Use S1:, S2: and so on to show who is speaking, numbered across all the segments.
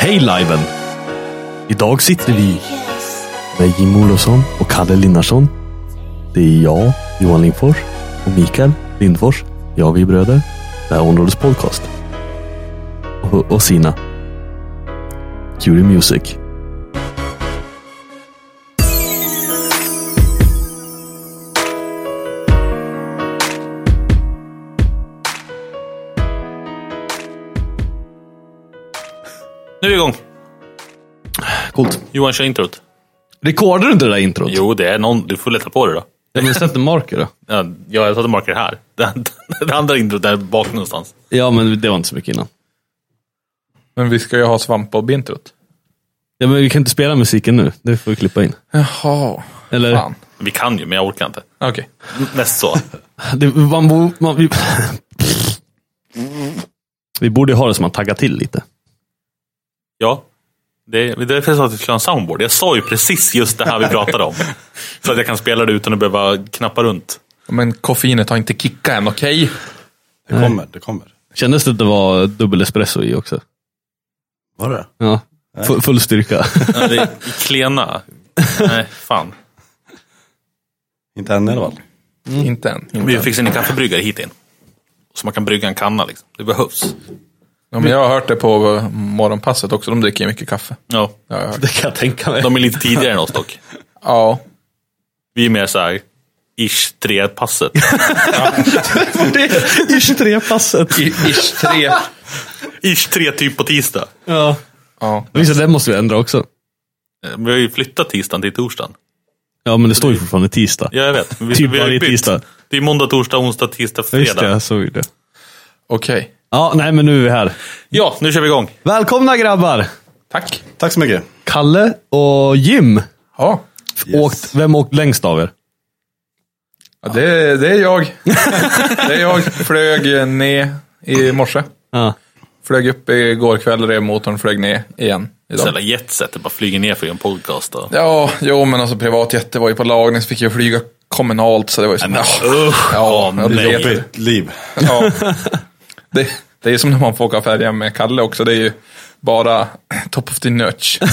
S1: Hej liven! Idag sitter vi med Jim Olofsson och Kalle Linnarsson. Det är jag, Johan Lindfors och Mikael Lindfors. Jag vi är bröder. Det här är Områdets podcast. Och, och Sina. Curie Music.
S2: Nu är vi igång.
S1: Coolt.
S2: Johan kör introt.
S1: Rekordar du inte det där introt?
S2: Jo, det är någon. Du får lätta på det då.
S1: Ja, men sätt en marker då.
S2: Ja, ja, jag satte marker här. Det, det andra introt där bak någonstans.
S1: Ja, men det var inte så mycket innan.
S3: Men vi ska ju ha svampbob-introt.
S1: Ja, men vi kan inte spela musiken nu. Det får vi klippa in.
S3: Jaha.
S1: Eller?
S3: Fan.
S2: Vi kan ju, men jag orkar inte.
S3: Okej.
S2: Näst så.
S1: Det, man, bo- man, vi, vi borde ju ha det som man taggar till lite.
S2: Ja. Det, det är därför jag sa att vi skulle ha en soundboard. Jag sa ju precis just det här vi pratade om. Så att jag kan spela det utan att behöva knappa runt.
S3: Men koffeinet har inte kickat än, okej?
S4: Det kommer, det kommer.
S1: Kändes det att det var dubbel espresso i också?
S4: Var det?
S1: Ja, full, full styrka.
S2: Ja, det är klena. Nej, fan.
S4: Inte än i alla fall.
S1: Mm.
S3: Inte än. Inte
S2: Vi
S3: än.
S2: fixar in en kaffebryggare hit in. Så man kan brygga en kanna liksom. Det behövs.
S3: Ja, men jag har hört det på morgonpasset också. De dricker ju mycket kaffe.
S2: Ja.
S3: Ja, jag har hört.
S1: det kan jag tänka mig.
S2: De är lite tidigare än oss dock.
S3: ja.
S2: Vi är mer så här, ish tre-passet.
S1: Ish tre passet.
S3: I, ish tre.
S2: Ish tre typ på tisdag.
S1: Ja.
S3: Ja.
S1: Visst, det måste vi ändra också.
S2: Eh, Vi har ju flyttat tisdagen till torsdagen.
S1: Ja, men det står ju fortfarande tisdag.
S2: Ja, jag vet. Vi,
S1: Typ
S2: vi har ju
S1: varje
S2: bytt.
S1: tisdag.
S2: Det är måndag, torsdag, onsdag, tisdag,
S1: Ja, Just det,
S2: fredag.
S1: jag såg det.
S3: Okej.
S1: Ja, nej men nu är vi här.
S2: Ja, nu kör vi igång.
S1: Välkomna grabbar!
S3: Tack.
S4: Tack så mycket.
S1: Kalle och Jim.
S3: Ja.
S1: Åkt, vem åkt längst av er?
S3: ja det, det är jag. det är jag. Flög ner i morse.
S1: Ja.
S3: Flög upp igår kväll, rev motorn, flög ner igen.
S2: Så
S3: Idag.
S2: jävla jetset, det bara flyger ner för att göra en podcast. Och...
S3: Ja, jo men alltså privatjätte var ju på lagning så fick jag flyga kommunalt så det var ju så. Ja.
S2: Usch,
S3: Ja,
S2: åh,
S3: det är
S2: nej.
S3: jobbigt.
S4: Jobbigt liv.
S3: Ja. Det, det är som när man får åka färja med Kalle också. Det är ju bara top of the notch. Eh,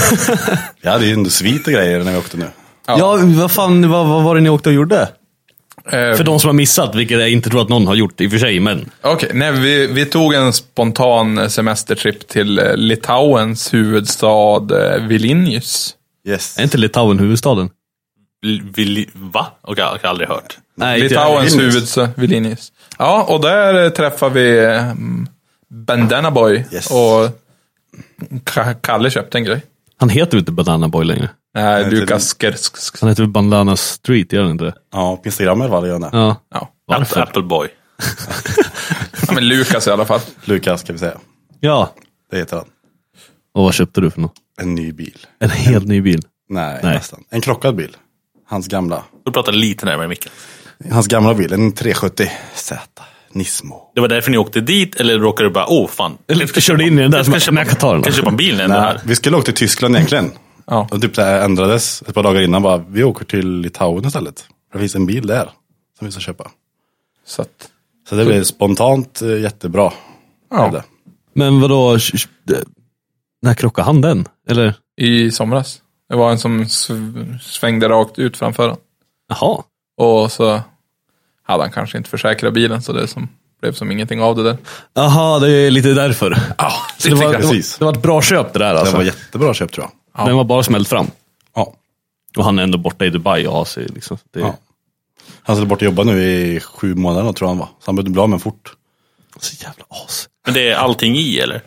S4: Jag hade ju ändå svit och grejer när vi åkte nu.
S1: Ja, vad fan vad, vad var det ni åkte och gjorde?
S3: Eh,
S1: För de som har missat, vilket jag inte tror att någon har gjort i och för sig, men.
S3: Okej, nej, vi, vi tog en spontan semestertrip till eh, Litauens huvudstad eh, Vilnius.
S4: Yes.
S1: Är inte Litauen huvudstaden?
S2: Vill... Va? Okej, jag har aldrig hört.
S1: Nej, inte jag.
S3: Litauens
S4: Vilnius.
S3: huvudstad Vilnius. Ja, och där eh, träffade vi eh, Bandana Boy.
S4: Yes.
S3: Och Ka- Kalle köpte en grej.
S1: Han heter väl inte Banana Boy längre?
S3: Nej,
S4: Nej, inte den.
S3: Lukas Kersk.
S1: Han heter väl Bandana Street, gör han inte det?
S4: Ja, på Instagram i alla fall gör han det.
S1: Ja.
S3: Ja.
S1: Varför?
S2: Appleboy.
S3: ja, men Lukas i alla fall.
S4: Lukas ska vi säga.
S1: Ja.
S4: Det heter han.
S1: Och vad köpte du för något?
S4: En ny bil.
S1: En helt ny bil.
S4: Nej,
S1: Nej.
S4: nästan. En krockad bil. Hans gamla.
S2: Du pratar lite närmare micken.
S4: Hans gamla bil. En 370 Z. Nismo.
S2: Det var därför ni åkte dit eller råkade du bara, åh oh, fan.
S5: Eller körde in i den där som bara,
S2: Kanske
S5: "Nej, jag kan ta den.
S2: Kanske köpa en bil när jag ändå är
S4: Nej,
S2: här.
S4: vi skulle åka till Tyskland egentligen.
S3: Ja.
S4: Och typ det här ändrades ett par dagar innan. Bara, vi åker till Litauen istället. Det finns en bil där som vi ska köpa.
S3: Så att,
S4: Så det blev spontant eh, jättebra. blev
S3: ja,
S4: det.
S5: Men vadå? sh- sh- det- När krockade han den? Eller?
S3: i somras. Det var en som sv- svängde rakt ut framför den.
S5: Jaha.
S3: Och så hade han kanske inte försäkrat bilen så det som, blev som ingenting av det där.
S5: Jaha, det är lite därför.
S3: Ja,
S5: Så det, var, det,
S4: precis.
S5: var, det var ett bra köp det där
S4: Det
S5: alltså.
S4: var jättebra köp tror jag.
S5: Den var bara smält fram.
S4: Ja.
S5: Och han är ändå borta i Dubai och har sig liksom. Det är
S4: Ja. Han skulle bort och jobba nu i sju månader då, tror jag han var. Så han behövde bli av med den fort.
S5: så jävla as.
S2: Men det är allting i eller?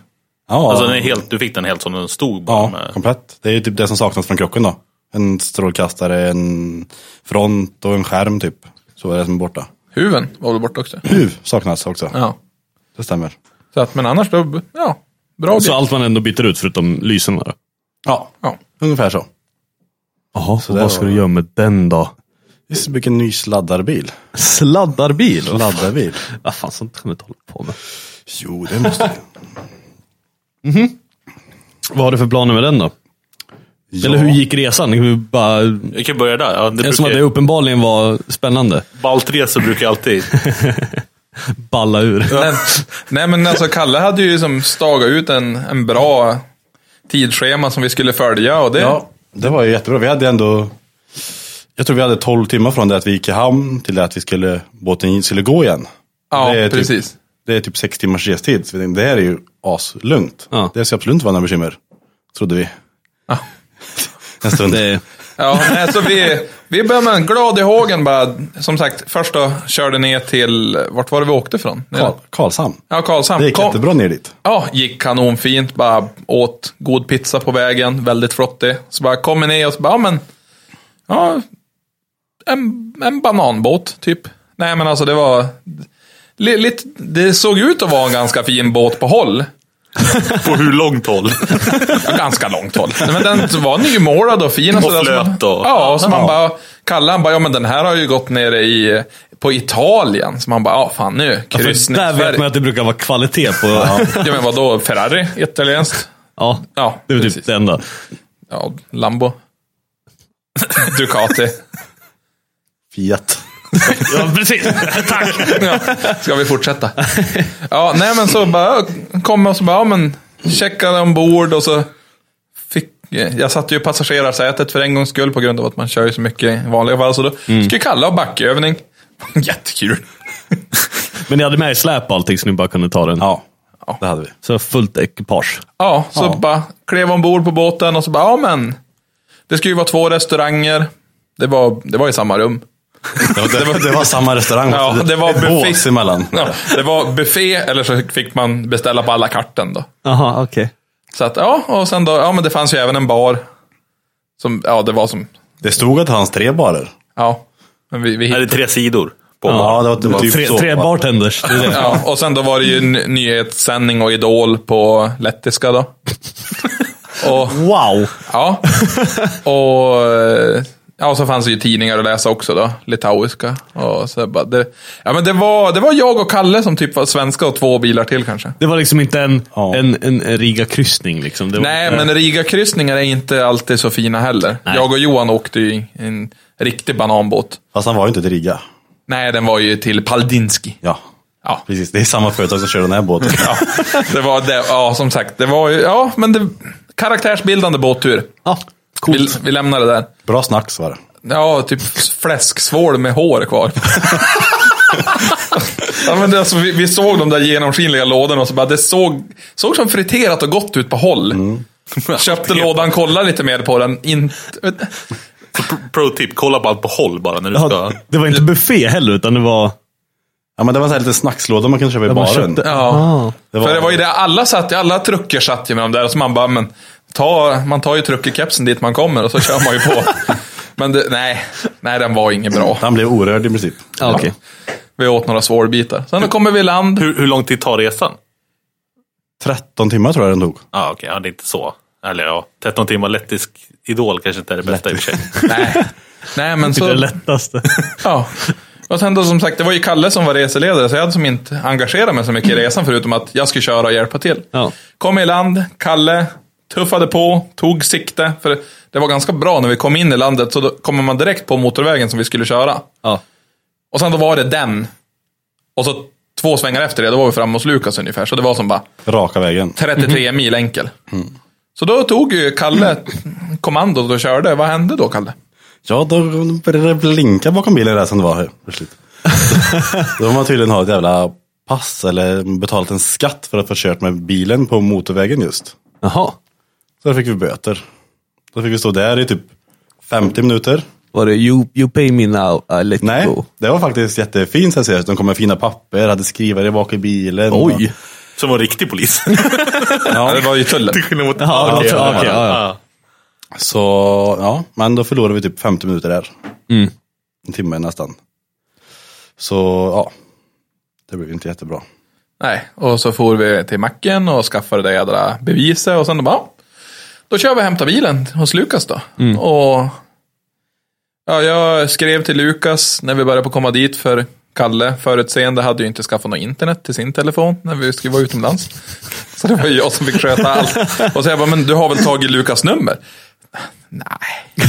S4: Ja,
S2: Alltså den är helt, du fick den helt som den stod bara
S4: ja
S2: med.
S4: komplett. Det är ju typ det som saknas från krocken då. En strålkastare, en front och en skärm typ. Så är det som är borta.
S3: Huven var väl borta också.
S4: Huv saknas också.
S3: Ja.
S4: Det stämmer.
S3: Så att, men annars då, ja, bra bil.
S5: Så allt man ändå byter ut förutom lysen då?
S4: Ja,
S3: Ja.
S4: ungefär så.
S5: Jaha, så
S4: det
S5: vad ska
S4: var-
S5: du göra med den då?
S4: Vi ska bygga en ny sladdarbil.
S5: Sladdarbil?
S4: Sladdarbil?
S5: Vad fan, sånt kan du inte hålla på med.
S4: Jo, det måste vi.
S5: Vad har du för planer med den då?
S4: ja.
S5: Eller hur gick resan? Kan vi bara...
S2: Vi kan börja där. Ja, det
S5: Eftersom att
S2: brukar,
S5: det uppenbarligen var spännande.
S2: Baltresor brukar alltid...
S5: Balla ur.
S3: Nej, nej men alltså Kalle hade ju som stagat ut en, en bra tidsschema som vi skulle följa och det.
S4: Ja,
S3: Eh.
S4: det var ju jättebra. Vi hade ändå, jag tror vi hade 12 timmar från det att vi gick i hamn till det att vi skulle, båten skulle gå igen.
S3: Ja,
S4: det är
S3: precis.
S4: Typ, det är typ sex timmars restid. Så vi tänkte, det här är ju aslugnt.
S5: Ja.
S4: Det ska absolut inte vara några bekymmer, trodde vi.
S3: Ja.
S4: En stund.
S5: Det,
S3: Ja, nej, så vi, vi började med en glad i hågen bara. Som sagt, först då körde ner till, vart var det vi åkte från?
S4: Karl, Karlshamn.
S3: Ja, Karlshamn.
S4: Det gick
S3: Kom-
S4: jättebra ner dit.
S3: Ja, gick kanonfint. Bara åt god pizza på vägen. Väldigt flottig. Så bara kommer ner och så bara, ja men. Ja, en, en bananbåt typ. Nej men alltså det var. Li, lite, det såg ut att vara en ganska fin båt på håll.
S2: På hur långt håll?
S3: Ja, ganska långt håll. Nej, Men den var nymålad och fin. Och,
S2: Och
S3: sådär, så man-
S2: flöt och-
S3: Ja, så man bara, Kalle han bara, ja men den här har ju gått nere i, på Italien. Så man bara, ja fan nu,
S5: för där
S3: kryssningsfärg.
S5: vet man att det brukar vara kvalitet på... Ja,
S3: Ja men vadå, Ferrari, italienskt?
S5: ja,
S3: Ja,
S5: det är väl
S3: precis.
S5: typ det enda.
S3: Ja, Lambo. Ducati.
S4: Fiat.
S5: Ja, precis.
S3: Ja, ska vi fortsätta? Ja, nej men så bara, kom och så bara, ja men checkade ombord och så fick, jag satt ju i passagerarsätet för en gångs skull på grund av att man kör ju så mycket i vanliga fall. Så då
S5: Mm.
S3: skulle Kalle ha backövning. Jättekul.
S5: Men ni hade med er släp och allting så ni bara kunde ta den?
S4: Ja, det hade vi.
S5: Så fullt ekipage?
S3: Ja, så
S4: Ja.
S3: bara klev ombord på båten och så bara, ja men. Det skulle ju vara två restauranger. Det var, det var i samma rum.
S4: Det var, det var, samma restaurang.
S3: Ja, det var
S4: bås
S3: buffé.
S4: emellan.
S3: Ja, det var buffé eller så fick man beställa på alla karten då.
S5: Jaha, okej.
S3: Så att, ja, och sen då, ja men det fanns ju även en bar. Som, ja det var som,
S4: Det stod att hans tre barer.
S3: ja. Men vi, vi
S2: Är det
S3: hittade,
S2: tre sidor? På
S4: Ja, det var, typ
S5: Tre,
S4: så.
S5: tre bartenders. Det är det.
S3: ja, och sen då var det ju ny- nyhetssändning och Idol på lettiska då. och,
S5: Wow!
S3: ja. Och, eh, ja, och så fanns det ju tidningar att läsa också då, litauiska. Och så bara, det, ja men det var, det var jag och Kalle som typ var svenska och två bilar till kanske.
S5: Det var liksom inte en,
S4: Ja.
S5: en, en, en Riga-kryssning liksom. Det var
S3: Nej,
S5: inte-
S3: men Riga-kryssningar är inte alltid så fina heller.
S5: Nej.
S3: Jag och Johan åkte ju i en riktig bananbåt.
S4: Fast han var ju inte till Riga.
S3: Nej, den var ju till Paldinski.
S4: Ja,
S3: Ja,
S4: precis. Det är samma företag som kör den här båten.
S3: ja. det var det. Ja, som sagt. Det var ju, ja, men det, karaktärsbildande båttur.
S5: Ja,
S3: Vi,
S5: coolt.
S3: vi lämnar det där.
S4: Bra snacks var det.
S3: Ja, typ fläsksvål med hår kvar. ja, men det, alltså, vi, vi såg de där genomskinliga lådorna och så bara, det såg, såg som friterat och gott ut på håll.
S2: Mm.
S3: Köpte lådan, kollade lite mer på den. In,
S2: Pro tip, kolla på allt på håll bara när du ska...
S5: Ja, det var inte buffé heller, utan det var...
S4: Ja, men det var en sån här liten snackslåda man kunde köpa i
S5: man
S4: baren.
S5: köpte-
S3: ja.
S2: Ah.
S4: Det var,
S3: För det var ju det, alla satt ju- alla trucker satt ju med dem där, så man bara, men ta, man tar ju truckerkepsen dit man kommer och så kör man ju på. Men det, nej, nej, den var ingen bra.
S4: Han blev orörd i princip.
S5: Ja, okej.
S3: Vi åt några svårbitar. Sen då kommer vi i land.
S2: Hur, hur lång tid tar resan?
S4: 13 timmar tror jag den tog.
S2: Ja, ah, okej. ja, det är inte så. Eller ja, 13 timmar lettisk idol kanske inte är det bästa i och för sig.
S3: Nej, nej men
S5: Det är
S3: så...
S5: det lättaste.
S3: Ja. Och sen då som sagt, det var ju Kalle som var reseledare, så jag hade som inte engagerat mig så mycket i resan förutom att jag skulle köra och hjälpa till.
S5: Ja.
S3: Kom i land, Kalle tuffade på, tog sikte. För det var ganska bra när vi kom in i landet, så då kommer man direkt på motorvägen som vi skulle köra.
S5: Ja.
S3: Och sen då var det den. Och så två svängar efter det, då var vi framme hos Lukas ungefär. Så det var som bara
S4: Raka vägen.
S3: 33
S5: Mhm.
S3: mil enkel.
S5: Mm.
S3: Så då tog ju Kalle kommandot och körde. Vad hände då, Kalle?
S4: Ja, då började det blinka bakom bilen där som det var här. plötsligt. då har man tydligen ha ett jävla pass eller betalat en skatt för att få kört med bilen på motorvägen just.
S5: Jaha.
S4: Så då fick vi böter. Då fick vi stå där i typ 50 minuter.
S5: Var det you, you pay me now, I let
S4: Nej,
S5: you go?
S4: det var faktiskt jättefint sen senast. De kom med fina papper, hade skrivare bak i bilen.
S5: Oj!
S2: Som var riktig polis.
S3: Ja, det var ju tullen.
S2: Till skillnad mot...
S5: Ja, okej, okej, ja, ja.
S4: Så ja, men då förlorade vi typ 50 minuter där.
S5: Mm.
S4: En timme nästan. Så ja, det blev ju inte jättebra.
S3: Nej, och så for vi till macken och skaffade det jädra beviset och sen då bara, ja, då kör vi och hämtar bilen hos Lukas då. Och ja, jag skrev till Lukas när vi började på komma dit för Kalle förutseende hade ju inte skaffat något internet till sin telefon när vi skulle vara utomlands. Så det var ju jag som fick sköta allt. Och så jag bara, men du har väl tagit Lukas nummer? Nej.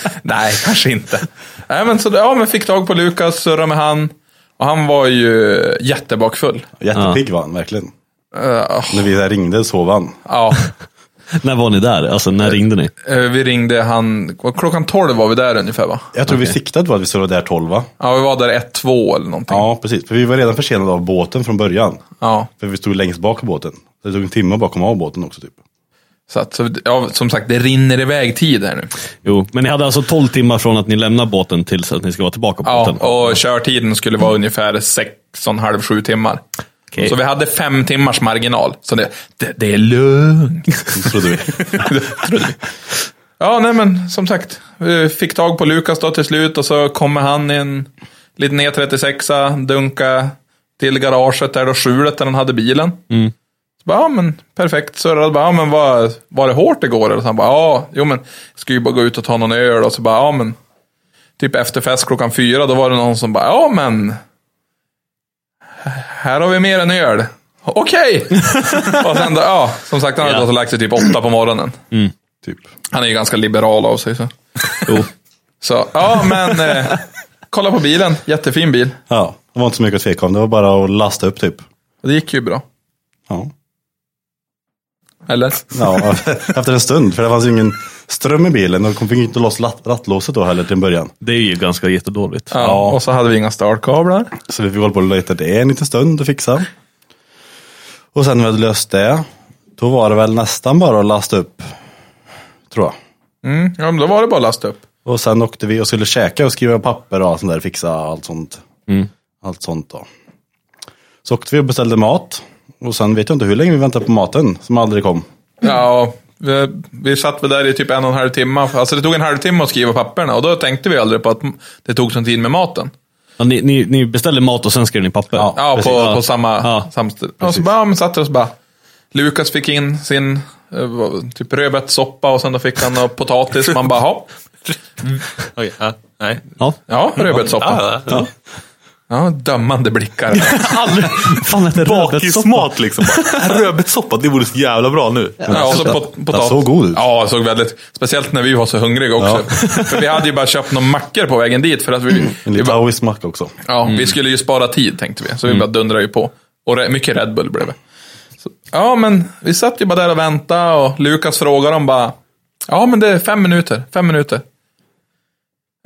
S3: Nej, kanske inte. Nej, men så ja, men fick tag på Lukas, surrade med han. Och han var ju jättebakfull.
S4: Jättepigg var han verkligen.
S3: Eh,
S4: När vi där ringde sov han.
S3: Ja,
S5: När var ni där? Alltså, när ringde ni?
S3: eh, vi ringde han, klockan 12 var vi där ungefär va?
S4: Jag tror vi siktade på att vi skulle vara där 12 va?
S3: Ja, vi var där 1-2 eller någonting.
S4: Ja, precis. För vi var redan försenade av båten från början.
S3: Ja,
S4: För vi stod längst bak i båten. Det tog en timme bara att komma av båten också typ.
S3: så att, så, ja, som sagt, det rinner iväg tid här nu.
S5: Jo, men ni hade alltså 12 timmar från att ni lämnar båten tills att ni ska vara tillbaka på
S3: Ja,
S5: båten?
S3: och körtiden skulle vara ungefär 6,5-7 timmar.
S5: Okej.
S3: Så vi hade fem timmars marginal. Så det, det, det är lugnt.
S4: Trodde vi.
S3: Ja, nej men som sagt. Vi fick tag på Lukas då till slut och så kommer han i en liten E36, dunka till garaget där då skjulet där han hade bilen. Så bara, ja men perfekt. Så jag bara, ja men var, var det hårt igår? Och så han bara, ja, jo men, jag ska ju bara gå ut och ta någon öl och så bara, ja men. Typ efter fest klockan fyra, då var det någon som bara, ja men. Här har vi mer än öl. Okej! och sen då, ja, som sagt han hade gått och lagt sig typ åtta på morgonen.
S4: typ.
S3: Han är ju ganska liberal av sig. Så,
S5: Jo.
S3: så ja, men eh, kolla på bilen. Jättefin bil.
S4: Ja, det var inte så mycket att tveka om. Det var bara att lasta upp typ.
S3: Och det gick ju bra.
S4: Ja.
S3: Eller?
S4: Ja, efter en stund. För det fanns ju ingen ström i bilen. och De fick ju inte loss ratt- rattlåset då heller till en början.
S5: Det är ju ganska jättedåligt.
S3: Ja, Och så hade vi inga startkablar.
S4: Så vi fick hålla på och leta det en liten stund och fixa. Och sen när vi hade löst det, då var det väl nästan bara att lasta upp. Tror jag.
S3: Mm, ja, men då var det bara att lasta upp.
S4: Och sen åkte vi och skulle käka och skriva papper och allt sånt där, fixa allt sånt.
S5: Mm.
S4: Allt sånt då. Så åkte vi och beställde mat. Och sen vet jag inte hur länge vi väntade på maten som aldrig kom.
S3: Ja, och vi, vi satt väl där i typ en och en halv timme. Alltså det tog en halvtimme att skriva papperna och då tänkte vi aldrig på att det tog sån tid med maten.
S5: Ja, ni, ni, ni beställde mat och sen skrev ni papper?
S3: Ja,
S4: precis.
S3: på, på samma
S5: Ja.
S3: samställe. Och så bara, ja, men satt där och så bara. Lukas fick in sin eh, vad- typ rödbetssoppa och sen då fick han någon potatis. Man bara, ja,
S2: Okej, ja, nej.
S5: Ja.
S3: ja rödbetssoppa.
S2: Ja, ja.
S3: Ja, dömande blickar.
S5: Aldrig. Fan, äter rödbetssoppa.
S2: Bakismat liksom. bara. Rödbetssoppa, det vore så jävla bra nu.
S3: Ja, och så pot- potat-
S4: såg god ut.
S3: Ja, såg väldigt. Speciellt när vi var så hungriga också. För vi hade ju bara köpt några mackor på vägen dit. För att vi,
S4: En
S3: vi, bara,
S4: litauisk macka också.
S3: ja,
S4: Mm.
S3: vi skulle ju spara tid tänkte vi. Så vi bara dundrade ju på. Och re, mycket Red Bull blev det. Så, ja, men vi satt ju bara där och väntade och Lukas frågade dem bara. Ja, men det är fem minuter. Fem minuter.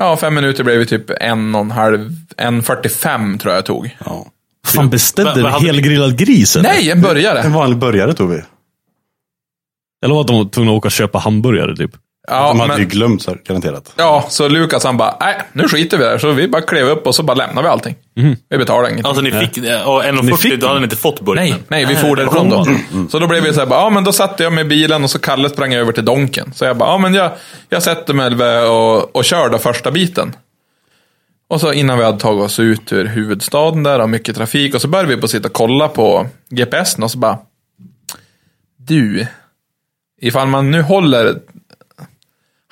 S3: Ja, fem minuter blev ju typ en och en halv, en 45 tror jag tog.
S4: Ja.
S5: Fan, beställde
S2: Men-
S5: ni
S2: men hade-
S5: helgrillad gris? eller?
S3: Nej, en började.
S4: En vanlig burgare tog vi.
S5: Eller var de tvungna att åka och köpa hamburgare typ?
S3: Ja,
S4: De hade
S3: men-
S4: ju glömt så här, garanterat.
S3: Ja, så Lukas han bara, nej, nu skiter vi där. Så vi bara klev upp och så bara lämnade vi allting.
S4: Mm.
S3: Vi betalade inget.
S2: Alltså ni fick, och
S5: Ni fick
S2: 1,40 då hade ni inte fått burken.
S3: nej, nej, vi for därifrån då. Så då blev vi så här, bara, ja men då satte jag mig i bilen och så Kalle sprang över till Donken. Så jag bara, ja men jag, jag sätter mig väl och, och kör då första biten. Och så innan vi hade tagit oss ut ur huvudstaden där och mycket trafik och så började vi på att sitta och kolla på GPSen och så bara, du, ifall man nu håller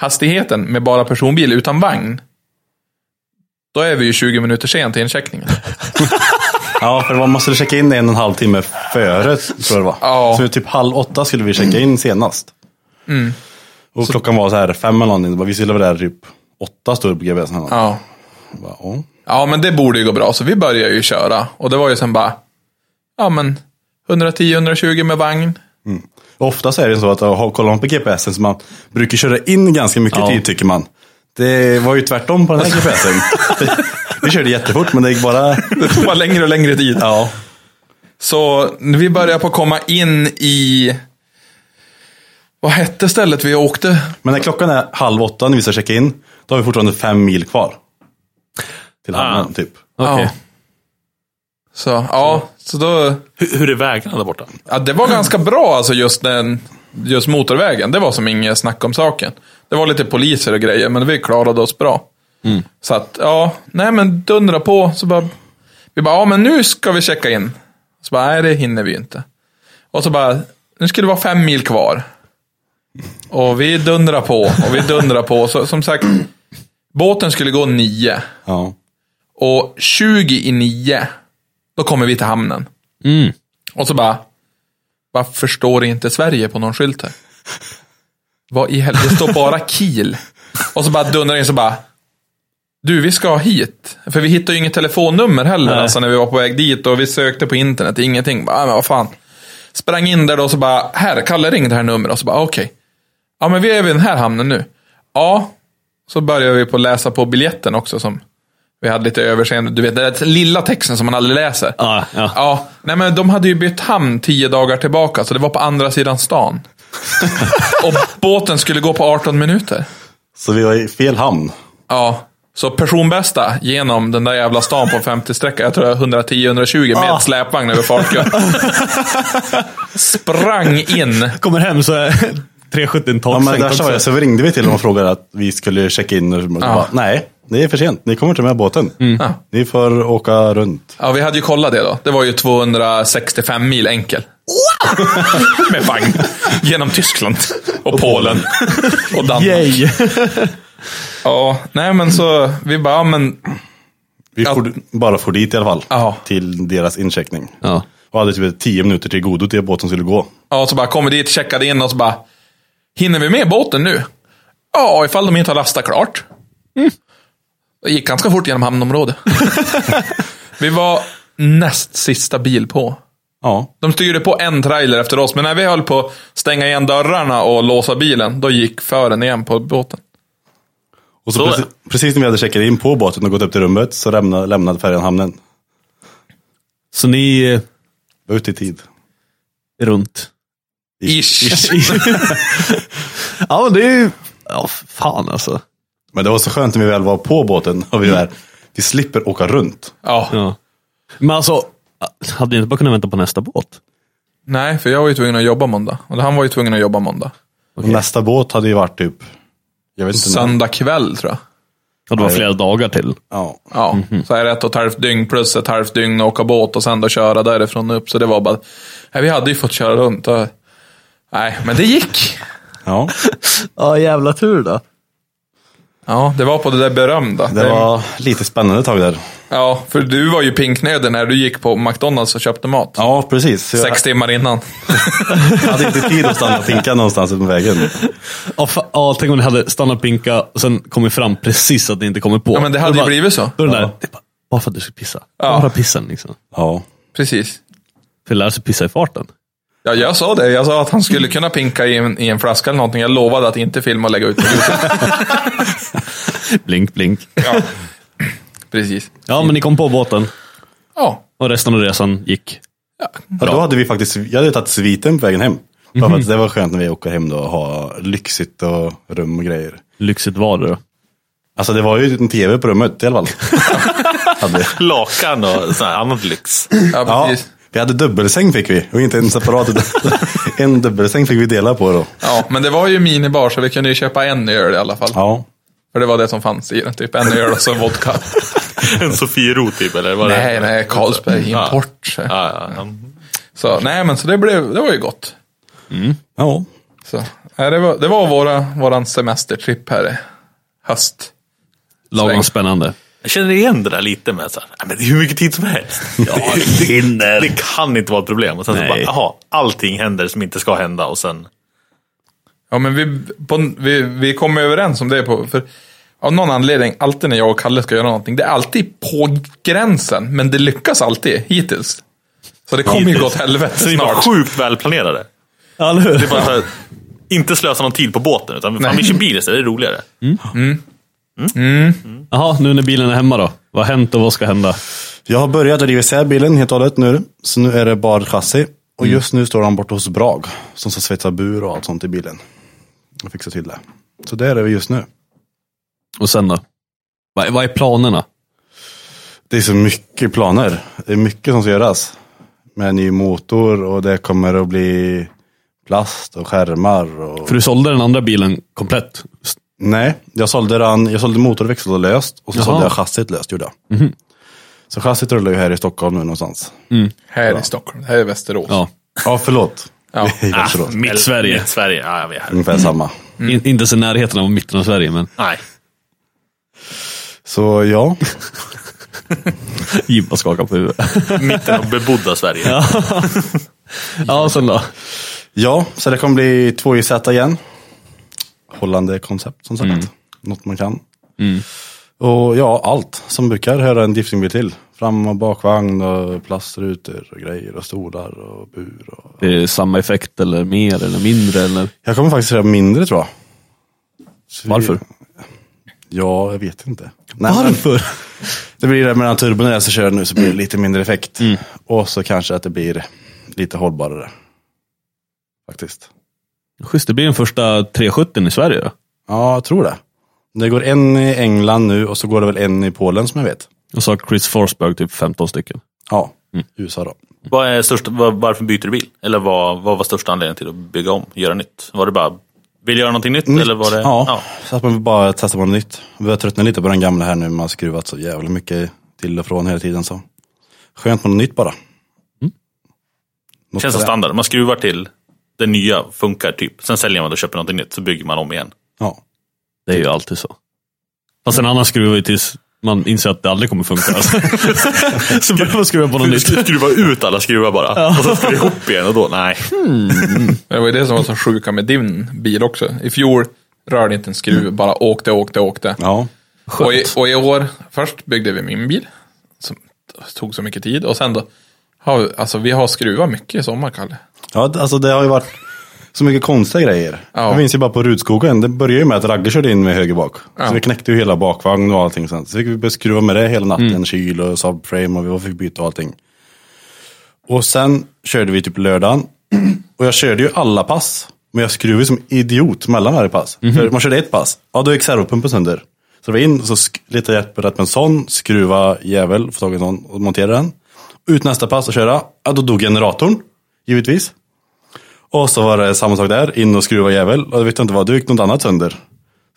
S3: hastigheten med bara personbil utan vagn. Då är vi ju 20 minuter sent till incheckningen.
S4: Ja, för man måste checka in en och en halv timme före, tror jag det var.
S3: Ja. Mm.
S4: Så typ halv åtta skulle vi checka in senast. Och klockan var så här fem eller någonting. Det var- Vi skulle vara där typ åtta, stod det på GBS'n. Ja.
S3: Ja.
S4: Bara, "Ja."
S3: ja, men det borde ju gå bra. Så vi började ju köra. Och det var ju sen bara, ja men 110-120 med vagn.
S4: Ofta så är det så att oh, kollar man på GPSen så man brukar köra in ganska mycket tid tycker man. Det var ju tvärtom på den här GPSen. Vi körde jättefort men det gick bara...
S3: Det tog bara längre och längre tid.
S4: Ja.
S3: Så vi börjar på att komma in i... Vad hette stället vi åkte?
S4: Men när klockan är halv åtta när vi ska checka in, då har vi fortfarande fem mil kvar. Till hamnen typ.
S2: Okej.
S3: Ja. Så, ja, så då...
S2: Hur, hur är vägarna där borta?
S3: Ja, det var ganska bra alltså just den... Just motorvägen. Det var som inget snack om saken. Det var lite poliser och grejer, men vi klarade oss bra. Så att, ja, nej men dundra på. Så bara, vi bara, ja men nu ska vi checka in. Så bara, nej det hinner vi ju inte. Och så bara, nu ska det vara fem mil kvar. Och vi dundrar på och vi dundrar på. Så, som sagt, båten skulle gå nio.
S4: Ja.
S3: Och 20 i 9, då kommer vi till hamnen. Och så bara, varför står det inte Sverige på någon skylt här? Vad i helvete, det står bara Kiel. Och så bara dundrar det in så bara, du vi ska hit. För vi hittade ju inget telefonnummer heller alltså, när vi var på väg dit och vi sökte på internet, ingenting. Bara, "Ah, men vad fan. Sprang in där då och så bara, här, Kalle ringde det här numret. Och så bara, okej. Ja men vi är vid den här hamnen nu. Ja, så börjar vi på att läsa på biljetten också som vi hade lite överseende. Du vet den där lilla texten som man aldrig läser.
S5: Ja, ja.
S3: Ja, nej men de hade ju bytt hamn tio dagar tillbaka, så det var på andra sidan stan. och båten skulle gå på 18 minuter.
S4: Så vi var i fel hamn.
S3: Ja, så personbästa genom den där jävla stan på en 50-sträcka. Jag tror det var 110-120 med ett släpvagn över Falkön. Sprang in.
S5: Kommer hem så är 370
S4: Ja,
S5: tak
S4: men där
S5: sänkt
S4: sa jag,
S5: också.
S4: så vi ringde vi till dem och frågade att vi skulle checka in. Och så bara, Nej, det är för sent. Ni kommer inte med båten. Ah. Ni får åka runt.
S3: Ja, vi hade ju kollat det då. Det var ju 265 mil enkel. med vagn. Genom Tyskland. Och Polen. Och Danmark.
S5: Yay!
S3: Ja, nej men så vi bara, ja, men
S4: Vi
S3: Ja.
S4: for, bara for dit i alla fall.
S3: Ja.
S4: Till deras incheckning.
S5: Ja.
S4: Och hade typ tio minuter till godo till båten skulle gå.
S3: Ja, och så bara kommer dit, checkade in och så bara, hinner vi med båten nu? Ja, ifall de inte har lastat klart. Mm. Det gick ganska fort genom hamnområdet. vi var näst sista bil på.
S4: Ja.
S3: De styrde på en trailer efter oss, men när vi höll på att stänga igen dörrarna och låsa bilen, då gick fören igen på båten.
S4: Och så,
S2: Så är
S4: precis, precis när vi hade checkat in på båten och gått upp till rummet så lämnade, lämnade färjan hamnen.
S5: Så ni eh,
S4: Vi var ute i tid.
S5: är runt.
S3: Ish.
S5: Ja, men det är ju... Ja, fan alltså.
S4: Men det var så skönt när vi väl var på båten. Och vi, var, vi slipper åka runt.
S3: Ja.
S5: Ja. Men alltså, hade ni inte bara kunnat vänta på nästa båt?
S3: Nej, för jag var ju tvungen att jobba måndag. Och han var ju tvungen att jobba måndag.
S4: Och nästa båt hade ju varit typ... Jag vet inte. när.
S3: Söndag kväll, tror jag.
S5: Ja, det var
S4: Nej.
S5: flera dagar till.
S4: Ja.
S3: Ja, så är det ett och ett halvt dygn plus ett halvt dygn att åka båt och sen då köra därifrån upp. Så det var bara, nej, vi hade ju fått köra runt. Och, nej, men det gick.
S4: ja.
S5: Ja, jävla tur då.
S3: Ja, det var på det där berömda.
S4: Det var lite spännande ett tag där.
S3: Ja, för du var ju pinknödig när du gick på McDonalds och köpte mat.
S4: Ja, precis. Jag
S3: Sex timmar innan.
S4: hade inte tid att stanna och pinka någonstans utmed vägen.
S5: Ja, fa- ja, tänk om ni hade stannat pinka och sen kommit fram precis att ni inte kommer på.
S3: Ja, men det hade
S5: Då
S3: ju
S5: bara-
S3: blivit så.
S5: Då är det
S4: Ja.
S5: där, det är bara, bara för att du ska pissa.
S3: Ja.
S5: Bara pissen liksom.
S4: Ja.
S3: Precis.
S5: För att lära sig pissa i farten.
S3: Ja, jag sa det. Jag sa att han skulle kunna pinka i en, i en flaska eller någonting. Jag lovade att inte filma och lägga ut på YouTube.
S5: Blink, blink.
S3: Ja. Precis.
S5: Ja, men ni kom på båten
S3: Ja.
S5: och resten av resan gick.
S4: ja då hade vi faktiskt, jag hade tagit sviten på vägen hem. Bara för att det var skönt när vi åker hem då och ha lyxigt och rum och grejer.
S5: Lyxigt var det då.
S4: Alltså det var ju en tv på rummet i alla fall. hade.
S2: Lakan och sån här annat lyx.
S3: Ja,
S4: Ja,
S3: precis.
S4: vi hade dubbelsäng fick vi och inte en separat. utan en dubbelsäng fick vi dela på då.
S3: Ja. men det var ju minibar så vi kunde ju köpa en öl i alla fall.
S4: Ja.
S3: För det var det som fanns i den, typ en öl och så vodka.
S2: En Sofiero typ, eller? Var
S3: nej,
S2: det?
S3: nej, Carlsberg
S2: Ja.
S3: import.
S2: Ja, ja, ja.
S3: Så, nej, men så det, blev, det var ju gott.
S4: Ja.
S3: Så, nej, det, var, det var våra, våran semestertripp här i höst.
S5: Lagom
S3: Sväng.
S5: spännande.
S2: Jag känner igen det där lite med så här, "Nej, men det är hur mycket tid som helst.
S1: Ja, det hinner.
S2: Det kan inte vara ett problem. Och sen
S1: Nej.
S2: så bara, jaha, allting händer som inte ska hända. Och sen,
S3: Ja, men vi, på, vi, vi kommer överens om det. På, för av någon anledning, alltid när jag och Kalle ska göra någonting, det är alltid på gränsen. Men det lyckas alltid, hittills. Så det kommer ju gå åt helvete
S2: så är vi bara
S3: snart.
S2: sjukt välplanerade.
S1: Ja, eller hur?
S2: Det är bara så här, inte slösa någon tid på båten, utan fan,
S3: Nej.
S2: vi kör bil istället, det är roligare.
S1: Jaha, nu när bilen är hemma då. Vad har hänt och vad ska hända?
S4: Jag har börjat riva isär bilen helt och hållet nu. Så nu är det bara chassi. Och just nu står han borta hos Brag. Som ska svetsa bur och allt sånt i bilen. Och fixa till det. Så det är det just nu.
S1: Och sen då? Vad, vad är planerna?
S4: Det är så mycket planer. Det är mycket som ska göras. Med en ny motor och det kommer att bli plast och skärmar. Och...
S1: För du sålde den andra bilen komplett. S-
S4: Nej, jag sålde, den, jag sålde motorväxeln löst och så
S1: Jaha.
S4: sålde jag chassit löst. Gjorde jag. Så chassit rullar ju här i Stockholm nu någonstans.
S3: Här i Stockholm, här i Västerås.
S1: Ja.
S4: Ja, förlåt.
S3: Ja.
S4: I Västerås.
S2: Eller-
S1: Sverige.
S2: Ah, Mitt Sverige, ja, vi är här.
S4: Ungefär samma.
S1: In, inte ens i närheten av mitten av Sverige, men
S2: Nej.
S4: Så ja,
S1: Jim bara skakar på huvudet.
S2: Mitten av bebodda Sverige.
S1: ja, och sen då?
S4: Ja, så det kommer bli 2JZ igen. Hållande koncept som sagt. Något man kan. Och ja, allt som brukar höra en driftingbil till. Fram och bakvagn och plastrutor och grejer och stolar och bur. Och...
S1: Det är samma effekt eller mer eller mindre eller?
S4: Jag kommer faktiskt göra mindre tror jag. Så vi-
S1: Varför?
S4: Ja, jag vet inte. Nej, men- Det blir det med den här turbon och det jag kör nu så blir det lite mindre effekt. Och så kanske att det blir lite hållbarare. Faktiskt.
S1: Schysst, det blir den första 370 i Sverige då.
S4: Ja, jag tror det. Det går en i England nu och så går det väl en i Polen som jag vet.
S1: Och så har Chris Forsberg typ 15 stycken.
S4: Ja,
S2: Mm.
S4: USA då.
S2: Vad är störst, vad, varför byter du bil? Eller vad, vad var största anledningen till att bygga om, göra nytt? Var det bara, vill göra någonting nytt? Eller var det,
S4: Ja, så att man bara testar på något nytt. Vi har tröttnat lite på den gamla här nu, man har skruvat så jävla mycket till och från hela tiden. Så. Skönt med något nytt bara. Något
S2: Mm. Känns som
S4: sådär.
S2: standard. Man skruvar till det nya funkar typ. Sen säljer man det och köper någonting nytt, så bygger man om igen.
S4: Ja.
S1: Det är ju alltid så. Fast en annan skruvar ju tills man inser att det aldrig kommer funka. Alltså. så börjar man skruva på något nytt.
S2: Skruva ut alla skruvar bara. Och så ska det ihop igen och då, nej.
S3: Det var ju det som var så sjuka med din bil också. I fjol rörde inte en skruv, bara åkte, åkte, åkte.
S4: ja.
S3: Och i, och i år, först byggde vi min bil, som tog så mycket tid. Och sen då, har vi, alltså vi har skruvat mycket i sommar, Kalle.
S4: Ja, d- alltså det har ju varit så mycket konstiga grejer.
S3: Ja.
S4: Jag minns ju bara på Rudskogen, det började ju med att Ragge körde in med höger bak.
S3: Ja.
S4: Så vi knäckte ju hela bakvagn och allting sen. Så fick vi börja skruva med det hela natten,
S3: Mm.
S4: kyl och subframe och vi fick byta och allting. Och sen körde vi typ lördagen. Och jag körde ju alla pass. Men jag skruvade som idiot mellan varje pass.
S3: Mhm.
S4: För man körde ett pass, ja då gick servopumpen sönder. Så det var in, så sk- letade jag på rätt med en sån, skruva jävel, få tag i en sån och montera den. Ut nästa pass och köra, ja då dog generatorn. Givetvis. Och så var det samma sak där, in och skruva jävel. Och jag vet inte vad, då gick något annat sönder.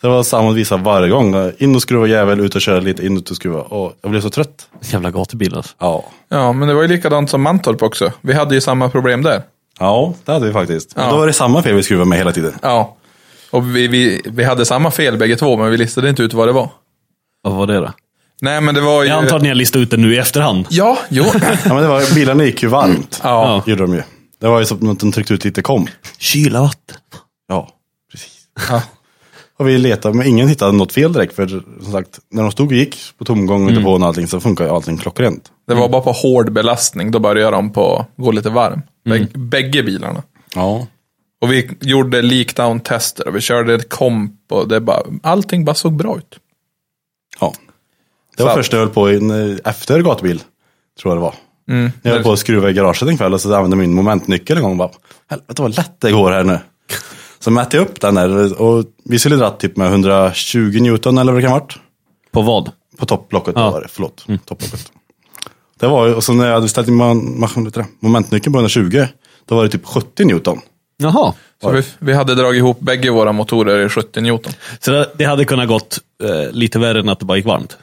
S4: Så det var samma visa varje gång. In och skruva jävel, ut och köra lite, in och ut och skruva. Och jag blev så trött.
S1: Jävla gatubil alltså.
S4: Ja.
S3: Ja, men det var ju likadant som Mantorp också. Vi hade ju samma problem där.
S4: Ja, det hade vi faktiskt.
S3: Ja.
S4: Och då var det samma fel vi skruvade med hela tiden.
S3: Ja. Och vi, vi, vi hade samma fel bägge två, men vi listade inte ut vad det var.
S1: Vad var det då?
S3: Nej, men det var ju...
S1: Jag antar att ni har listat ut det nu i efterhand.
S3: Ja, jo.
S4: Ja, men det var, bilarna gick ju varmt.
S3: Ja.
S4: Gjorde de ju. Det var ju som att de tryckte ut lite kom.
S1: Kyla vatten.
S4: Ja, precis. Och vi letade, men ingen hittade något fel direkt. För som sagt, när de stod och gick på tomgång
S3: Mm.
S4: och depån och allting så funkar ju allting klockrent.
S3: Det var bara på hård belastning, då började de på gå lite varm. Bäg,
S1: Mm.
S3: Bägge bilarna.
S4: Ja.
S3: Och vi gjorde leakdown-tester och vi körde ett komp och det bara, allting bara såg bra ut.
S4: ja. Det var
S3: Så-
S4: först jag höll på i en, eh, efter gatubil, tror jag det var. När jag höll på att skruva i garaget en kväll och så använde jag min momentnyckel en gång. Och bara, Helvete vad lätt det går här nu. Så mätte jag upp den där och vi skulle dra typ med 120 Newton eller vad det kan ha varit.
S1: På vad?
S4: På topplocket
S1: Ja.
S4: var det, förlåt. Topplocket. Det var ju, och så när jag hade ställt in man, man, vet du det, momentnyckeln på 120, då var det typ 70 Newton.
S1: Jaha.
S3: Så vi, vi hade dragit ihop bägge våra motorer i 70 Newton.
S1: Så det, det hade kunnat gått eh, lite värre än att det bara gick varmt?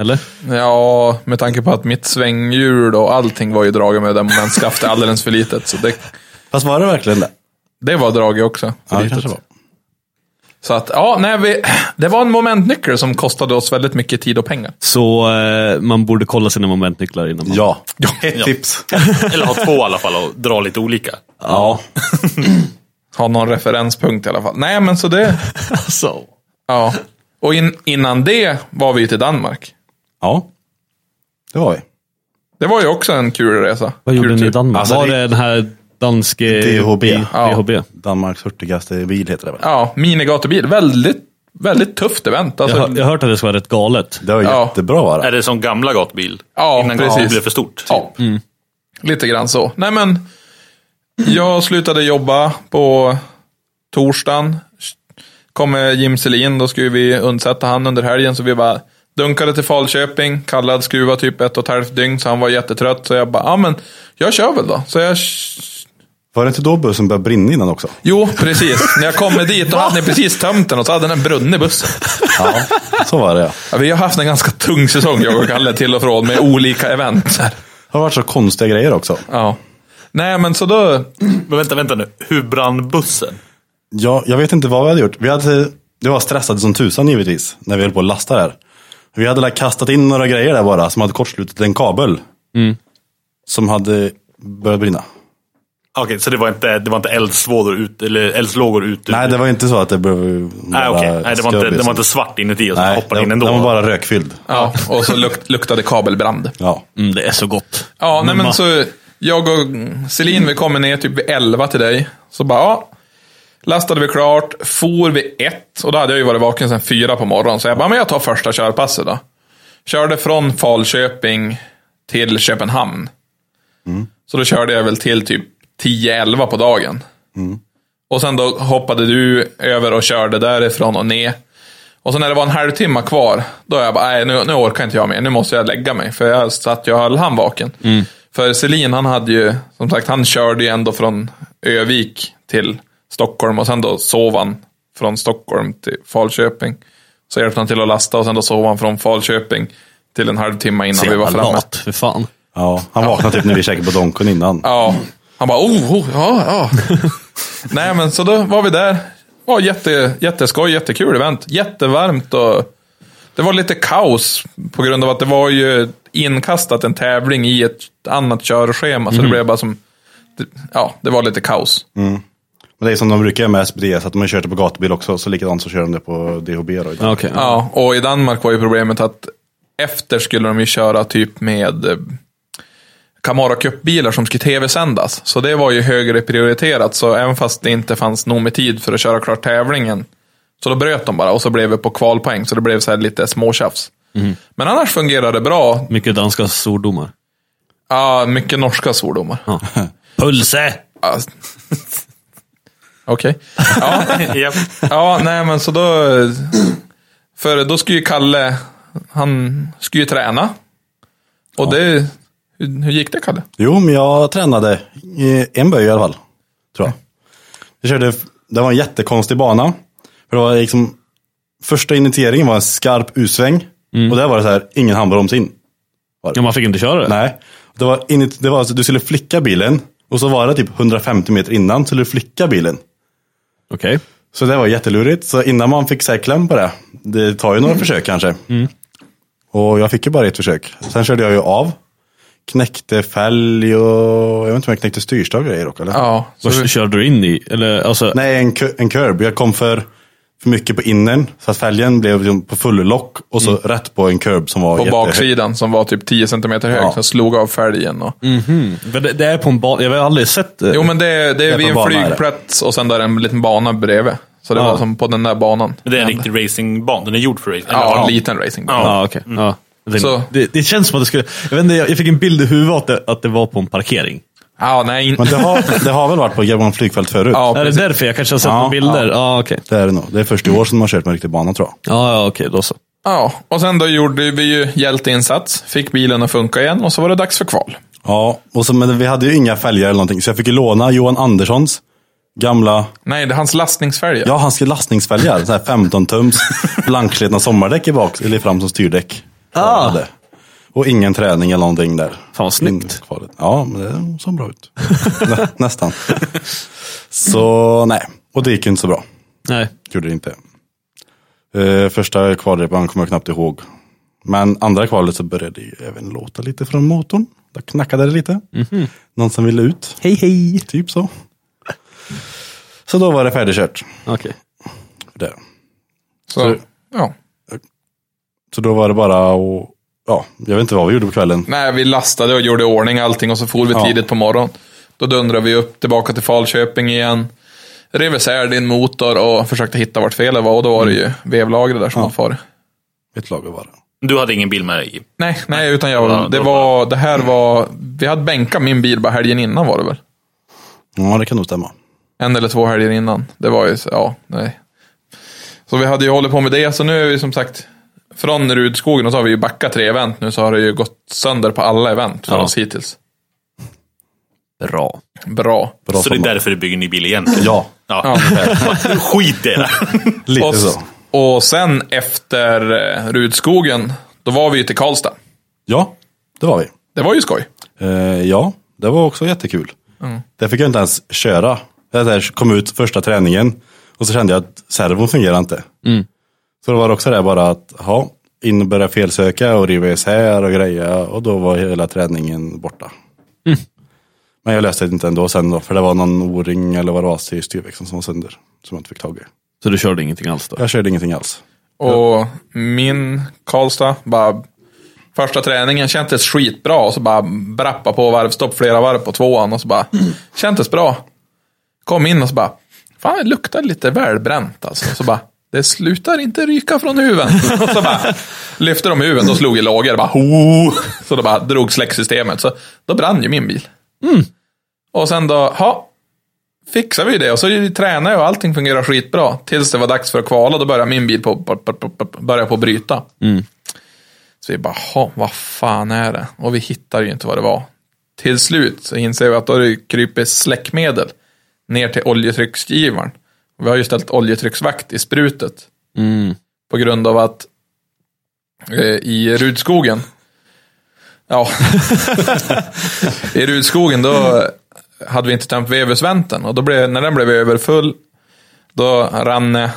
S1: Eller?
S3: Ja, med tanke på att mitt svänghjul och allting var ju draget med det momentskaftet alldeles för litet. Så det,
S4: Fast var det verkligen det?
S3: det var draget också. För
S4: Ja, det
S3: litet.
S4: kanske det var.
S3: Så att, ja, nej, vi, det var en momentnyckel som kostade oss väldigt mycket tid och pengar.
S1: Så eh, man borde kolla sina momentnycklar innan man...
S4: Ja, ett tips.
S2: Eller ha två i alla fall och dra lite olika.
S1: ja.
S3: Ha någon referenspunkt i alla fall. Nej, men så det,
S1: Alltså.
S3: ja. Och in, innan det var vi ju till Danmark.
S4: Ja, det var vi.
S3: Det var ju också en kul resa.
S1: Vad gjorde
S3: kul
S1: ni i
S3: tur.
S1: Danmark?
S4: Alltså,
S1: var
S4: det-
S1: det den här danske...
S4: DHB.
S1: Bi-
S3: Ja.
S1: DHB.
S4: Danmarks hurtigaste bil heter det väl?
S3: Ja, minigatubil. Väldigt, väldigt tufft event.
S1: Jag
S3: Alltså,
S1: har jag har hört att det ska vara rätt galet.
S4: Det var
S3: Ja.
S4: jättebra va?
S2: Är det som gamla gatbil?
S3: Ja,
S2: Innan
S3: precis.
S2: gatbil blev för stort.
S3: Ja, Mm. lite grann så. Nej men, jag slutade jobba på torsdagen. Kom med Jim Selin, då skulle vi undsätta han under helgen. Så vi bara dunkade till Falköping. Kallad skruva typ ett och ett halvt dygn, så han var jättetrött. Så jag bara, ja men, jag kör väl då. Så jag
S4: Var det inte då bussen började brinna innan också?
S3: Jo, precis. När jag kommer dit, då hade ni precis tömt den och så hade den brunnit bussen.
S4: Ja, så var det ja.
S3: Ja, vi har haft en ganska tung säsong, jag och Kalle, till och från med olika event. så här.
S4: Det har varit så konstiga grejer också.
S3: Ja. Nej, men så då...
S2: Men vänta, vänta nu. Hur brann bussen?
S4: Ja, jag vet inte vad vi hade gjort. Vi hade, det var stressade som tusan givetvis, när vi höll på att lasta där. Vi hade like, kastat in några grejer där bara, som hade kortslutit en kabel.
S2: Mm.
S4: Som hade börjat brinna.
S2: Okej, så det var inte, det var inte eldsvådor ut, eller eldslågor ute?
S4: Nej, det var inte så att det blev...
S2: Nej, okej. Nej, det var inte, det var inte svart inuti och så
S4: Nej,
S2: hoppade
S4: den-
S2: in ändå.
S4: Den var bara rökfylld.
S3: Ja, och så luk, luktade kabelbrand.
S4: Ja.
S1: Mm, det är så gott.
S3: Ja, nej men
S1: man-
S3: så... Jag och Celine, vi kommer ner typ vid 11 till dig. Så bara, ja. Lastade vi klart, for vid ett och då hade jag ju varit vaken sedan fyra på morgonen. Så jag bara, men jag tar första körpasset då. Körde från Falköping till Köpenhamn. Så då körde jag väl till typ 10-11 på dagen. Och sen då hoppade du över och körde därifrån och ner. Och sen när det var en halvtimme kvar, då jag bara, nej nu, nu orkar inte jag mer, nu måste jag lägga mig. För jag satt ju och höll han vaken.
S1: Mm.
S3: För Selin han hade ju, som sagt, han körde ju ändå från Övik till Stockholm och sen då sov han från Stockholm till Falköping. Så hjälpte han till att lasta och sen då sov han från Falköping till en halvtimme innan
S1: Så
S3: vi var
S1: jävla
S3: framme.
S1: lat, för fan.
S4: ja. Han vaknade typ när vi käkade på Donken innan.
S3: Ja. Han bara, oh, oh ja, ja. Nej, men så då var vi där. Var jätte, jätteskoj, jättekul event. Jättevarmt och det var lite kaos på grund av att det var ju inkastat en tävling i ett annat körschema. Så det blev bara som, ja, det var lite kaos.
S4: Men det är som de brukar med SBS, att de har kört det på gatubil också, så likadant så kör de det på DHB. Då.
S1: Ja, Ah, Okej.
S3: Ja, och i Danmark var ju problemet att efter skulle de ju köra typ med eh, Camaro Cup-bilar som skulle tv-sändas. Så det var ju högre prioriterat. Så även fast det inte fanns nog med tid för att köra klart tävlingen. Så då bröt de bara och så blev det på kvalpoäng. Så det blev så här lite småtjafs. Men annars fungerade det bra.
S1: Mycket danska svordomar.
S3: Ja, mycket norska svordomar.
S1: Pulse!
S3: Ja. Okej. Ja,
S2: Japp.
S3: Ja, nej men så då... För då skulle ju Kalle, han skulle ju träna. Och det... Hur, hur gick det Kalle?
S4: Jo, men jag tränade eh, en böj i alla fall. Tror jag. Jag körde, det var en jättekonstig bana. För det var liksom, första initieringen var en skarp usväng. Och där var det så här, ingen handbroms in.
S1: Mm. Ja, man fick inte köra det.
S4: Nej. Det var, init, det var alltså, du skulle flicka bilen. Och så var det typ 150 meter innan skulle du flicka bilen.
S1: Okej.
S4: Så det var jättelurigt. Så innan man fick säga kläm på det, det tar ju
S3: Mm.
S4: några försök kanske. Och jag fick ju bara ett försök. Sen körde jag ju av. Knäckte fälg och jag vet inte om jag knäckte styrstag och grejer också, eller?
S3: Ja. Så,
S1: Vad körde du in i? Eller alltså...
S4: Nej, en, ku- en curb. Jag kom för, för mycket på innern. Så att fälgen blev liksom på full lock och så rätt på en curb som var
S3: Mm. på
S4: jättehög.
S3: baksidan som var typ 10 cm hög.
S4: Ja.
S3: Som slog av fälgen. Och,
S1: Men Det, det är på en bana. Jag har aldrig sett eh, det.
S3: Jo men det, det är
S4: på
S3: vid en
S4: banan är det.
S3: flygplats och sen där en liten bana bredvid. Så det var som på den där banan.
S2: Men det är en riktig racingbana. Den är gjord för racing. Eller,
S3: Ja,
S2: ja.
S3: en liten racing.
S1: Ja, okej. Ja. Jag tänkte-
S3: Mm. Så-
S1: Det, det känns som att det skulle... Jag, vet inte, jag, jag fick en bild i huvudet att det, att det var på en parkering.
S3: Ja, nej. in-
S4: Men det har, det har väl varit på Gabon flygfält förut?
S3: Ja,
S1: är det
S3: precis.
S1: därför? Jag kanske har sett
S4: Ja,
S1: några bilder? Ja, okej.
S4: Det är det nog. Det är första år sedan man har kört med en riktig bana tror jag.
S1: Ja, ja, okej. Då så.
S3: ja, och sen då gjorde vi ju hjälteinsats. Fick bilen att funka igen och så var det dags för kval.
S4: Ja, och så, men vi hade ju inga fälgar eller någonting. Så jag fick ju låna Johan Anderssons gamla,
S3: Nej, det är hans lastningsfälgar.
S4: ja hans lastningsfälgar. så här 15 tums blankslitna sommardäck i bak, eller fram som styrdäck.
S1: Ah.
S4: Hade. Och ingen träning eller någonting där.
S1: Fan, vad snyggt.
S4: In- kvalet. Ja, men det såg bra ut. Nä, nästan. Så nej, och det gick ju inte så bra.
S1: Nej.
S4: Gjorde det inte. Eh, första kvalrepan kommer jag knappt ihåg. Men andra kvalet så började det ju även låta lite från motorn. Där knackade det lite. Någon som ville ut.
S1: Mhm. Hej hej!
S4: Typ så. Så då var det färdigkört.
S1: Okej.
S4: Där.
S3: Så, ja.
S4: Så då var det bara att, ja, jag vet inte vad vi gjorde på kvällen.
S3: Nej, vi lastade och gjorde i ordning allting och så for vi
S4: Ja.
S3: tidigt på morgonen. Då dundrade vi upp tillbaka till Falköping igen. Rev isär din motor och försökte hitta vart felet var och då var det ju vevlagret där som var far.
S4: Ett lager var det.
S2: Du hade ingen bil med dig? i.
S3: Nej, nej, utan jag
S2: Ja,
S3: det
S2: då-
S3: var, det här var, vi hade bänkat min bil bara helgen innan var det väl?
S4: Ja, det kan nog stämma.
S3: En eller två helger innan. Det var ju, så- ja, nej. Så vi hade ju hållit på med det, så nu är vi som sagt, från Rudskogen och så har vi ju backat tre event nu, så har det ju gått sönder på alla event för
S1: Ja.
S3: oss hittills.
S1: Bra.
S3: Bra.
S4: Bra
S2: Så det är
S4: sommar.
S2: därför du bygger ny bil igen?
S4: Ja,
S2: ja. Skit i det.
S4: lite
S3: Och,
S4: så.
S3: och sen efter eh, Rudskogen, då var vi ju till Karlstad.
S4: Ja, det var vi.
S3: Det var ju skoj.
S4: Eh, ja, det var också jättekul. Där fick jag inte ens köra. Jag så här kom ut första träningen och så kände jag att servon fungerar inte. Så det var också det bara att, ja, in och börja felsöka och riva isär och greja och då var hela träningen borta. Men jag löste det inte ändå sen då, för det var någon o-ring eller vad det var i styrväxeln som var sönder. Som jag inte fick tag i.
S1: Så du körde ingenting alls då?
S4: Jag körde ingenting alls.
S3: Och min Karlstad, bara första träningen kändes skitbra och så bara brappa på varvstopp flera varv på tvåan och så bara kändes bra. Kom in och så bara, fan det luktar lite välbränt alltså. Så bara, det slutar inte ryka från huven. Och så bara, lyfte de huven, då slog i lågor, bara ho. Så då bara drog släcksystemet, så då brann ju min bil. Och sen då, ha, fixar vi det och så tränar jag och allting fungerar skitbra. Tills det var dags för att kvala, då började min bil på, på, på, på, på, började på att bryta. Så vi bara, "Ha, vad fan är det? Och vi hittar ju inte vad det var. Till slut så inser vi att då har det krypit släckmedel ner till oljetrycksgivaren. Och vi har ju ställt oljetrycksvakt i sprutet. På grund av att eh, i Rudskogen, ja, i Rudskogen då hade vi inte tömt vevhusvänten och då blev, när den blev överfull då rann eh,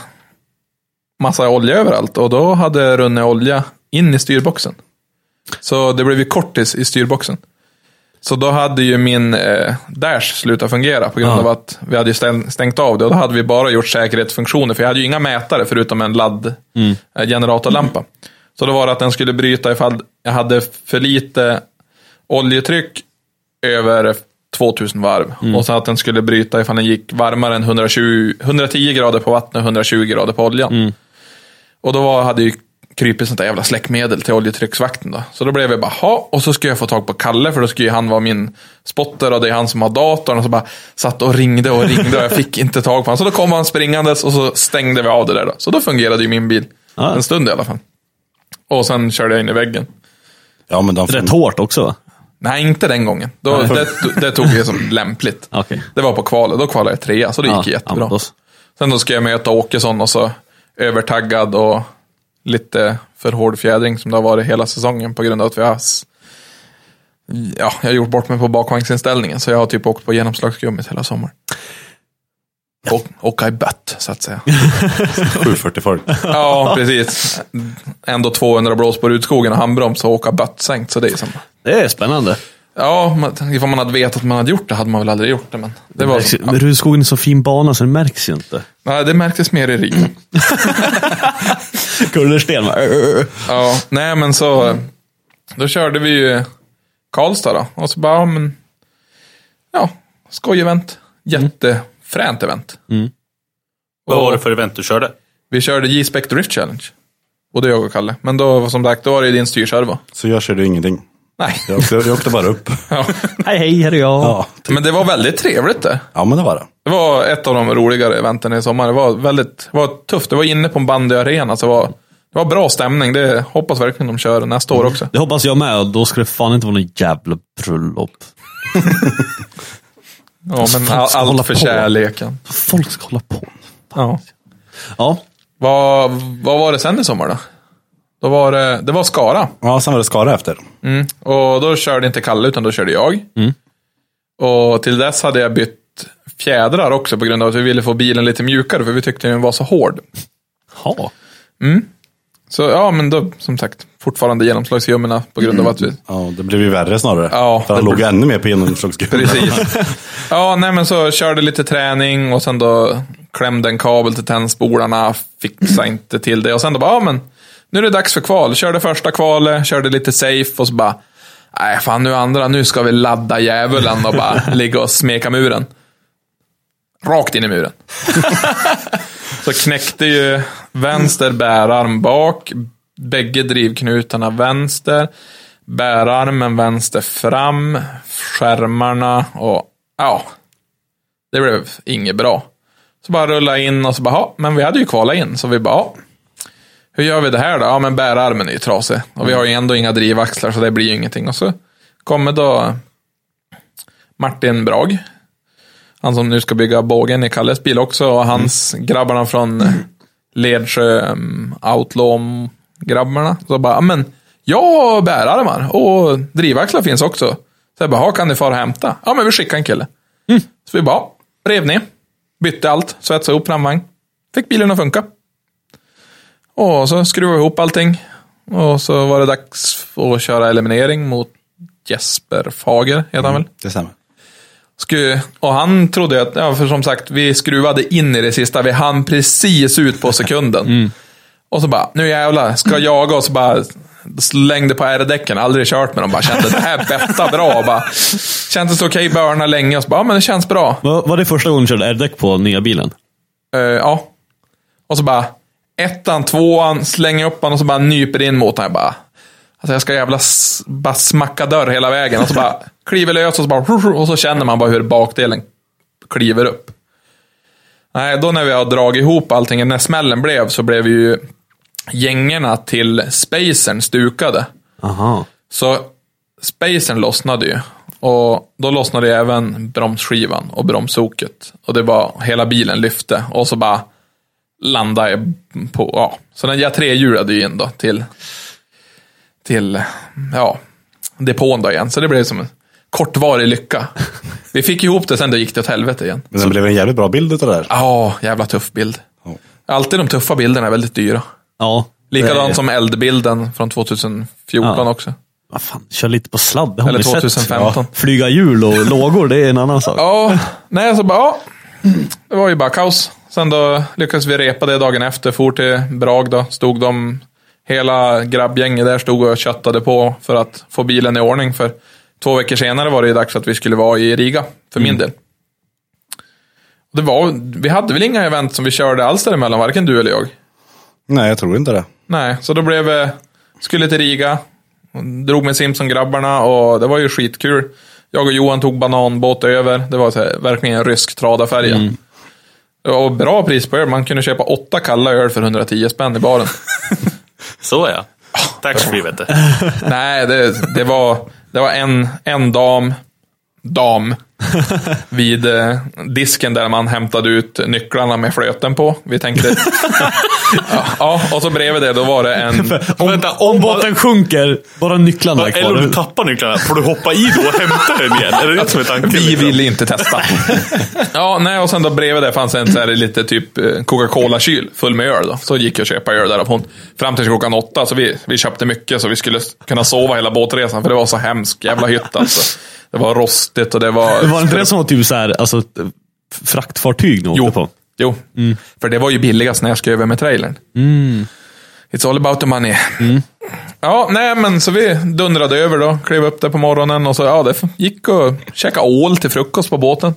S3: massa olja överallt och då hade det runnit olja in i styrboxen. Så det blev ju kortis i styrboxen. Så då hade ju min eh, dash slutat fungera på grund av att vi hade ju stäng, stängt av det och då hade vi bara gjort säkerhetsfunktioner för jag hade ju inga mätare förutom en ladd eh, generatorlampa. Så då var det att den skulle bryta ifall jag hade för lite oljetryck över 2000 varv. Och så att den skulle bryta ifall den gick varmare än 120, 110 grader på vatten och 120 grader på oljan. Och då var, hade ju krypit sånt där jävla släckmedel till oljetrycksvakten då. Så då blev jag bara, ha, och så ska jag få tag på Kalle för då skulle ju han vara min spotter och det är han som har datorn. Och så bara satt och ringde och ringde och jag fick inte tag på honom. Så då kom han springandes och så stängde vi av det där då. Så då fungerade ju min bil. En stund i alla fall. Och sen körde jag in i väggen.
S4: Ja, men de
S1: Rätt hårt också va?
S3: Nej, inte den gången. Då, det, det tog jag som lämpligt.
S1: Okej.
S3: Det var på kvalet, då kvalade jag trea, så det gick
S1: ja,
S3: jättebra.
S1: men då så.
S3: Sen då ska jag möta Åkesson och så övertaggad och lite för hård fjädring som det har varit hela säsongen på grund av att vi har s- Ja, jag har gjort bort mig på bakvagnsinställningen så jag har typ åkt på genomslagsgummit hela sommaren. Och, och i bött, så att säga.
S4: 740 folk.
S3: Ja, precis. Ändå 200 blås på rutskogen och handbroms och åka bött sänkt, så det är som...
S1: Det är spännande.
S3: Ja, man, ifall man hade vetat att man hade gjort det hade man väl aldrig gjort det. Men det, var,
S1: Märks- Men Rudskogen är så fin bana så det märks ju inte.
S3: nej, det märktes mer i Rio.
S1: Kullersten va?
S3: Ja, nej men så. Då körde vi ju Karlstad då. Och så bara, ja men. Ja, skoj-event. Jättefränt event.
S2: Vad var det för event du körde?
S3: Vi körde J-Spec Drift Challenge. Både jag och Kalle. Men då, som sagt, då var det ju din styrservo.
S4: Så jag körde ingenting.
S3: Nej.
S4: Jag åkte, jag åkte bara upp.
S3: Ja.
S1: Hej hej, här är jag.
S4: Ja, typ.
S3: Men det var väldigt trevligt det.
S4: ja men det var det.
S3: Det var ett av de roligare eventen i sommar. Det var väldigt det var tufft. Det var inne på en bandyarena, så det var, det var bra stämning. Det hoppas verkligen de kör nästa år också.
S1: Det hoppas jag med och då ska det fan inte vara någon jävla bröllop.
S3: Ja, men all,
S1: ska hålla
S3: allt för
S1: på.
S3: kärleken.
S1: Folk ska hålla på.
S3: Ja.
S1: Ja,
S3: Vad, vad var det sen i sommar då? då var det, det var Skara.
S4: Ja, sen var det Skara efter.
S3: Och då körde inte Kalle, utan då körde jag. Och till dess hade jag bytt fjädrar också på grund av att vi ville få bilen lite mjukare, för vi tyckte den var så hård.
S1: ha.
S3: Så ja, men då, som sagt, fortfarande genomslagsgummorna på grund av att vi...
S4: Ja, det blev ju värre snarare.
S3: Ja,
S4: För han
S3: det
S4: låg ju ännu mer på genomslagsgrunden.
S3: Precis. Ja, nej men så körde lite träning och sen då klämde en kabel till tändspolarna, fixade inte till det. Och sen då bara, ja men nu är det dags för kval. Körde första kvalet, körde lite safe och så bara, nej fan nu andra, nu ska vi ladda djävulen och bara ligga och smeka muren. Rakt in i muren. så knäckte ju vänster bärarm bak, bägge drivknutarna vänster bärarmen vänster fram, skärmarna och ja, det blev inget bra. Så bara rulla in och så bara, "Ja, men vi hade ju kvalat in, så vi bara, "Ja, hur gör vi det här då? Ja, men bärarmen är ju trasig och vi har ju ändå inga drivaxlar så det blir ju ingenting. Och så kommer då Martin Brag, han som nu ska bygga bågen i Kalles bil också och hans grabbarna från Ledsjö um, Outlaw grabbarna. Så bara, men jag har bärarmar och drivaxlar finns också. Så jag bara, "Ja, kan ni fara och hämta? Ja, men vi skickar en kille. Så vi bara, "Ja." rev ner, bytte allt, svetsade ihop framvagn. Fick bilen att funka. Och så skruvade vi ihop allting. Och så var det dags att köra eliminering mot Jesper Fager, heter han väl?
S4: Det stämmer.
S3: Sku, och han trodde ju att, ja, för som sagt, vi skruvade in i det sista. Vi hann precis ut på sekunden. Och så bara, nu jävlar, ska jag jaga och så bara slängde på R-däcken, aldrig kört med dem. Bara kände det här bettar bra. Bara, kändes okej, börna länge och så bara, ja, men det känns bra.
S1: Var, var det första gången du körde R-däck på nya bilen?
S3: Eh, ja. Och så bara, ettan, tvåan, slänger upp honom och så bara nyper in mot honom. Jag bara, alltså jag ska jävla s- bara smacka dörr hela vägen. Och så bara kliver lös och så bara, och så känner man bara hur bakdelen kliver upp. Nej, då när vi har dragit ihop allting, när smällen blev så blev ju gängorna till spacern stukade.
S1: Aha.
S3: Så spacern lossnade ju. Och då lossnade ju även bromsskivan och bromssoket. Och det var hela bilen lyfte. Och så bara landade jag på, ja. Så den jag trehjulade ju in då till, till, ja, depån då igen. Så det blev som en kortvarig lycka. Vi fick ihop det sen, då gick det åt helvete igen.
S4: Men det blev en jävligt bra bild utav det där.
S3: Ja, jävla tuff bild.
S4: Ja.
S3: Alltid de tuffa bilderna är väldigt dyra.
S1: Ja. Eh,
S3: Likadant
S1: Det-
S3: som eldbilden från 2014
S1: Ja.
S3: också.
S1: Vad fan, kör lite på sladd. Det har
S3: Eller
S1: man ju sett.
S3: 2015.
S1: Flyga hjul och lågor, det är en annan sak.
S3: Ja, nej så bara, ja. Det var ju bara kaos. Sen då lyckades vi repa det dagen efter, for till Brag då, stod de, hela grabbgänget där stod och köttade på för att få bilen i ordning. För två veckor senare var det ju dags att vi skulle vara i Riga, för min del. Det var, vi hade väl inga event som vi körde alls däremellan, varken du eller jag.
S4: Nej, jag tror inte det.
S3: Nej, så då blev eh, skulle till Riga, drog med Simpson-grabbarna och det var ju skitkul. Jag och Johan tog bananbåt över, det var så här, verkligen en rysk tradarfärja. Det var bra pris på öl, man kunde köpa åtta kalla öl för 110 spänn i baren.
S2: Så ja. Tax free vet du.
S3: Nej, det, det var, det var en, en dam, dam, vid eh, disken där man hämtade ut nycklarna med flöten på. Vi tänkte... ja, ja, och så bredvid det, då var det en...
S1: Om,
S2: Vänta,
S1: om
S2: om-
S1: båten sjunker, bara nycklarna är kvar.
S2: Eller om du tappar nycklarna, får du hoppa i då och hämta den igen? Är det det som är tanken?
S3: Vi
S2: liksom?
S3: ville inte testa. ja, nej, och sen då bredvid där fanns en så här lite typ eh, Coca-Cola-kyl full med öl. Då. Så gick jag och köpa öl där. av Hon, fram till klockan åtta, så vi, vi köpte mycket så vi skulle s- kunna sova hela båtresan. För det var så hemsk jävla hytt alltså. Det var rostigt och det var...
S1: Det var inte det som var typ så här, alltså, ett fraktfartyg ni åkte på? Mm.
S3: Jo, jo. för det var ju billigast när jag skrev över med trailern. It's all about the money.
S1: Mm.
S3: Ja, nej men så vi dundrade över då. Klev upp där på morgonen och så, ja det f- gick och käka ål till frukost på båten.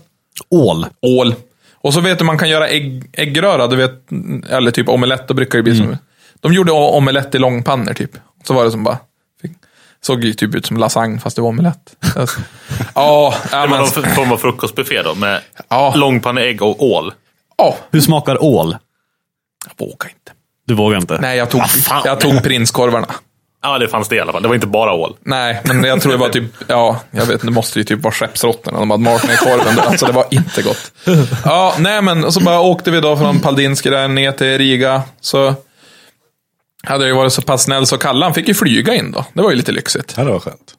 S1: Ål.
S3: ål. Och så vet du, man kan göra ägg, äggröra, du vet, mm, eller typ omelett, då brukar det bli
S2: Mm.
S3: som... De gjorde o- omelett i långpannor typ. Så var det som bara... Fick, såg ju typ ut som lasagne fast det var omelett. Alltså, Ja, ja,
S2: Det var
S3: men...
S2: någon form av frukostbuffé då med
S3: Ja.
S2: långpanneägg och ål.
S3: Ja,
S1: Hur smakar ål?
S3: jag vågar inte.
S1: Du vågar inte?
S3: Nej, jag tog,
S2: fan.
S3: jag tog prinskorvarna.
S2: Ja, det fanns det i alla fall. Det var inte bara ål.
S3: Nej, men jag tror det var typ, ja, jag vet det måste ju typ vara skeppsråttorna de hade malt ner i korven. där. Alltså det var inte gott. Ja, nej men så bara åkte vi då från Paldinski där ner till Riga. Så hade jag ju varit så pass snäll så Kalle han fick ju flyga in då. Det var ju lite lyxigt.
S4: Ja, det var skönt.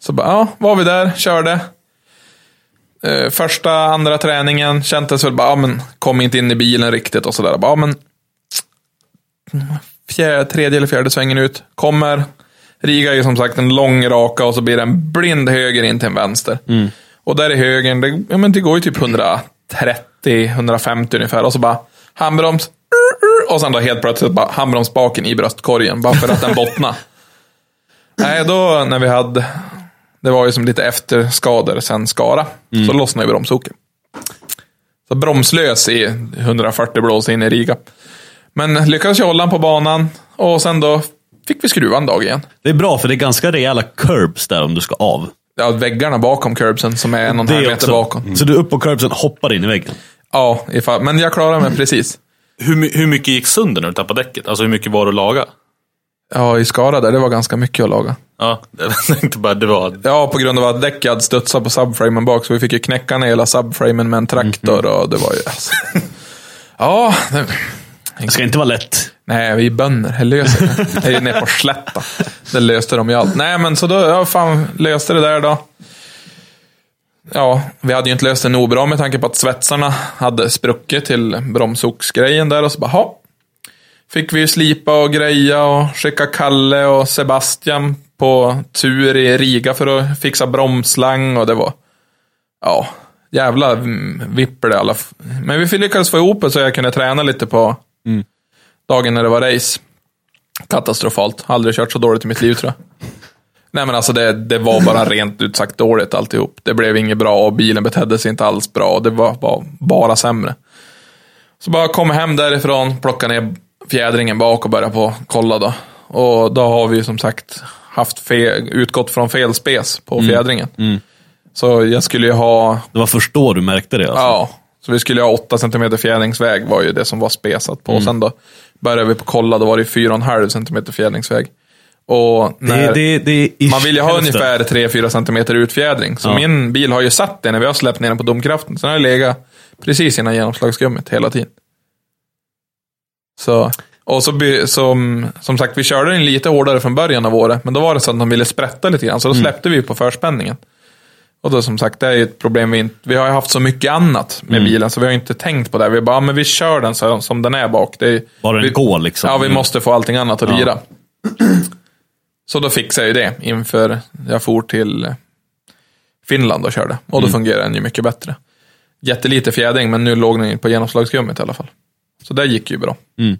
S3: Så bara, ja, var vi där, körde. Eh, första, andra träningen kändes väl bara, ja men kom inte in i bilen riktigt och sådär. Bara, Ja men, fjär, tredje eller fjärde svängen ut. Kommer. Riga är ju som sagt en lång raka och så blir det en blind höger in till en vänster. Och där i högern, det, ja, men det går ju typ 130-150 ungefär. Och så bara handbroms. ur, ur, Och sen då helt plötsligt bara handbromsbaken i bröstkorgen. Bara för att den bottnade. Nej, då när vi hade... Det var ju som lite efterskador sen Skara.
S1: Mm.
S3: Så lossnade ju bromshoken. Så bromslös i 140 blås in i Riga. Men lyckades jag hålla den på banan och sen då fick vi skruva en dag igen.
S1: Det är bra, för det är ganska rejäla curbs där om du ska av.
S3: Ja, väggarna bakom curbsen som är en och en
S1: Det
S3: halv
S1: är
S3: meter
S1: också.
S3: bakom.
S1: Så du är upp på curbsen, hoppar in i väggen.
S3: Ja, ifall, men jag klarade mig precis.
S2: Hur, my- hur mycket gick sönder när du tappade däcket? Alltså hur mycket var det att laga?
S3: Ja, i Skara där, det var ganska mycket att laga.
S2: Ja, jag tänkte bara det var...
S3: Ja, på grund av att däck hade studsat på subframen bak, så vi fick ju knäcka ner hela subframen med en traktor
S1: Mhm.
S3: och det var ju... Alltså, ja, det,
S1: Det ska inte vara lätt.
S3: Nej, vi är bönder. Det löser det. Det är ju nere på slätta. Det löste de ju allt. Nej, men så då, ja fan, löste det där då. Ja, vi hade ju inte löst det nog bra med tanke på att svetsarna hade spruckit till bromsoxgrejen där och så bara, ha. Fick vi ju slipa och greja och skicka Kalle och Sebastian på tur i Riga för att fixa bromsslang och det var, ja, jävla mm, vipper det i alla f- Men vi lyckades få ihop det så jag kunde träna lite på dagen när det var race. Katastrofalt. Aldrig kört så dåligt i mitt liv tror jag. Nej men alltså det, det var bara rent ut sagt dåligt alltihop. Det blev inget bra och bilen betedde sig inte alls bra. Det var bara, bara sämre. Så bara kom hem därifrån, plocka ner fjädringen bak och börja på kolla då. Och då har vi ju som sagt haft fe- utgått från fel spes på fjädringen. Så jag skulle ju ha
S1: Det var först då du märkte det. Alltså.
S3: Ja, så vi skulle ha 8 cm fjädringsväg var ju det som var spesat
S1: Mm.
S3: på. Och sen då började vi på kolla, då var det 4,5 cm fjädringsväg. Och
S1: det,
S3: när,
S1: det, det är ish
S3: man vill ju ha
S1: hälften.
S3: ungefär 3-4 cm utfjädring. Så
S1: Ja.
S3: min bil har ju satt det när vi har släppt ner den på domkraften. Så den har ju legat precis innan genomslagsgummet hela tiden. Så, och så by, som, som sagt, vi körde den lite hårdare från början av året. Men då var det så att de ville sprätta lite grann, så
S1: Mm.
S3: då släppte vi på förspänningen. Och då som sagt, det är ju ett problem vi inte... Vi har ju haft så mycket annat
S1: Mm.
S3: med bilen, så vi har ju inte tänkt på det. Vi bara, ja, men vi kör den så, som den är bak. Det är,
S1: Bara den
S3: vi,
S1: går liksom.
S3: Ja, vi måste få allting annat att
S1: Ja.
S3: lira. Så då fixade jag ju det inför jag for till Finland och körde.
S1: Mm.
S3: Och då fungerade den ju mycket bättre. Jättelite fjädring, men nu låg den ju på genomslagsgummet i alla fall. Så det gick ju bra.
S1: Mm.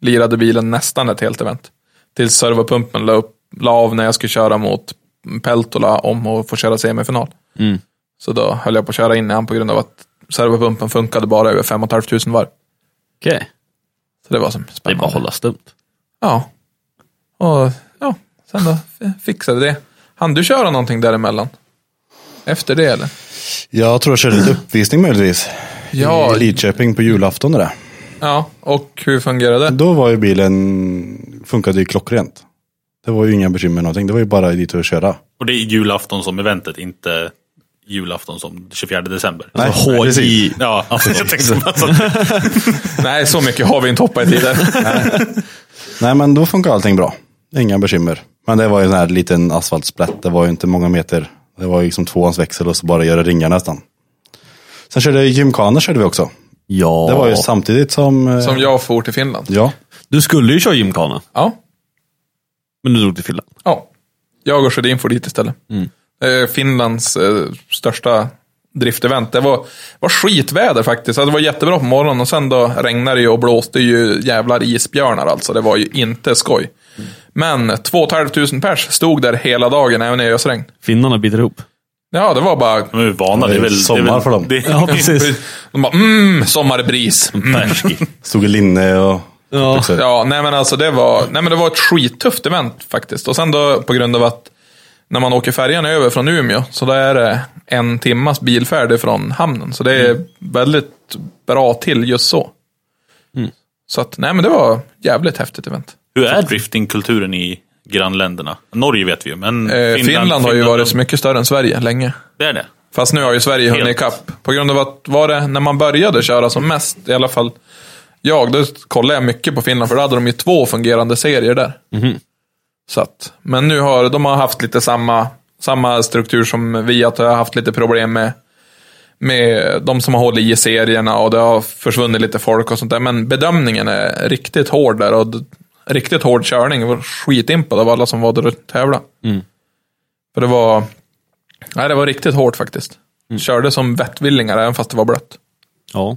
S3: Lirade bilen nästan ett helt event. Tills servopumpen la, upp, la av när jag skulle köra mot Peltola om att få köra semifinal.
S1: Mm.
S3: Så då höll jag på att köra in i han på grund av att servopumpen funkade bara över 5 500 varv.
S1: Okej.
S3: Så det var som
S1: Det är
S3: spännande.
S1: bara att hålla stumt.
S3: Ja. Och ja, sen då f- fixade vi det. Han du köra någonting däremellan? Efter det eller?
S4: Jag tror jag körde lite uppvisning möjligtvis.
S3: Ja.
S4: I Lidköping på julafton och det.
S3: Ja, och hur fungerade det?
S4: Då var ju bilen, funkade ju klockrent. Det var ju inga bekymmer med någonting. Det var ju bara dit och köra.
S2: Och det är julafton som eventet, inte julafton som 24 december.
S4: Nej,
S1: Alltså, HJ.
S4: precis.
S2: Ja, jag tänkte bara så.
S3: Nej, så mycket har vi inte hoppat i tider.
S4: Nej men då funkar allting bra. Inga bekymmer. Men det var ju en sån här liten asfaltsplätt. Det var ju inte många meter. Det var ju liksom tvåans växel och så bara göra ringar nästan. Sen körde jag gymkhana körde vi också.
S1: Ja.
S4: Det var ju samtidigt som... eh,
S3: Som jag for till Finland.
S4: Ja.
S1: Du skulle ju köra gymkhana,
S3: Ja.
S1: men du drog till Finland.
S3: ja. Jag och Sjödin for dit istället. Eh, Finlands eh, största driftevent. Det var, var skitväder faktiskt. Alltså, det var jättebra på morgonen och sen då regnade det ju och blåste ju jävlar isbjörnar alltså. Det var ju inte skoj. Men 2 500 pers stod där hela dagen även i ösregn.
S1: Finnarna biter ihop.
S3: Ja, det var bara...
S2: De är ju vana. Det är väl, det är
S4: Sommar
S2: väl,
S4: för dem.
S2: Det,
S1: Ja, precis.
S3: De bara mm, sommarbris. Mm.
S2: Färski.
S4: Stod i linne och...
S1: Ja.
S3: Ja, nej men alltså det var, nej men det var ett skittufft event faktiskt. Och sen då på grund av att när man åker färjan över från Umeå så då är det en timmas bilfärd från hamnen. Så det är väldigt bra till just så. Mm. Så att, nej men det var jävligt häftigt event.
S2: Hur är driftingkulturen i grannländerna? Norge vet vi ju, men
S3: Eh, Finland, har ju varit
S2: de-
S3: så mycket större än Sverige länge.
S2: Det är det.
S3: Fast nu har ju Sverige hunnit
S2: Helt.
S3: ikapp. På grund av att, var det när man började köra som mest, i alla fall jag, då kollade jag mycket på Finland, för då hade de ju två fungerande serier där. Så att, men nu har de har haft lite samma, samma struktur som vi, att de har haft lite problem med, med de som har hållit i serierna och det har försvunnit lite folk och sånt där. Men bedömningen är riktigt hård där och d- riktigt hård körning. Jag var skitimpad av alla som var där och tävlade. För det var, nej det var riktigt hårt faktiskt.
S2: Mm.
S3: Körde som vettvillingar även fast det var blött.
S1: Ja.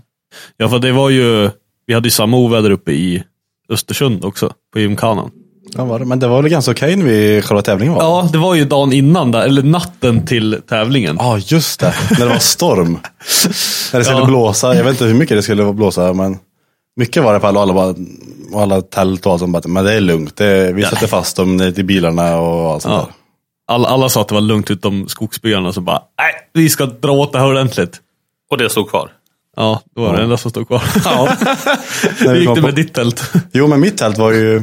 S1: ja, för det var ju... Vi hade ju samma oväder uppe i Östersund också, på gymkanan.
S4: Ja, var det. Men det var väl ganska okej när vi själva tävlingen var?
S1: Ja, det var ju dagen innan, där, eller natten till tävlingen.
S4: Ja, just det. När det var storm. när det skulle
S1: Ja.
S4: blåsa. Jag vet inte hur mycket det skulle blåsa, men mycket var det på alla, alla, bara, och alla tält och allt. som Bara, men det är lugnt. Det, vi sätter fast dem i bilarna och allt sånt
S1: Ja.
S4: där.
S1: Alla, alla sa att det var lugnt utom skogsbyarna som bara, nej, vi ska dra åt det här ordentligt.
S2: Och det stod kvar.
S1: Ja, det var det enda som stod kvar. Ja.
S4: När
S1: Hur
S4: vi
S1: gick
S4: kom
S1: det
S4: på-
S1: med ditt tält?
S4: Jo, men mitt tält var ju...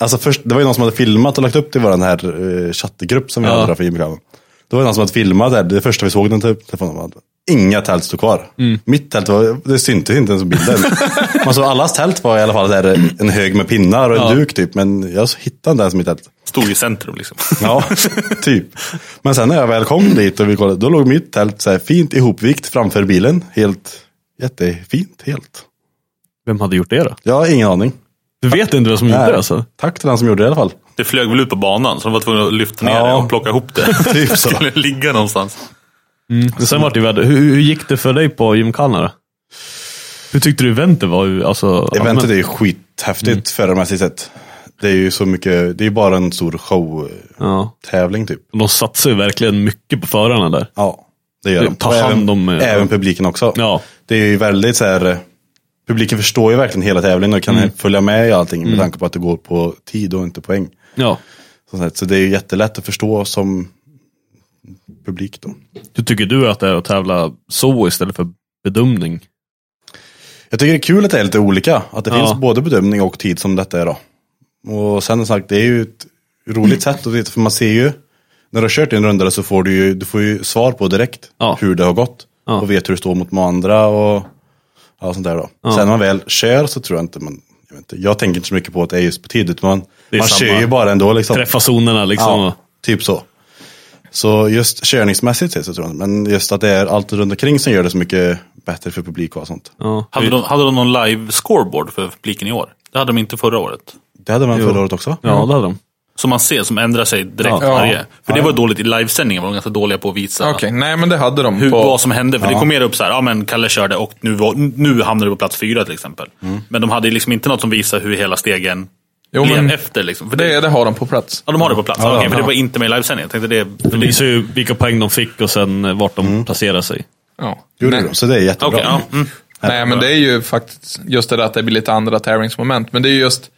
S4: Alltså först, det var ju någon som hade filmat och lagt upp det i vår här eh, chattgrupp som vi
S1: Ja.
S4: hade där för gymkraven. Det var någon som hade filmat det, här. det första vi såg den typ, telefonen var att inga tält stod kvar.
S1: Mm.
S4: Mitt tält, var, det syntes inte ens på bilden. Man såg allas tält var i alla fall där, en hög med pinnar och en
S1: Ja.
S4: duk typ, men jag hittade inte ens mitt tält.
S2: Stod i centrum liksom.
S4: Ja, typ. Men sen när jag väl kom dit och vi kollade, då låg mitt tält så här fint ihopvikt framför bilen. Helt jättefint, helt.
S1: Vem hade gjort det då?
S4: Jag har ingen aning.
S1: Du vet inte vem som gjorde
S4: Nej.
S1: det alltså?
S4: Tack till den som gjorde det i alla fall.
S2: Det flög väl ut på banan så de var tvungna att lyfta ner
S4: Ja.
S2: det och plocka ihop det.
S4: Typ så.
S2: skulle ligga någonstans.
S1: Men sen vart det ju väder. Hur, hur gick det för dig på gymkanan då? Hur tyckte du eventet var? ju? Alltså,
S4: Eventet är
S1: allmänt?
S4: ju skithäftigt
S1: Mm.
S4: förarmässigt sett. Det är ju så mycket, det är ju bara en stor showtävling
S1: Ja.
S4: typ.
S1: De satsar ju verkligen mycket på förarna där.
S4: Ja, det gör
S1: Det-
S4: de.
S1: ta
S4: Och
S1: hand om,
S4: även,
S1: eh,
S4: även publiken också.
S1: Ja.
S4: Det är ju väldigt så här, eh, publiken förstår ju verkligen hela tävlingen och
S1: Mm.
S4: kan följa med i allting med tanke på att det går på tid och inte poäng.
S1: ja.
S4: Så, så det är ju jättelätt att förstå som publik då.
S1: Hur tycker du att det är att tävla så istället för bedömning?
S4: Jag tycker det är kul att det är lite olika. Att det
S1: Ja.
S4: finns både bedömning och tid som detta är då. Och sen som sagt, det är ju ett roligt sätt att titta, för man ser ju, när du har kört en runda så får du ju, du får ju svar på direkt
S1: Ja.
S4: hur det har gått.
S1: Ja.
S4: Och vet hur du står mot de andra och allt sånt där då. Sen när man väl kör så tror jag inte man, jag, vet inte, jag tänker inte så mycket på att det är just på tid, utan man,
S1: Det är
S4: man
S1: samma-
S4: kör ju bara ändå liksom.
S1: Träffa zonerna liksom.
S4: Ja, typ så. Så just körningsmässigt sett så tror jag inte, men just att det är allt runt omkring som gör det så mycket bättre för publik och sånt.
S1: Ja.
S2: Hade de, hade de någon live scoreboard för publiken i år? Det hade de inte förra året.
S4: Det hade man förra året också va?
S1: ja, det hade de.
S2: Som man ser, som ändrar sig direkt
S1: Ja.
S2: varje. För det var dåligt i livesändningen, var de ganska dåliga på att visa.
S3: Okej, nej men det hade de.
S2: Hur,
S3: på,
S2: vad som hände. För det kom mer upp så här, ja men Kalle körde och nu, var, nu hamnade du på plats fyra till exempel. Men de hade ju liksom inte något som visade hur hela stegen
S3: Jo,
S2: blev
S3: men
S2: efter. Liksom. För det,
S3: det, det har de på plats.
S2: ja, de har det på plats.
S4: Ja,
S2: Okej,
S4: ja.
S2: för det var inte med i livesändningen. Jag tänkte det...
S1: De visar ju vilka poäng de fick och sen eh, vart de placerar sig.
S3: Ja.
S4: Gjorde
S3: nej.
S4: de, så det är jättebra.
S2: Okej, ja. Mm.
S3: Nej, men det är ju faktiskt just det där att det blir lite andra tävlingsmoment. Men det är ju just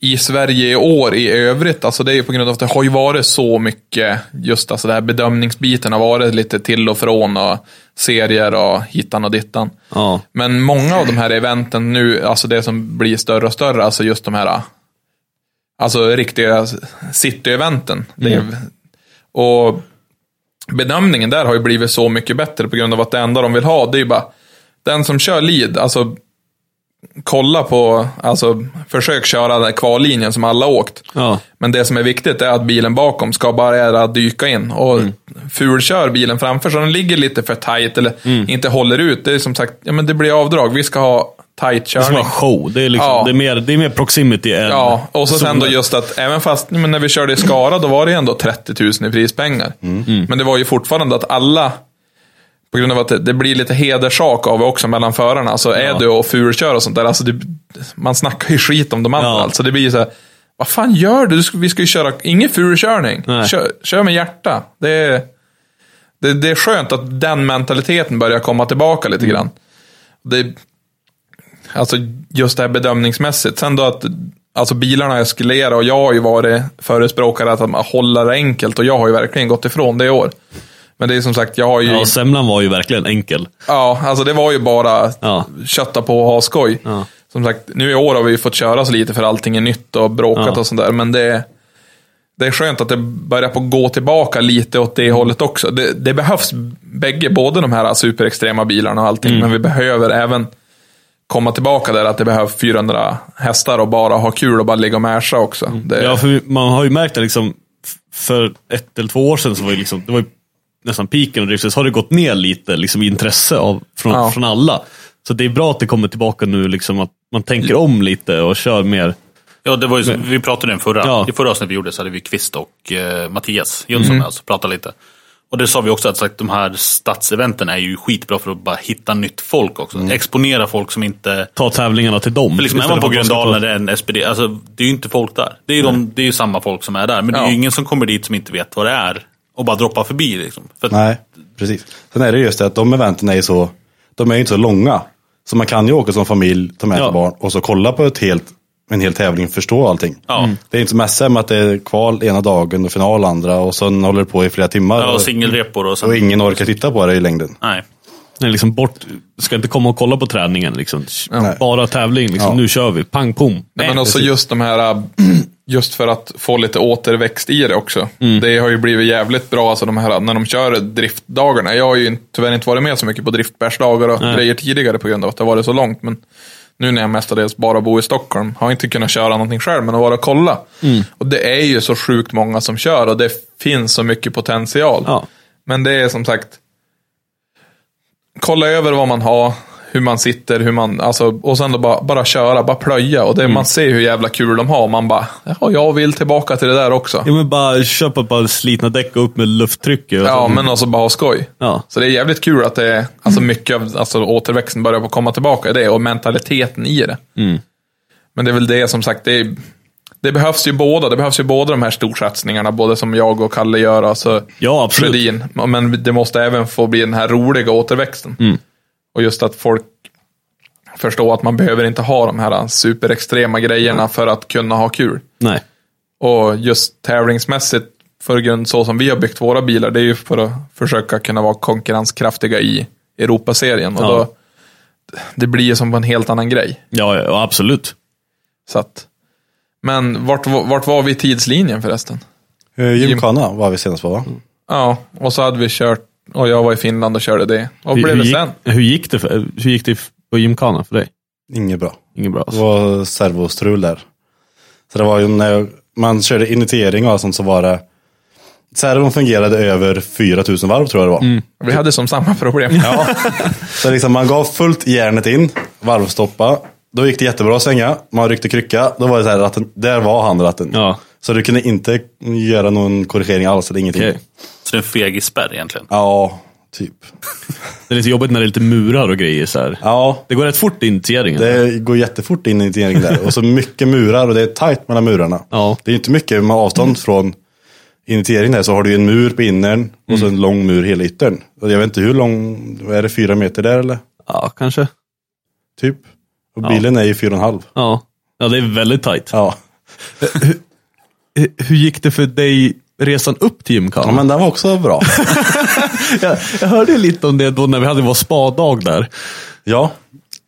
S3: i Sverige i år i övrigt, alltså det är ju på grund av att det har ju varit så mycket, just alltså det här bedömningsbiten har varit lite till och från och serier och hittan och dittan.
S1: Ja.
S3: Men många av de här eventen nu, alltså det som blir större och större, alltså just de här alltså riktiga city-eventen. Det
S1: Mm.
S3: är, och bedömningen där har ju blivit så mycket bättre på grund av att det enda de vill ha, det är ju bara den som kör lead, alltså kolla på, alltså försök köra den kvallinjen som alla åkt.
S1: Ja.
S3: Men det som är viktigt är att bilen bakom ska bara dyka in och
S1: Mm.
S3: fulkör bilen framför så den ligger lite för tight eller
S1: Mm.
S3: inte håller ut. Det är som sagt, ja men det blir avdrag. Vi ska ha tight
S1: Det ska
S3: körning.
S1: vara show. Det är, liksom,
S3: Ja.
S1: det är, mer, det är mer proximity än...
S3: Ja, och så sen då
S1: zoner.
S3: just att även fast men när vi körde i Skara då var det ändå 30 000 i prispengar.
S1: Mm.
S3: Men det var ju fortfarande att alla, på grund av att det, det blir lite hederssak av det också mellan förarna. Alltså är du och fulkör och sånt där, alltså det, man snackar ju skit om de andra.
S1: Ja.
S3: Alltså det blir ju så här, vad fan gör du? du ska, vi ska ju köra, ingen fulkörning.
S1: Nej.
S3: Kör, kör med hjärta. Det är, det, det är skönt att den mentaliteten börjar komma tillbaka lite
S1: Mm.
S3: grann. Det, Alltså just det här bedömningsmässigt. Sen då att alltså bilarna eskalerar och jag har ju varit förespråkare att man håller det enkelt och jag har ju verkligen gått ifrån det i år. Men det är som sagt, jag har ju...
S1: Ja, semlan var ju verkligen enkel.
S3: Ja, alltså det var ju bara
S1: Ja.
S3: kötta på och ha skoj.
S1: Ja.
S3: Som sagt, nu i år har vi ju fått köra så lite för allting är nytt och bråkat
S1: Ja.
S3: och sånt där. Men det, det är skönt att det börjar på att gå tillbaka lite åt det hållet också. Det, det behövs bägge, både de här superextrema bilarna och allting.
S1: Mm.
S3: Men vi behöver även komma tillbaka där att det behövs 400 hästar och bara ha kul och bara ligga och mäsha också. Det,
S1: Mm. Ja, för man har ju märkt det liksom, f- för ett eller två år sedan så var ju liksom, det var ju nästan piken och drivs, har det gått ner lite liksom, i intresse av, från,
S3: Ja.
S1: från alla. Så det är bra att det kommer tillbaka nu, liksom, att man tänker om lite och kör mer
S2: Ja, det var ju, vi pratade om den förra.
S1: Ja.
S2: I förra avsnittet vi gjorde så hade vi Kvist och eh, Mattias
S4: Mm.
S2: Jönsson med oss och pratade lite. Och det sa vi också att sagt, de här stadseventen är ju skitbra för att bara hitta nytt folk också.
S4: Mm.
S2: Exponera folk som inte...
S1: Ta tävlingarna till dem.
S2: För liksom är man
S1: Istället
S2: på
S1: för att ska ta-
S2: Gröndal när det är en SPD, alltså, det är ju inte folk där. Det är ju, de, det är ju samma folk som är där. Men det är
S3: Ja.
S2: ju ingen som kommer dit som inte vet vad det är och bara droppar förbi. Liksom. För att,
S4: Nej, precis. Sen är det just det att de eventen är ju så, de är ju inte så långa. Så man kan ju åka som familj, ta med
S1: Ja.
S4: sig barn och så kolla på ett helt, en hel tävling och förstå allting.
S2: Ja. Mm.
S4: Det är inte som SM att det är kval ena dagen och final andra och sen håller det på i flera timmar.
S2: ja,
S4: och,
S2: och singelrepor och
S4: och
S2: sen,
S4: ingen orkar titta på det i längden.
S2: Nej.
S1: Nej, liksom bort, ska inte komma och kolla på träningen. Liksom.
S4: Nej.
S1: Bara tävling, liksom.
S4: Ja.
S1: nu kör vi. Pang pom.
S3: Nej, men också just de här, äh, just för att få lite återväxt i det också. Det har ju blivit jävligt bra, alltså de här, när de kör driftdagarna. Jag har ju in- tyvärr inte varit med så mycket på driftbärsdagar och grejer tidigare på grund av att det har varit så långt. Men nu när jag mestadels bara bor i Stockholm, har jag inte kunnat köra någonting själv, men att vara och kolla. Och det är ju så sjukt många som kör och det finns så mycket potential.
S1: Ja.
S3: Men det är som sagt, kolla över vad man har, hur man sitter, hur man, alltså, och sen då bara, bara köra, bara plöja. Och det, man ser hur jävla kul de har. Man bara, ja, jag vill tillbaka till det där också.
S1: Ja, men bara köpa bara slitna däck och upp med lufttryck. Och
S3: Ja,
S1: så.
S3: men också bara ha skoj.
S1: Alltså, Ja.
S3: Så det är jävligt kul att det är, alltså mycket av alltså, återväxten börjar på att komma tillbaka i det och mentaliteten i det.
S1: Mm.
S3: Men det är väl det som sagt, det, är, det behövs ju båda. Det behövs ju båda de här storsatsningarna, både som jag och Kalle gör, alltså
S1: Ja, absolut.
S3: Sjödin. Men det måste även få bli den här roliga återväxten.
S1: Mm.
S3: Och just att folk förstår att man behöver inte ha de här superextrema grejerna för att kunna ha kul.
S1: Nej.
S3: Och just tävlingsmässigt, för grund så som vi har byggt våra bilar, det är ju för att försöka kunna vara konkurrenskraftiga i Europaserien. Och
S1: Ja.
S3: då, det blir ju som på en helt annan grej.
S1: Ja, ja, ja, absolut.
S3: Så att, men vart, vart var vi i tidslinjen förresten?
S4: Eh, Gymkhana var vi senast på va?
S3: Ja, och så hade vi kört, och jag var i Finland och körde det. Och
S1: Hur,
S3: blev
S1: hur,
S3: det
S1: gick,
S3: sen?
S1: hur gick det för, hur gick det på gymkhana för dig?
S4: Inget bra.
S1: Inget bra.
S4: Det
S1: Alltså.
S4: var servostrul där. Så det var ju när jag, man körde initiering och allt sånt så var det, servon fungerade över 4000 varv tror jag det var.
S3: Vi hade som samma problem.
S4: Så liksom man gav fullt järnet in, varvstoppa. Då gick det jättebra att svänga. Man ryckte krycka. Då var det så här att där var han ratten.
S1: Ja.
S4: Så du kunde inte göra någon korrigering alls eller ingenting.
S1: Okej.
S2: Så det är en fegisspärr egentligen.
S4: Ja, typ.
S1: Det är lite jobbigt när det är lite murar och grejer. Så här.
S4: Ja,
S1: Det går rätt fort i initieringen.
S4: det går jättefort in i niteringen där. Och så mycket murar och det är tajt mellan murarna.
S1: Ja.
S4: Det är inte mycket med avstånd från initieringen där. Så har du ju en mur på innern och
S1: Mm.
S4: så en lång mur hela yttern. Och jag vet inte hur lång, är det fyra meter där eller?
S1: Ja, kanske.
S4: Typ. Och bilen är ju fyra och en halv.
S1: Ja. ja, det är väldigt tajt.
S4: Ja.
S1: Hur- Hur gick det för dig resan upp till gymkhana?
S4: ja, men den var också bra.
S1: jag, jag hörde ju lite om det då när vi hade vår spadag där.
S4: Ja,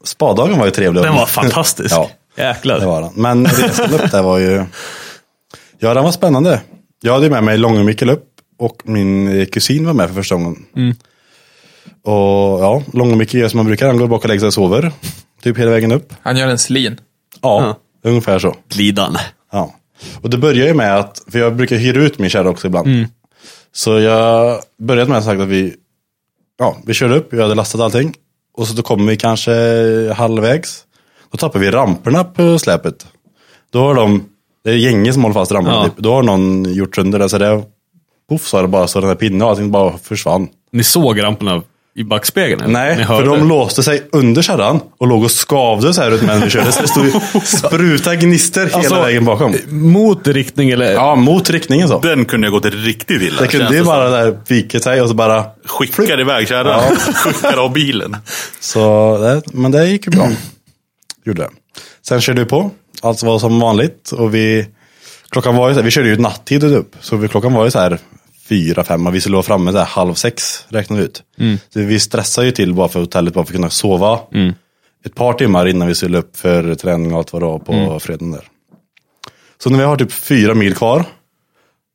S4: spadagen var ju trevlig.
S1: Den var fantastisk.
S4: Ja,
S1: Jäklar.
S4: det var den. Men resan upp där var ju... Ja, den var spännande. Jag hade ju med mig Långe Mikael upp och min eh, kusin var med för första gången. Och ja, Långe Mikael gör som man brukar, han går bak och lägger sig och sover. Typ hela vägen upp.
S3: Han gör en slin.
S4: Ja, ungefär så.
S1: Glidan.
S4: Ja. Och det börjar ju med att, för jag brukar hyra ut min kärra också ibland.
S1: Mm.
S4: Så jag började med att sagt att vi, ja, vi körde upp, jag hade lastat allting. Och så då kommer vi kanske halvvägs. Då tappar vi ramperna på släpet. Då har de, det är gänget som håller fast ramperna
S1: Ja.
S4: typ. Då har någon gjort sönder det. Så det, poff sa det bara, så den här pinnen och allting bara försvann.
S1: Ni såg ramperna i backspegeln? eller? Ni
S4: Nej, för
S1: hörde?
S4: de låste sig under kärran och låg och skavde så här ut medan vi körde. Så det stod ju spruta gnister hela
S1: Alltså,
S4: vägen bakom.
S1: Mot riktning eller?
S4: Ja, mot riktningen så.
S2: Den kunde jag gått riktigt illa.
S4: Det kunde
S2: känns
S4: ju
S2: som.
S4: bara där viket sig och så bara.
S2: Skickar iväg kärran. Skickar av bilen.
S4: Så, det- men det gick ju bra. Gjorde det. Sen körde vi på. Allt var som vanligt. Och vi, klockan var ju så här, vi körde ju nattid upp. Så vi, klockan var ju så här fyra, fem och vi skulle vara framme så här halv sex räknade vi ut.
S2: Mm.
S4: Så vi stressade ju till bara för hotellet, bara för att kunna sova. Ett par timmar innan vi skulle upp för träning och allt vad det var på
S2: Mm.
S4: fredagen där. Så när vi har typ fyra mil kvar.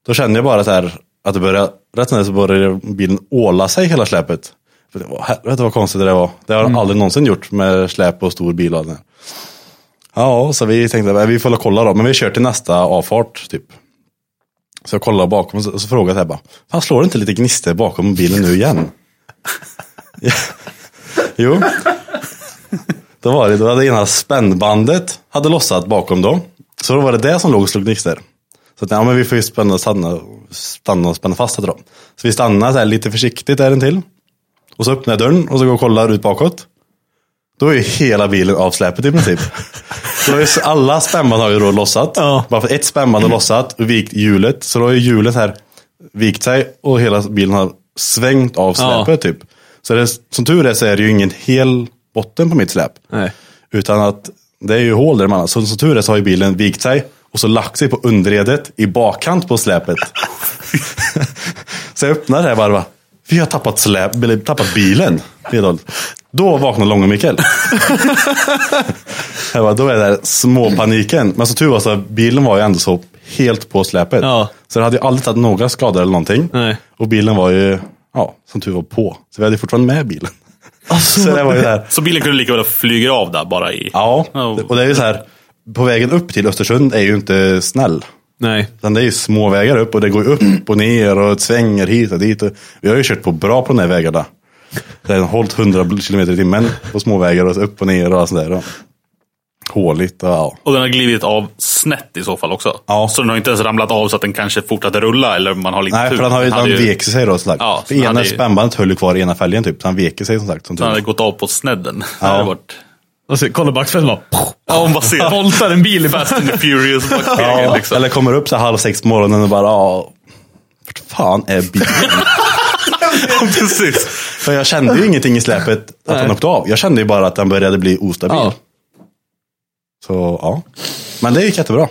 S4: Då kände jag bara så här att det började, rätt när så började bilen åla sig hela släpet. För det var, helvete vad konstigt det där var. Det har jag aldrig någonsin gjort med släp och stor bil. och allt det där. Ja, så vi tänkte att vi får väl kolla då. Men vi kör till nästa avfart typ. Så jag kollar bakom och så, och så frågar jag så här bara. Fan slår det inte lite gnistor bakom bilen nu igen? Ja. jo. Då var det, då hade ena spännbandet hade lossat bakom då. Så då var det det som låg och slog gnistor. Så att, ja, men vi får ju spänna, stanna, stanna och spänna fast efter dem. Så vi stannar så här lite försiktigt där till. Och så öppnar jag dörren och så går jag och kollar ut bakåt. Då är ju hela bilen av släpet i princip. så då är s- alla spännband har ju då lossat.
S1: Ja.
S4: Bara för ett spännband har lossat och vikt hjulet. Så då är hjulet här vikt sig och hela bilen har svängt av
S1: Ja.
S4: släpet typ. Så det, som tur är så är det ju ingen hel botten på mitt släp.
S1: Nej.
S4: Utan att det är ju hål där man Så som tur är så har ju bilen vikt sig och så lagt sig på underredet i bakkant på släpet. så jag öppnar det här bara. Vi har tappat, släp, eller tappat bilen. Det är dåligt. Då vaknar Långe Mikael. jag bara, då är det här småpaniken. Men så tur var så att bilen var ju ändå så helt på släpet.
S1: Ja.
S4: Så det hade ju aldrig tagit några skador eller någonting.
S1: Nej.
S4: Och bilen var ju, ja, som tur var på. Så vi hade ju fortfarande med bilen.
S1: Alltså,
S4: så det var ju där.
S2: Så bilen kunde lika väl flyga av där bara i...
S4: Ja,
S2: Ja.
S4: och det är ju så här. På vägen upp till Östersund är ju inte snäll.
S1: Nej.
S4: Utan det är ju små vägar upp och det går ju upp och ner och svänger hit och dit. Och vi har ju kört på bra på de här vägarna. Det har hållit 100 kilometer i timmen på små vägar och så upp och ner och allt sånt där. Och Håligt och ja.
S2: Och den har glidit av snett i så fall också.
S4: Ja.
S2: Så den har inte ens ramlat av så att den kanske fortsatte rulla eller man har lite
S4: Nej,
S2: tur.
S4: för han, har ju, han
S2: Typ. hade ju-
S4: vek sig då. Så sagt.
S2: Ja,
S4: för
S2: så han
S4: ena
S2: hade ju-
S4: spännbandet höll ju kvar i ena fälgen typ. Så han vek sig som sagt. Som tur.
S2: den hade
S4: var.
S2: gått av på snedden. Det hade varit...
S1: Och så kollar backspegeln bara. poff,
S2: Ja, hon bara ser
S1: Voltar en bil i
S2: Fast and the Furious backspegeln
S4: Ja,
S2: liksom.
S4: Eller kommer upp så här halv sex på morgonen och bara, ja, vart fan är bilen?
S2: Precis.
S4: För jag kände ju ingenting i släpet att den åkte av. Jag kände ju bara att den började bli ostabil.
S1: Ja.
S4: Så ja. Men det gick jättebra.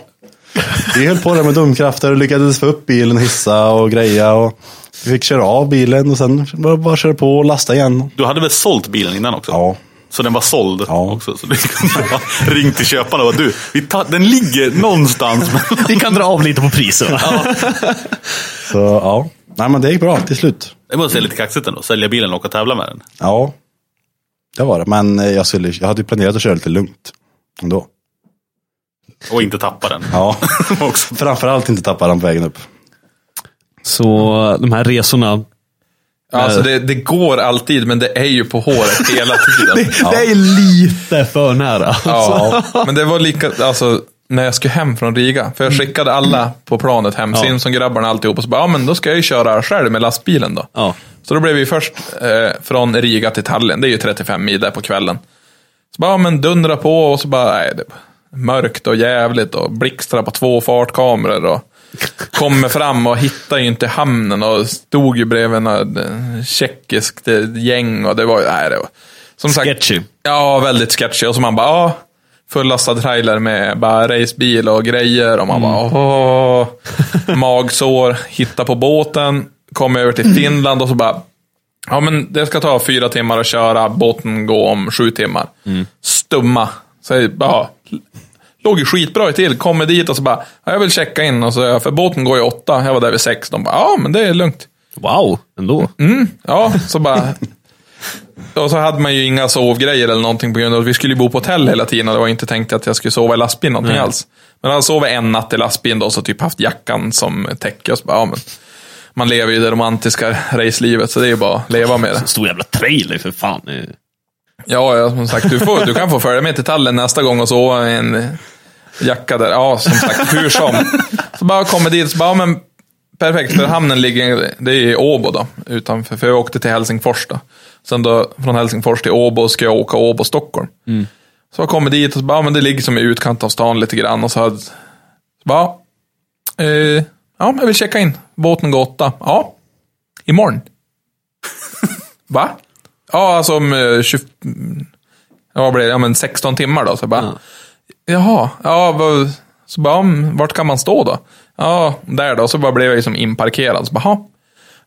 S4: Vi höll på där med domkrafter och lyckades få upp bilen, hissa och greja. Och vi fick köra av bilen och sen var det bara att köra på och lasta igen.
S2: Du hade väl sålt bilen innan också?
S4: Ja.
S2: Så den var såld
S4: Ja.
S2: också. Så du kunde ha ringt till köparna och bara, du, vi tar, den ligger någonstans. men-
S1: Vi kan dra av lite på priset. va?
S4: Så ja. Nej men det gick bra till slut.
S2: Det måste säga lite kaxigt ändå. Sälja bilen och åka och tävla med den.
S4: Ja. Det var det. Men eh, jag, skulle, jag hade ju planerat att köra lite lugnt. Ändå.
S2: Och inte tappa den.
S4: Ja.
S2: Också.
S4: Framförallt inte tappa den på vägen upp.
S1: Så de här resorna.
S3: Alltså det, det går alltid, men det är ju på håret hela tiden.
S1: Det är lite för nära.
S3: Ja, men det var lika, alltså när jag skulle hem från Riga. För jag skickade alla på planet hem, ja. som grabbarna alltihop. Och så bara, ja men då ska jag ju köra själv med lastbilen då.
S1: Ja.
S3: Så då blev vi först eh, från Riga till Tallinn, det är ju 35 mil där på kvällen. Så bara, ja, men dundra på och så bara, nej, det är mörkt och jävligt och blixtrar på två fartkameror och kommer fram och hittar ju inte hamnen och stod ju bredvid något eh, tjeckiskt eh, gäng och det var ju, nej det var. Som sagt,
S1: Sketchy.
S3: Ja, väldigt sketchy. Och så man bara, ja. Fullastad trailer med bara racebil och grejer. Och man
S1: Mm.
S3: bara, åh. Magsår, hitta på båten. Kom över till Finland och så bara, ja men det ska ta fyra timmar att köra. Båten går om sju timmar.
S1: Mm.
S3: Stumma. Så jag bara, låg ju skitbra till. Kommer dit och så bara, ja, jag vill checka in. Och så, för båten går ju åtta. Jag var där vid sex. De bara, ja men det är lugnt. Mm,
S1: Wow, ändå.
S3: Ja, så bara... Och så hade man ju inga sovgrejer eller någonting på grund av att vi skulle ju bo på hotell hela tiden och det var inte tänkt att jag skulle sova i lastbil någonting alls. Men han sov en natt i lastbil då och så typ haft jackan som täcke och så bara, ja, men man lever ju det romantiska racelivet så det är ju bara att leva med det.
S1: Stor jävla trailer för fan.
S3: Ja, ja, som sagt, du, får, du kan få följa med till Tallinn nästa gång och sova i en jacka där. Ja, som sagt, hur som. Så bara kommer dit, så bara, ja, men perfekt, för hamnen ligger, det är i Åbo då, utanför, för jag åkte till Helsingfors då. Sen då, från Helsingfors till Åbo ska jag åka Åbo-Stockholm. Så jag kommer dit och så bara, ja, men det ligger som i utkant av stan lite grann och så, hade, så bara, ja, eh, ja, jag vill checka in. Båten går åtta. Ja, imorgon. Va? Ja, alltså om eh, 20, ja, vad blir det? Ja, men 16 timmar då. Så jag bara, jaha, ja, vad, så bara, om, vart kan man stå då? Ja, där då. Så bara blev jag liksom inparkerad. Så bara, "Jaha.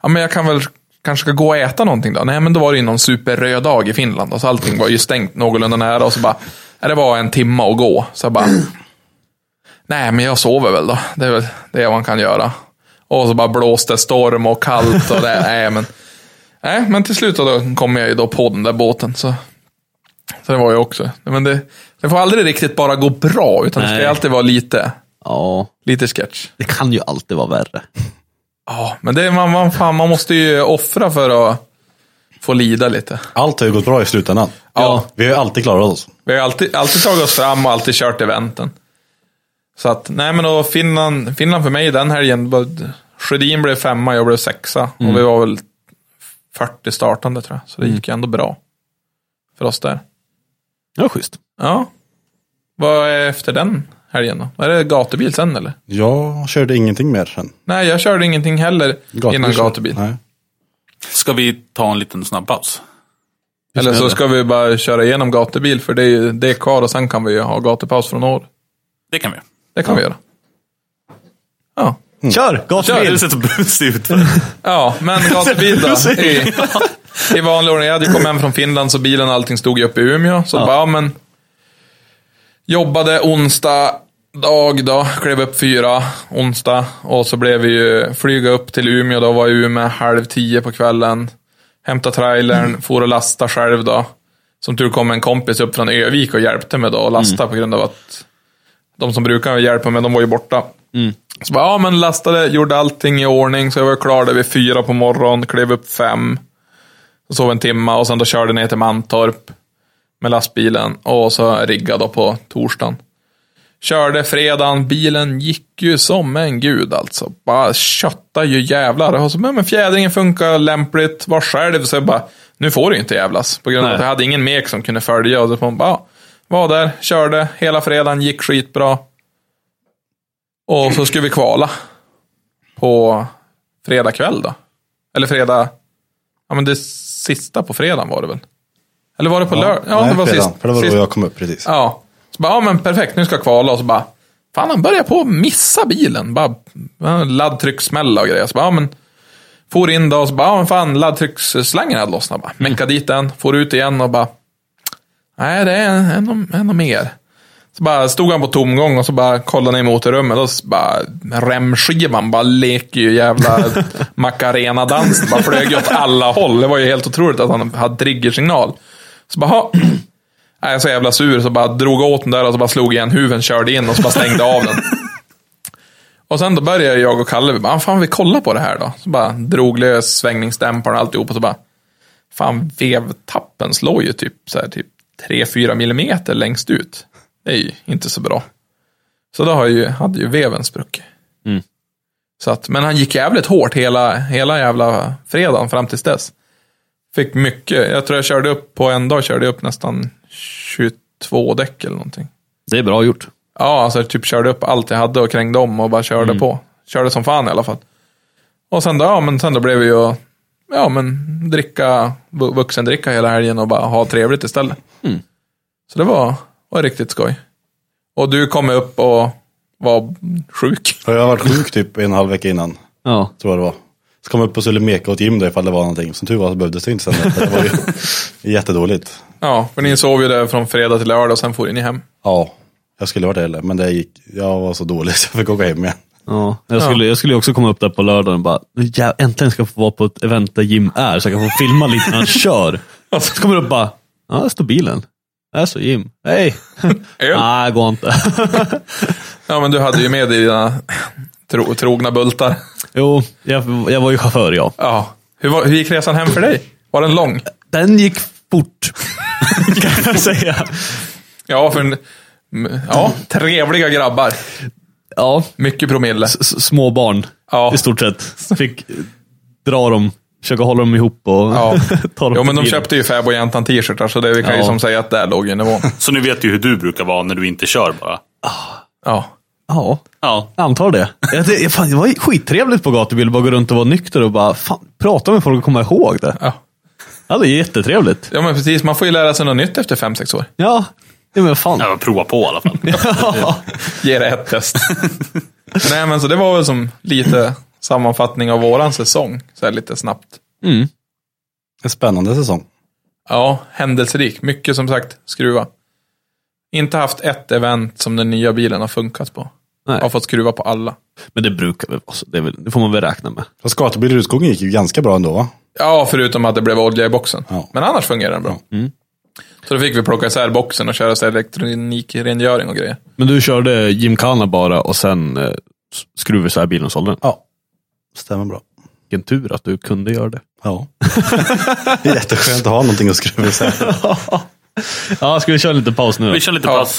S3: ja, men jag kan väl kanske ska gå och äta någonting då? Nej, men då var det ju någon superröd dag i Finland. Då, så allting var ju stängt någorlunda nära. Och så bara, ja, det var en timme att gå. Så jag bara, nej, men jag sover väl då. Det är väl det man kan göra. Och så bara blåste storm och kallt och det, nej men. Nej, men till slut då kom jag ju då på den där båten. Så, så det var ju också. Men det, det får aldrig riktigt bara gå bra, utan det ska
S1: Nej.
S3: ju alltid vara lite,
S1: Ja,
S3: lite sketch.
S1: det kan ju alltid vara värre.
S3: Ja, men det, är- man, man, fan, man måste ju offra för att få lida lite.
S4: Allt har ju gått bra i slutändan.
S3: Ja.
S4: Vi har ju alltid klarat oss.
S3: Vi har ju alltid, alltid tagit oss fram och alltid kört eventen. Så att, nej men då Finland, Finland för mig den helgen, bara- Sjödin blev femma, jag blev sexa. Och vi var väl 40 startande tror jag. Så det gick ju ändå bra. För oss där.
S1: Ja, schysst.
S3: Ja. Vad är efter den helgen då? Är det gatubil sen eller?
S4: Jag körde ingenting mer sen.
S3: Nej, jag körde ingenting heller innan gatubil.
S4: Nej.
S2: Ska vi ta en liten snabb paus?
S3: Eller så ska vi bara köra igenom gatubil, för det är ju det är kvar och sen kan vi ju ha gatupaus från år.
S2: Det kan vi göra.
S3: Det kan vi göra. Ja.
S1: Mm. Kör!
S2: Kör!
S1: Gatubil!
S2: Du ser så busig ut.
S3: Ja, men gatubil då. I, I vanlig ordning. Jag hade ju kommit hem från Finland så bilen och allting stod ju uppe i Umeå. Så bara, ja, men. Jobbade onsdag dag då. Klev upp fyra onsdag. Och så blev vi ju flyga upp till Umeå då. Var i Umeå halv tio på kvällen. Hämta trailern, for och lasta själv då. Som tur kom en kompis upp från Övik och hjälpte mig då att lasta på grund av att de som brukar hjälpa mig, de var ju borta. Så bara, ja men lastade, gjorde allting i ordning, så jag var klar där vid fyra på morgonen, klev upp fem. Så sov en timma och sen då körde ner till Mantorp med lastbilen och så riggade då på torsdagen. Körde fredagen, bilen gick ju som en gud alltså. Bara kötta ju jävlar. Och så, men men fjädringen funkar lämpligt, var själv. Så jag bara, nu får du ju inte jävlas. På grund av
S1: Nej.
S3: att jag hade ingen mek som kunde följa. Och så bara, ja, var där, körde hela fredagen, gick skitbra. Och så skulle vi kvala. På fredag kväll då. Eller fredag... Ja men det sista på fredagen var det väl? Eller var det på lördag? Ja,
S4: Nej,
S3: det var
S4: fredagen,
S3: sist.
S4: För det var
S3: sist.
S4: då jag kom upp precis.
S3: Ja. Så bara, ja men perfekt, nu ska jag kvala. Och så bara, fan han börjar på att missa bilen. Bara ja, laddtryckssmälla och grejer. Så bara, ja men. For in då och så bara, ja men fan laddtrycksslangen hade lossnat. Bara, mecka dit den, for ut igen och bara. Nej, det är en, en, och- en och mer. Så bara stod han på tomgång och så bara kollade han i motorrummet och så bara remskivan bara leker ju jävla Macarena-dans. Det Bara flög ju åt alla håll. Det var ju helt otroligt att han hade triggersignal. Så bara, ha. Nej, jag är så jävla sur så bara drog åt den där och så bara slog igen huven, körde in och så bara stängde av den. Och sen då började jag och Kalle, vi bara, "Ah, fan vi kollar på det här då. Så bara drog lös svängningsdämparen och alltihop och så bara, fan vevtappen slår ju typ så här, typ 3-4 millimeter längst ut. Det är ju inte så bra. Så då har ju, hade ju veven spruckit. Så att, men han gick jävligt hårt hela, hela jävla fredagen fram tills dess. Fick mycket, jag tror jag körde upp på en dag, körde jag upp nästan 22 däck eller någonting.
S1: Det är bra gjort.
S3: Ja, alltså jag typ körde upp allt jag hade och krängde om och bara
S1: Mm.
S3: körde på. Körde som fan i alla fall. Och sen då, ja, men sen då blev vi ju, ja men dricka, vu- vuxendricka hela helgen och bara ha trevligt istället.
S1: Mm.
S3: Så det var, var riktigt skoj. Och du kom upp och var sjuk.
S4: För jag har varit sjuk typ en halv vecka innan.
S1: Ja.
S4: Tror jag det var. Så kom jag upp och skulle meka åt Jim då ifall det var någonting. Som tur var så behövdes det inte sen. för Det var ju jättedåligt.
S3: Ja, för ni sov ju där från fredag till lördag och sen for ni hem.
S4: Ja, jag skulle varit det heller. Men det gick, jag var så dålig så jag fick åka hem igen.
S1: Ja, jag, skulle, jag skulle ju också komma upp där på lördagen och bara, "Nu jä- äntligen ska jag få vara på ett event där Jim är, så jag kan få filma lite när han kör. Så kommer jag upp och bara, ja, där står bilen. Där står Jim. Hej!
S3: Öl.
S1: Nej, går inte.
S3: Ja, men du hade ju med dig dina tro, trogna bultar.
S1: Jo, jag, jag var ju chaufför ja.
S3: Ja. Hur, var, hur gick resan hem för dig? Var den lång?
S1: Den gick fort. kan jag säga.
S3: Ja, för en, m- ja, trevliga grabbar.
S1: Ja,
S3: Mycket promille.
S1: s- s- små barn
S3: Ja.
S1: i stort sett. Fick eh, dra dem, försöka hålla dem ihop och
S3: Ja.
S1: ta dem till
S3: Jo, men de
S1: bilen.
S3: köpte ju Fab och Jäntan t-shirtar, så det vi kan ju
S1: Ja.
S3: som säga att där låg ju nivån.
S2: Så nu vet du hur du brukar vara när du inte kör bara.
S3: Ja.
S1: Ja,
S2: Ja.
S1: jag antar det. Jag, det, fan, det var ju skittrevligt på gatubil att bara gå runt och vara nykter och bara fan, prata med folk och komma ihåg det.
S3: Ja.
S1: Ja, det är jättetrevligt.
S3: ja, men precis. Man får ju lära sig något nytt efter fem sex år.
S1: Ja, ja men fan.
S2: Jag vill prova på i alla fall.
S1: Ja.
S3: Ge det ett test. Nej, men så det var väl som lite sammanfattning av våran säsong. Så här lite snabbt.
S1: Mm.
S4: En spännande säsong.
S3: Ja, händelserik. Mycket som sagt, skruva. Inte haft ett event som den nya bilen har funkat på.
S1: Nej.
S3: Har fått skruva på alla.
S1: Men det brukar väl vara så. Det, är väl, det får man väl räkna med.
S4: Fast gatubil i Rudskogen gick ju ganska bra ändå va?
S3: Ja, förutom att det blev olja i boxen.
S4: Ja.
S3: Men annars fungerar den bra. Så då fick vi plocka isär boxen och köra så här elektronikrengöring och grejer.
S1: Men du körde gymkhana bara och sen eh, s- skruvade isär bilen och sålde den.
S4: Ja. Stämmer bra.
S1: Vilken tur att du kunde göra det.
S4: Ja. Det är jätteskönt att ha någonting att skruva isär.
S1: Ja, ska vi köra lite paus nu då?
S2: Vi kör lite
S3: Ja.
S2: pass.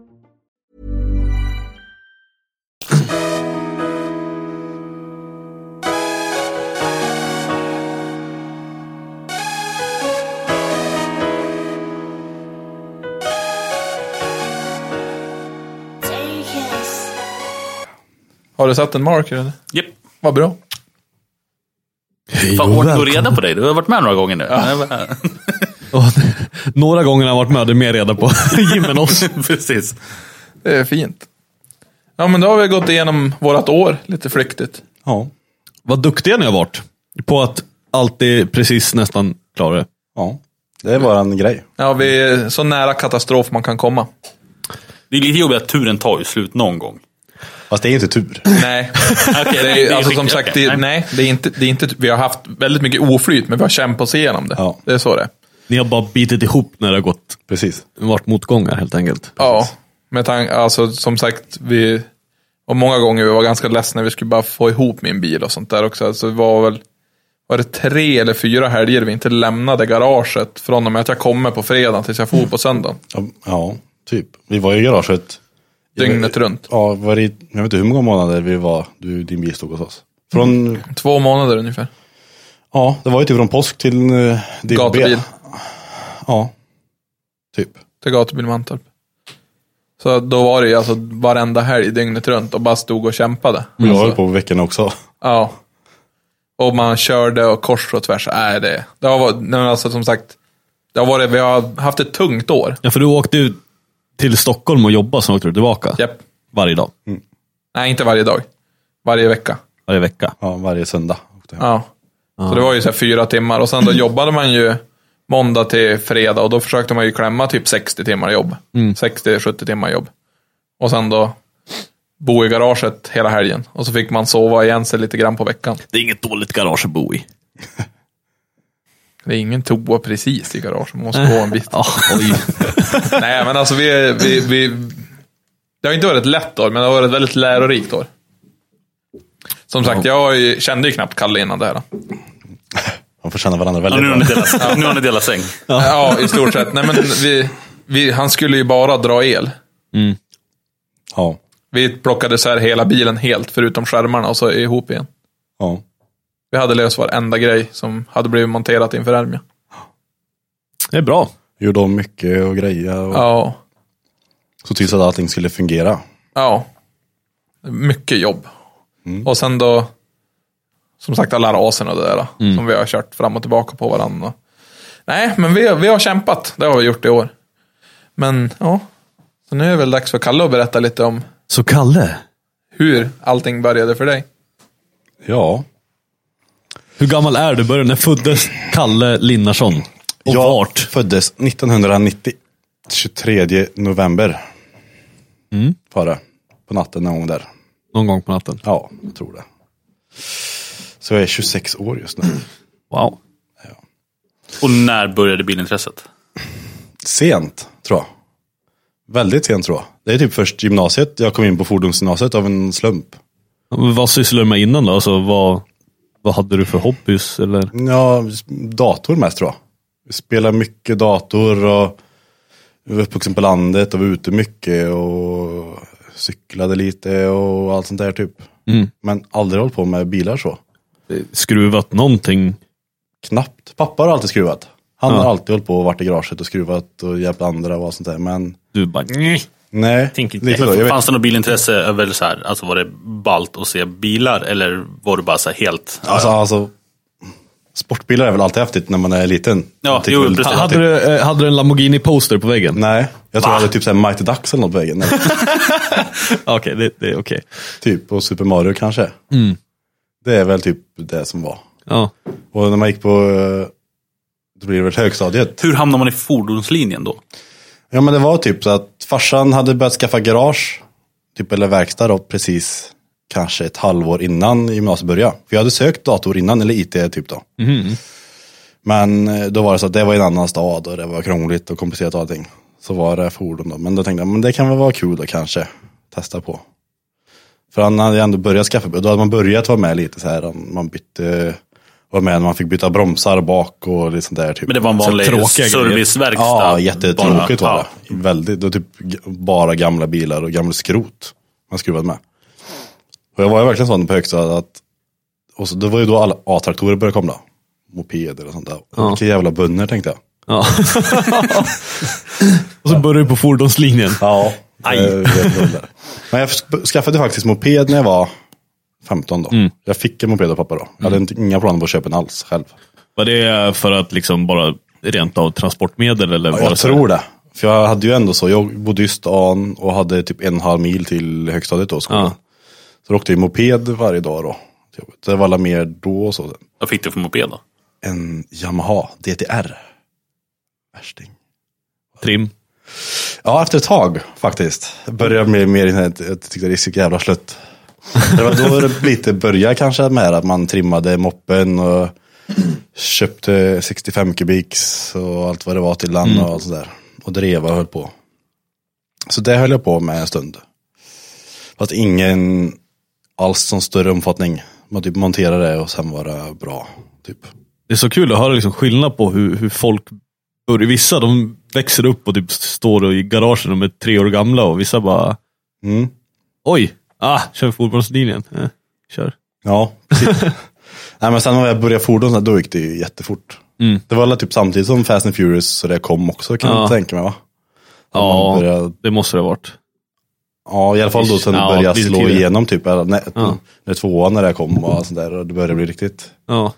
S3: Har du satt en marker eller?
S2: Japp.
S3: Vad bra.
S5: Hej
S2: Fan,
S5: och
S2: ordning och
S5: välkommen.
S2: reda på dig. Du har varit med några gånger nu.
S1: Och, några gånger har han varit med, det är mer reda på Jim än oss.
S2: Precis.
S3: Det är fint. Ja, men då har vi gått igenom vårat år lite flyktigt.
S4: Ja.
S1: Vad duktiga ni har varit på att alltid precis nästan klara det.
S4: ja. Det är våran grej.
S3: Ja, vi är så nära katastrof man kan komma.
S2: Det är lite jobbigt att turen tar ju slut någon gång.
S4: Fast det är inte tur.
S3: Nej,
S2: Okej,
S3: det är, alltså som sagt, det, nej, det är inte, det är inte, vi har haft väldigt mycket oflyt, men vi har kämpat oss igenom det.
S4: Ja.
S3: Det är så det är.
S1: Ni har bara bitit ihop när det har gått,
S4: Precis.
S1: varit motgångar helt enkelt.
S3: Ja, med tanke, alltså som sagt, vi, och många gånger vi var ganska ledsna, vi skulle bara få ihop min bil och sånt där också. Alltså det var väl, var det tre eller fyra helger vi inte lämnade garaget från och med att jag kommer på fredagen tills jag får på söndagen.
S4: Ja, ja, typ. Vi var i garaget.
S3: Dygnet runt.
S4: Ja, var det, jag vet inte hur många månader vi var, du, din bil stod hos oss. Från,
S3: Två månader ungefär.
S4: Mm. ja, det var ju typ från påsk till uh, DB.
S3: Gatubil.
S4: Ja, typ.
S3: till gatubil Mantorp. Så då var det ju alltså varenda helg dygnet runt och bara stod och kämpade.
S4: Och jag höll
S3: Alltså,
S4: på veckorna också.
S3: ja. Och man körde och kors och tvärs. Nej, det, det har varit, nej, men alltså som sagt, det har varit, vi har haft ett tungt år.
S1: Ja, för du åkte ju till Stockholm och jobbade, sen åkte du tillbaka.
S3: Japp.
S1: Varje dag,
S3: Nej, inte varje dag. Varje vecka.
S1: varje vecka.
S4: Ja, varje söndag. åkte jag.
S3: Ja. Så det var ju så här fyra timmar och sen då jobbade man ju måndag till fredag och då försökte man ju klämma typ 60 timmar jobb. 60-70 timmar jobb. Och sen då bo i garaget hela helgen. Och så fick man sova igen sig lite grann på veckan.
S1: Det är inget dåligt garage att bo i.
S3: Det är ingen toa precis i garaget, man måste gå en bit.
S1: Ja, oj.
S3: Nej men alltså vi, vi, vi... Det har inte varit ett lätt år, men det har varit ett väldigt lärorikt år. Som sagt, jag har ju- kände ju knappt Kalle innan det här.
S4: Man får känna varandra
S2: Ja,
S4: väldigt
S2: nu har
S4: bra.
S2: ni delat, nu har ni delat säng.
S3: Ja, i stort sett. Nej, men vi, vi, han skulle ju bara dra el.
S4: Ja,
S3: Vi plockade isär hela bilen helt, förutom skärmarna, och så ihop igen.
S4: ja.
S3: Vi hade löst varenda grej som hade blivit monterat inför Elmia.
S1: Det är bra.
S4: Gjorde om mycket och grejer. Och
S3: Ja.
S4: Så tills att allting skulle fungera.
S3: Ja. Mycket jobb. Och sen då, som sagt alla rasen och det där då, som vi har kört fram och tillbaka på varandra. Nej, men vi, vi har kämpat. Det har vi gjort i år. Men ja, så nu är det väl dags för Kalle att berätta lite om
S1: Så Kalle,
S3: hur allting började för dig.
S4: Ja.
S1: hur gammal är du? Började, när föddes Kalle Linnarsson? Och
S4: jag
S1: vart?
S4: föddes 1990. 23 november.
S1: Mm.
S4: Var det. På natten någon gång där.
S1: Någon gång på natten.
S4: Ja, jag tror det. Så jag är 26 år just nu.
S1: Wow.
S2: Och när började bilintresset?
S4: Sent, tror jag. Väldigt sent tror jag. Det är typ först gymnasiet. Jag kom in på fordonsgymnasiet av en slump.
S1: Men vad sysslade du med innan då? Alltså, vad, vad hade du för hobbys? Eller?
S4: Ja, dator mest tror jag. Vi spelade mycket dator och vi var uppvuxen på landet och var ute mycket och cyklade lite och allt sånt där typ. Men aldrig hållit på med bilar så.
S1: Skruvat någonting?
S4: Knappt. Pappa har alltid skruvat. Han har alltid hållit på och varit i garaget och skruvat och hjälpt andra och allt sånt där. Men
S1: Du bara, nej.
S4: nej,
S1: Tänker inte.
S4: lite så. Jag vet
S2: Fanns det något bilintresse över så här, alltså var det balt att se bilar eller var du bara så här helt...
S4: Alltså, alltså, sportbilar är väl alltid häftigt när man är liten.
S2: Ja,
S4: Jag tycker
S2: jo,
S4: väl-
S2: precis.
S1: Hade du, eh, hade du en Lamborghini-poster på väggen?
S4: Nej, jag tror jag hade typ såhär Mighty Ducks eller något på väggen. eller
S1: Okej, det, det är okej.
S4: typ, och Super Mario kanske. Det är väl typ det som var.
S1: Ja.
S4: Och när man gick på, eh, då blir det väl högstadiet.
S2: Hur hamnar man i fordonslinjen då?
S4: Ja men det var typ så att farsan hade börjat skaffa garage, typ eller verkstad då, precis kanske ett halvår innan gymnasiet började. För jag hade sökt dator innan, eller IT typ då.
S2: Mhm.
S4: Men eh, då var det så att det var i en annan stad och det var krångligt och komplicerat och allting. Så var det fordon då. Men då tänkte jag, men det kan väl vara kul då kanske. Testa på. För han hade ju ändå börjat skaffa bil. Då hade man börjat vara med lite så här. Man bytte, var med när man fick byta bromsar bak och lite sånt där. Typ.
S2: Men det var en
S4: Så
S2: vanlig
S4: tråkiga grejer.
S2: serviceverkstad
S4: Ja,
S2: bara.
S4: jättetråkigt var
S2: Ja.
S4: det. Väldigt, det var typ g- bara gamla bilar och gamla skrot man skruvat med. Och jag var ju verkligen sån på högstadiet att och så, det var ju då alla A-traktorer började komma. Mopeder och sånt där. Vilka jävla bönder tänkte jag.
S1: ja. och så började du på fordonslinjen.
S4: Ja. Men jag sk- skaffade faktiskt moped när jag var 15 då. Jag fick en moped av pappa då. Jag hade inte, inga planer på att köpa en alls själv.
S1: Var
S4: eh,
S1: det för att liksom bara rent av transportmedel? Eller
S4: Ja,
S1: var
S4: jag
S1: så-
S4: tror det. För jag hade ju ändå så, jag bodde i stan och hade typ en halv mil till högstadiet då, skolan.
S1: Ja.
S4: Så då åkte jag moped varje dag då. till jobbet. Det var alla mer då och så.
S2: Vad fick du för moped då?
S4: En Yamaha DTR. Värsting.
S1: Trim.
S4: Ja, efter ett tag faktiskt. Började med mer, jag tyckte det är så jävla slött. Det var då det lite började kanske med att man trimmade moppen och köpte 65 kubiks och allt vad det var till land och allt sådär. Och dreva och höll på. Så det höll jag på med en stund. Fast ingen alls som större omfattning. Man typ monterade det och sen var det bra. Typ.
S1: Det är så kul att höra liksom skillnad på hur, hur folk börjar. Vissa de växer upp och typ står i garagen, de är tre år gamla och vissa bara,
S4: Mm.
S1: oj, ah, kör fordonslinjen. Eh, kör.
S4: Ja, precis. Nej, men sen när jag började fordon, så här, då gick det ju jättefort. Det var alla typ samtidigt som Fast and Furious så det kom också kan
S1: Mm. Ja.
S4: jag tänka mig va?
S1: Ja,
S4: man börjar-
S1: det måste det ha varit.
S4: Ja, i alla fall då sen
S1: Ja,
S4: det började
S1: lite
S4: slå
S1: tidigare.
S4: igenom typ, eller, nej,
S1: Ja.
S4: när tvåan när det kom och allt sånt där och det började bli riktigt.
S1: Ja.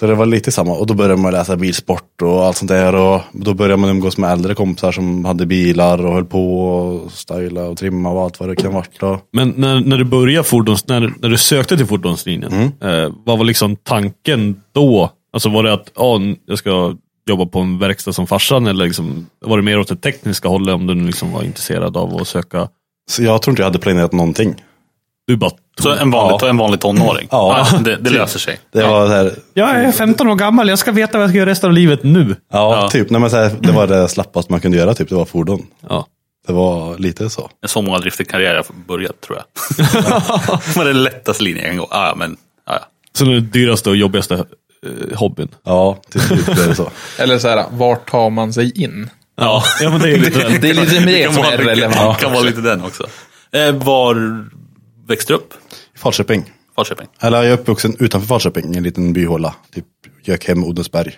S4: Så det var lite samma, och då började man läsa bilsport och allt sånt där och då började man umgås med äldre kompisar som hade bilar och höll på och styla och trimma och allt vad det kan vara. då.
S1: Men när, när du började fordons, när, när du sökte till fordonslinjen,
S4: Mm.
S1: eh, vad var liksom tanken då? Alltså var det att ah, n- jag ska jobba på en verkstad som farsan eller liksom, var det mer åt det tekniska hållet om du nu liksom var intresserad av att söka?
S4: Så jag tror inte jag hade planerat någonting.
S1: Du bara,
S2: Så en vanlig, en vanlig tonåring?
S4: Ja.
S2: Ah, det, det löser sig.
S4: Det var så här,
S1: jag är 15 år gammal, jag ska veta vad jag ska göra resten av livet nu.
S4: ja, typ, nej, men så här, det var det slappaste man kunde göra typ, det var fordon.
S1: Ja.
S4: Det var lite så.
S2: Så många drifter karriär jag börjat tror jag. det var den lättaste linjen jag kan gå. Ah, ja, men, ah, ja.
S1: Så den dyraste och jobbigaste eh, hobbyn.
S4: Ja, till slut blev det så.
S3: Eller så här, vart tar man sig in?
S1: Ja, ja men det är lite den.
S3: Det är lite mer
S2: kan
S3: som
S2: vara-
S3: är relevant.
S2: kan vara lite den också. Eh, var växte du upp?
S4: Falköping.
S2: Falköping?
S4: Eller jag är uppvuxen utanför Falköping, i en liten byhåla. Typ Gökhem, Odensberg.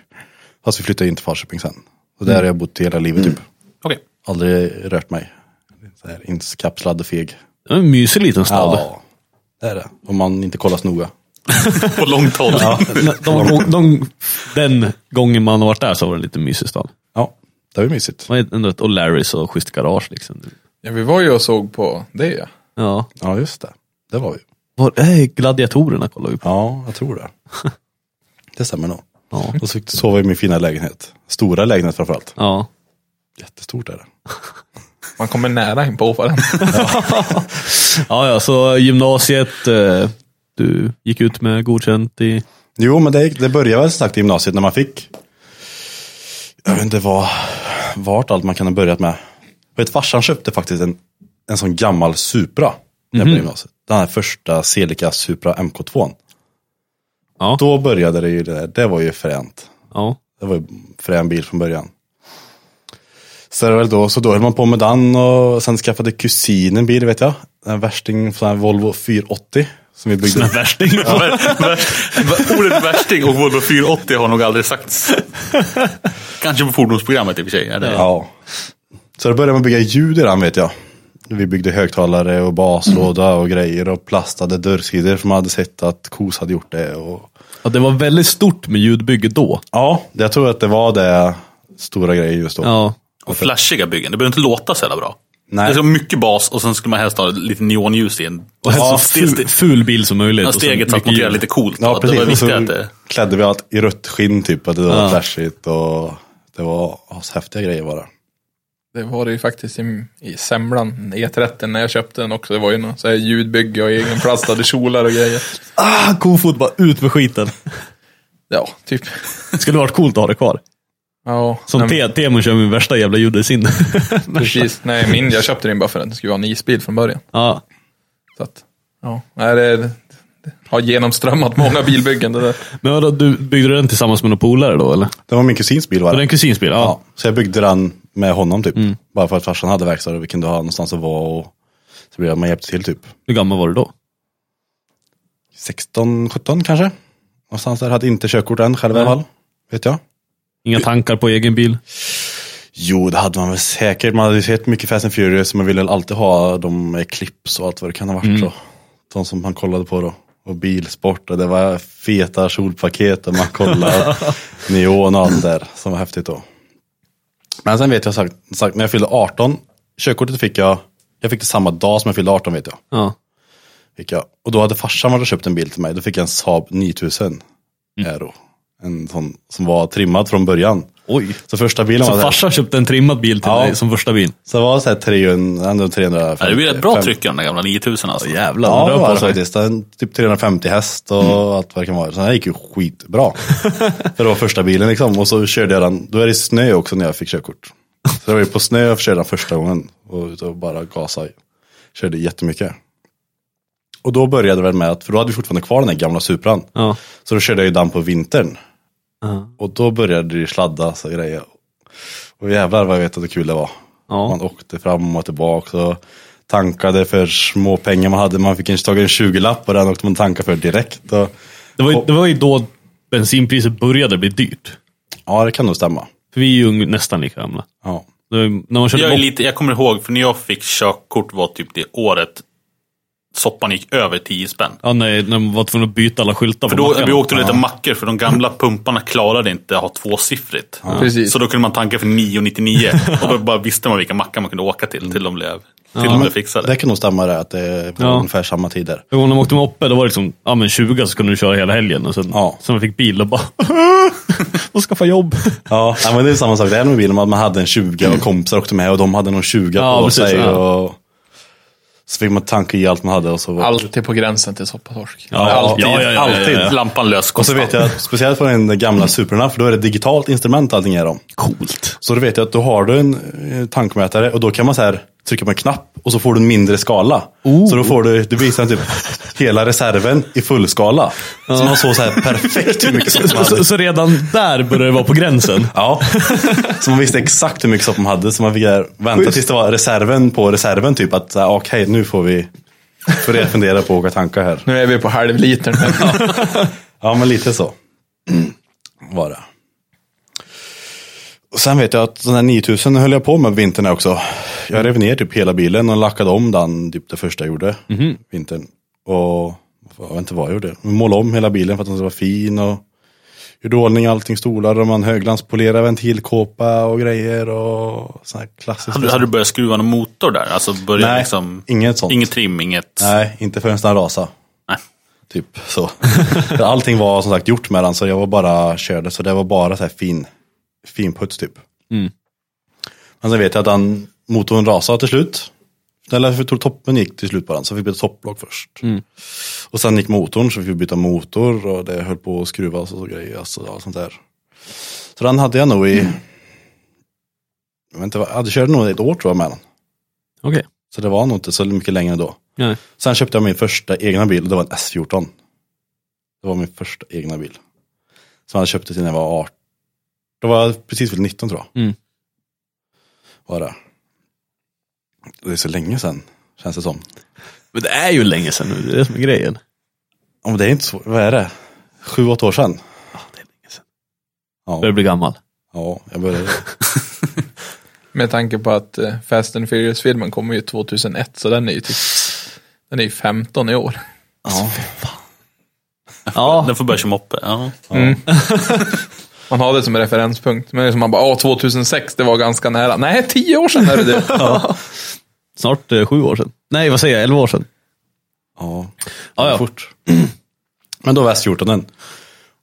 S4: Fast vi flyttade in till Falköping sen. Och där har jag bott hela livet typ.
S2: Okej.
S4: Aldrig rört mig. Så här, Inskapslad och feg.
S1: Det är En mysig liten stad.
S4: Ja, det är det. Om man inte kollas noga.
S2: På långt håll.
S1: De, de, den gången man har varit där så var det en lite mysig stad.
S4: Ja, det var ju mysigt.
S1: Man är ändå ett O'Larrys och schysst garage liksom.
S3: Ja, vi var ju och såg på det ja.
S1: Ja.
S4: Ja, just det. Det var vi.
S1: Var är gladiatorerna kollar vi på.
S4: Ja, jag tror det. Det stämmer nog.
S1: Ja.
S4: Och så sov jag i min fina lägenhet. Stora lägenhet framförallt.
S1: Ja.
S4: Jättestort är det.
S3: Man kommer nära in på varandra.
S1: ja, ja, så gymnasiet. eh, Du gick ut med godkänt i...
S4: Jo, men det, det började väl som sagt i gymnasiet när man fick, jag vet inte vad, vart allt man kan ha börjat med. Vet, farsan köpte faktiskt en, en sån gammal Supra. När jag började gymnasiet. Den här första Celica Supra MK2.
S1: Ja.
S4: Då började det ju det där. Det var ju fränt.
S1: Ja.
S4: Det var ju frän bil från början. Så, det var väl då, så då höll man på med den och sen skaffade kusinen bil vet jag. En värsting, sån här Volvo 480. Som vi byggde.
S2: Värsting. Ordet värsting och Volvo 480 har nog aldrig sagts. Kanske på fordonsprogrammet i och för sig. Eller?
S4: Ja. Så då började man bygga ljud i den vet jag. Vi byggde högtalare och baslåda och grejer och plastade dörrsidor som hade sett att KOS hade gjort det. Och...
S1: Ja, det var väldigt stort med ljudbygge då.
S4: Ja, jag tror att det var det stora grejer just då.
S1: Ja.
S2: Och flashiga byggen. Det behöver inte låta så jävla bra.
S4: Nej.
S2: Det är så mycket bas och sen skulle man helst ha lite neonljus i en.
S1: Och helst
S2: Ja,
S1: så ful,
S2: steg-
S1: ful bil som möjligt.
S2: Ja,
S1: och sen
S2: steget så
S1: mycket
S2: att man kan göra
S1: ljud.
S2: lite coolt.
S4: Ja,
S2: Det var
S4: precis. Och
S2: viktigt
S4: så
S2: att det...
S4: klädde vi allt i rött skinn typ. Att det var
S1: Ja.
S4: flashigt och det var ashäftiga grejer var det.
S3: Det var det ju faktiskt i, i semlan, E30 när jag köpte den också. Det var ju någon så här ljudbygge och egenplastade kjolar och grejer.
S1: Ah, kofot bara ut med skiten.
S3: Ja, typ.
S1: Det skulle varit coolt att ha det kvar.
S3: Ja,
S1: Som
S3: nej,
S1: Te- Temun kör min värsta jävla ljuddesign.
S3: Precis. Nej, min, jag köpte den bara för att det skulle vara en isbil från början.
S1: ja.
S3: Så att, ja. Nej, det, det har genomströmmat många bilbyggen det där.
S1: Men vadå, du byggde du den tillsammans med några polare då eller?
S4: Det var min kusins bil var
S1: Var
S4: det.
S1: det en kusins bil?
S4: Ja,
S1: Ja.
S4: så jag byggde den med honom typ.
S2: Mm.
S4: Bara för att farsan hade verkstad och vi kunde ha någonstans att vara. Och så blev det att man hjälpte till typ.
S1: Hur gammal var du då?
S4: 16, 17 kanske. Någonstans där. Hade inte körkort än själv i alla fall. Vet jag.
S1: Inga tankar på egen bil?
S4: Jo, det hade man väl säkert. Man hade ju sett mycket Fast and Furious. Man ville väl alltid ha de med clips och allt vad det kan ha
S1: Mm.
S4: varit. Så. De som man kollade på då. Och bilsport och det var feta solpaket och man kollade neon och allt det där som var häftigt då. Men sen vet jag sagt, sagt när jag fyllde 18, körkortet fick jag, jag fick det samma dag som jag fyllde 18 vet jag.
S1: Ja.
S4: Fick jag. Och då hade farsan varit och köpt en bil till mig. Då fick jag en Saab 9000
S1: Mm.
S4: Aero. En sån som var trimmad från början.
S1: Oj.
S4: Så första bilen
S1: Så
S4: var så här-
S1: farsan köpte en trimmad bil till
S4: Ja.
S1: dig som första bil?
S4: så det var så här 300, ändå 350.
S2: Ja, det blir ett bra
S4: fem-
S2: tryck i den där gamla 9000 alltså.
S1: Jävlar,
S4: Ja,
S1: den
S4: det
S1: rör
S4: var
S1: på
S4: det
S1: sig.
S4: faktiskt. Den, typ 350 häst och
S2: Mm.
S4: allt vad det kan vara. Så den här gick ju skitbra. För det var första bilen liksom. Och så körde jag den, då är det snö också när jag fick körkort. Så det var ju på snö jag körde den första gången. Och ut och bara gasade. Körde jättemycket. Och då började det väl med att, för då hade vi fortfarande kvar den här gamla Supran.
S1: Ja.
S4: Så då körde jag ju den på vintern. Och då började det ju sladda och grejer. Och jävlar vad jag vet att det kul det var.
S1: Ja.
S4: Man åkte fram och tillbaka och tankade för små pengar man hade. Man fick en, tag i en 20-lapp och den åkte man tanka för direkt. Och,
S1: Det, var ju, det var ju då bensinpriset började bli dyrt.
S4: ja, det kan nog stämma.
S1: För vi är ju ung- nästan lika gamla.
S4: Ja.
S1: Det var ju- När man körde
S2: Jag, är
S1: mop-
S2: lite, jag kommer ihåg, för när jag fick körkort var typ det året soppan gick över 10 spänn.
S1: Ja, nej, när man var tvungen att byta alla skyltar
S2: För
S1: på
S2: då,
S1: mackarna.
S2: vi åkte lite mackor för de gamla pumparna klarade inte att ha tvåsiffrigt.
S3: Precis.
S2: Så då kunde man tanka för 9,99 och då bara visste man vilka mackar man kunde åka till till de blev, till de blev fixade.
S4: Det kan nog stämma det, att det var
S1: Ja.
S4: ungefär samma tider.
S1: För när man åkte moppe, då var det liksom, ja men 20 så kunde du köra hela helgen. Och sen,
S4: Ja.
S1: sen man fick bil och bara, och skaffa jobb.
S4: Ja, ja, men det är samma sak där med bilen. att Man hade en 20 och kompisar åkte med och de hade någon 20
S1: Ja,
S4: på
S1: precis,
S4: sig.
S1: ja.
S4: Och... Så fick man tanka i allt man hade. Och så var...
S3: Alltid på gränsen till soppatorsk.
S1: Ja,
S4: alltid,
S1: ja, ja, ja,
S4: alltid.
S1: Ja, ja.
S2: Lampan lös
S4: Och så vet jag, att speciellt på den gamla Superna, för då är det digitalt instrument allting är om.
S1: Coolt.
S4: Så då vet jag att då har du en eh, tankmätare och då kan man så här trycka på en knapp och så får du en mindre skala. Så då får du, du visar typ hela reserven i fullskala. Så man såg så här perfekt hur mycket soppa man
S1: Så,
S4: hade.
S1: så redan där började det vara på gränsen.
S4: Ja, så man visste exakt hur mycket soppa man hade. Så man fick här vänta tills det var reserven på reserven typ. Att så här, okej, nu får vi får jag fundera på att åka tanka här.
S3: Nu är vi på halvlitern.
S4: Ja, men lite så. Var det. Och sen vet jag att den här 9000 höll jag på med vintern här också. Jag rev ner typ hela bilen och lackade om den typ det första jag gjorde
S2: Mhm.
S4: vintern. Och jag vet inte vad jag gjorde. Målade om hela bilen för att den skulle vara fin och gjorde i ordning allting stolar och man höglanspolerade ventilkåpa och grejer och sån här klassiskt.
S2: Hade, hade du börjat skruva någon motor där? Alltså började
S4: Nej,
S2: liksom,
S4: inget sånt.
S2: Inget trim, inget...
S4: Nej, inte förrän den rasade.
S2: Nej.
S4: Typ så. För Allting var som sagt gjort med den så jag var bara körde. Så det var bara så här fin, fin puts typ. Men sen vet jag att den, motorn rasade till slut. Eller jag tror toppen gick till slut på den, så vi bytte topplock först. Och sen gick motorn, så vi fick byta motor och det höll på att skruvas och så grejer. Alltså, allt sånt där. Så den hade jag nog i jag vet inte, vad- jag körde nog ett år tror jag med den.
S1: Okej.
S4: Så det var nog inte så mycket längre då.
S1: Nej.
S4: Sen köpte jag min första egna bil och det var en S14. Det var min första egna bil. Som jag köpte till när jag var 18. Då var jag precis väl 19 tror jag.
S1: Mm.
S4: Var det. Det är så länge sedan, känns det som.
S1: Men det är ju länge sedan nu, det är det som är grejen.
S4: Ja, men det är inte så, vad är det? Sju, åtta år sedan?
S1: det är länge sedan. Börjar
S4: Ja,
S1: bli gammal.
S4: ja jag började.
S3: Med tanke på att eh, Fast and Furious-filmen kommer ju 2001, så den är ju typ, den är ju 15 i år.
S4: Ja.
S1: Ja,
S2: Den får börja köra moppe. Ja.
S3: Man har det som en referenspunkt, men det är som man bara, åh 2006, det var ganska nära. Nej, 10 år sedan är det det.
S1: snart eh, sju år sedan. Nej, vad säger jag, elva år sedan.
S4: ja.
S1: Ja, ja.
S4: Fort. Men då var S14en.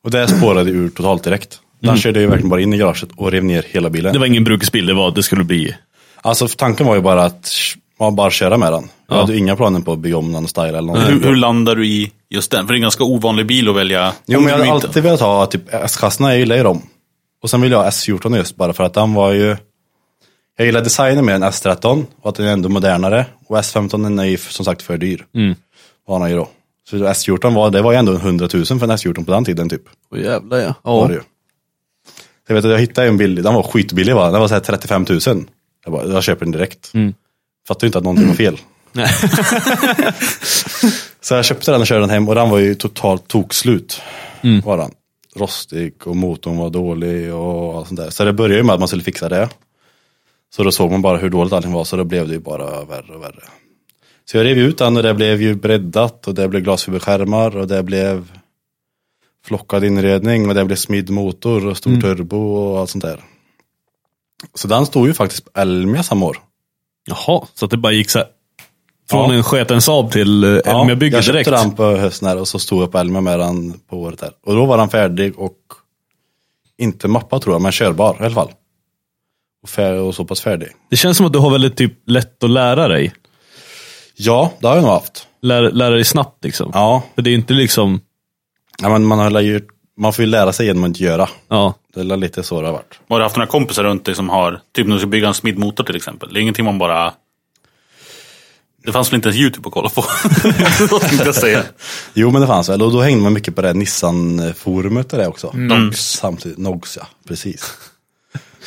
S4: Och det spårade ur totalt direkt. Den körde ju verkligen bara in i garaget och rev ner hela bilen.
S1: Mm. Det var ingen bruksbil, det var att det skulle bli...
S4: Alltså tanken var ju bara att sh- man bara köra med den. Jag
S1: Ja.
S4: hade ju inga planer på att bygga om den och styla eller någonting.
S2: Hur, hur landar du i just den? För det är en ganska ovanlig bil att välja.
S4: Jo
S2: Om
S4: men jag
S2: du
S4: hade
S2: inte-
S4: alltid velat ha typ S-chasserna, jag gillar ju dem. Och sen ville jag ha S14 just bara för att den var ju Jag gillar designen mer än S13 och att den är ändå modernare. Och S15 den är ju som sagt för dyr. Mm. Var den ju då. Så S14 var, det var ju ändå 100 000 för en S14 på den tiden typ.
S1: Åh jävlar ja.
S4: Var det ju. Jag vet att jag hittade en billig, den var skitbillig va? Den var så här 35 000. Jag bara, jag köper den direkt. Fattar ju inte att någonting var fel.
S1: Mm. Nej.
S4: så jag köpte den och körde den hem och den var ju totalt tokslut.
S1: Mm.
S4: Var den. Rostig och motorn var dålig och allt sånt där. Så det började ju med att man skulle fixa det. Så då såg man bara hur dåligt allting var så då blev det ju bara värre och värre. Så jag rev ut den och det blev ju breddat och det blev glasfiberskärmar och det blev flockad inredning och det blev smidd motor och stor
S1: Mm.
S4: turbo och allt sånt där. Så den stod ju faktiskt på Elmia samma år.
S1: Jaha, så att det bara gick så här. Från
S4: Ja.
S1: en sketen Saab till eh, Elmia-bygge
S4: jag
S1: direkt.
S4: köpte den på hösten här och så stod jag på Elmia med den på året där. Och då var den färdig och inte mappad tror jag, men körbar i alla fall. Och, fär- och så pass färdig.
S1: Det känns som att du har väldigt typ, lätt att lära dig.
S4: Ja, det har jag nog haft.
S1: Lära, lära dig snabbt liksom.
S4: Ja,
S1: För det är inte liksom...
S4: ja men man, har ju, man får ju lära sig genom att göra.
S1: Ja.
S4: Det är lite så det har varit.
S2: Har du haft några kompisar runt dig som har, typ när du ska bygga en smidmotor till exempel. Det är ingenting man bara... Det fanns väl inte ens YouTube att kolla på. Så tänkte jag säga.
S4: Jo men det fanns väl, och då hängde man mycket på det här Nissan-forumet där också. Nox samtidigt, Nox ja, precis.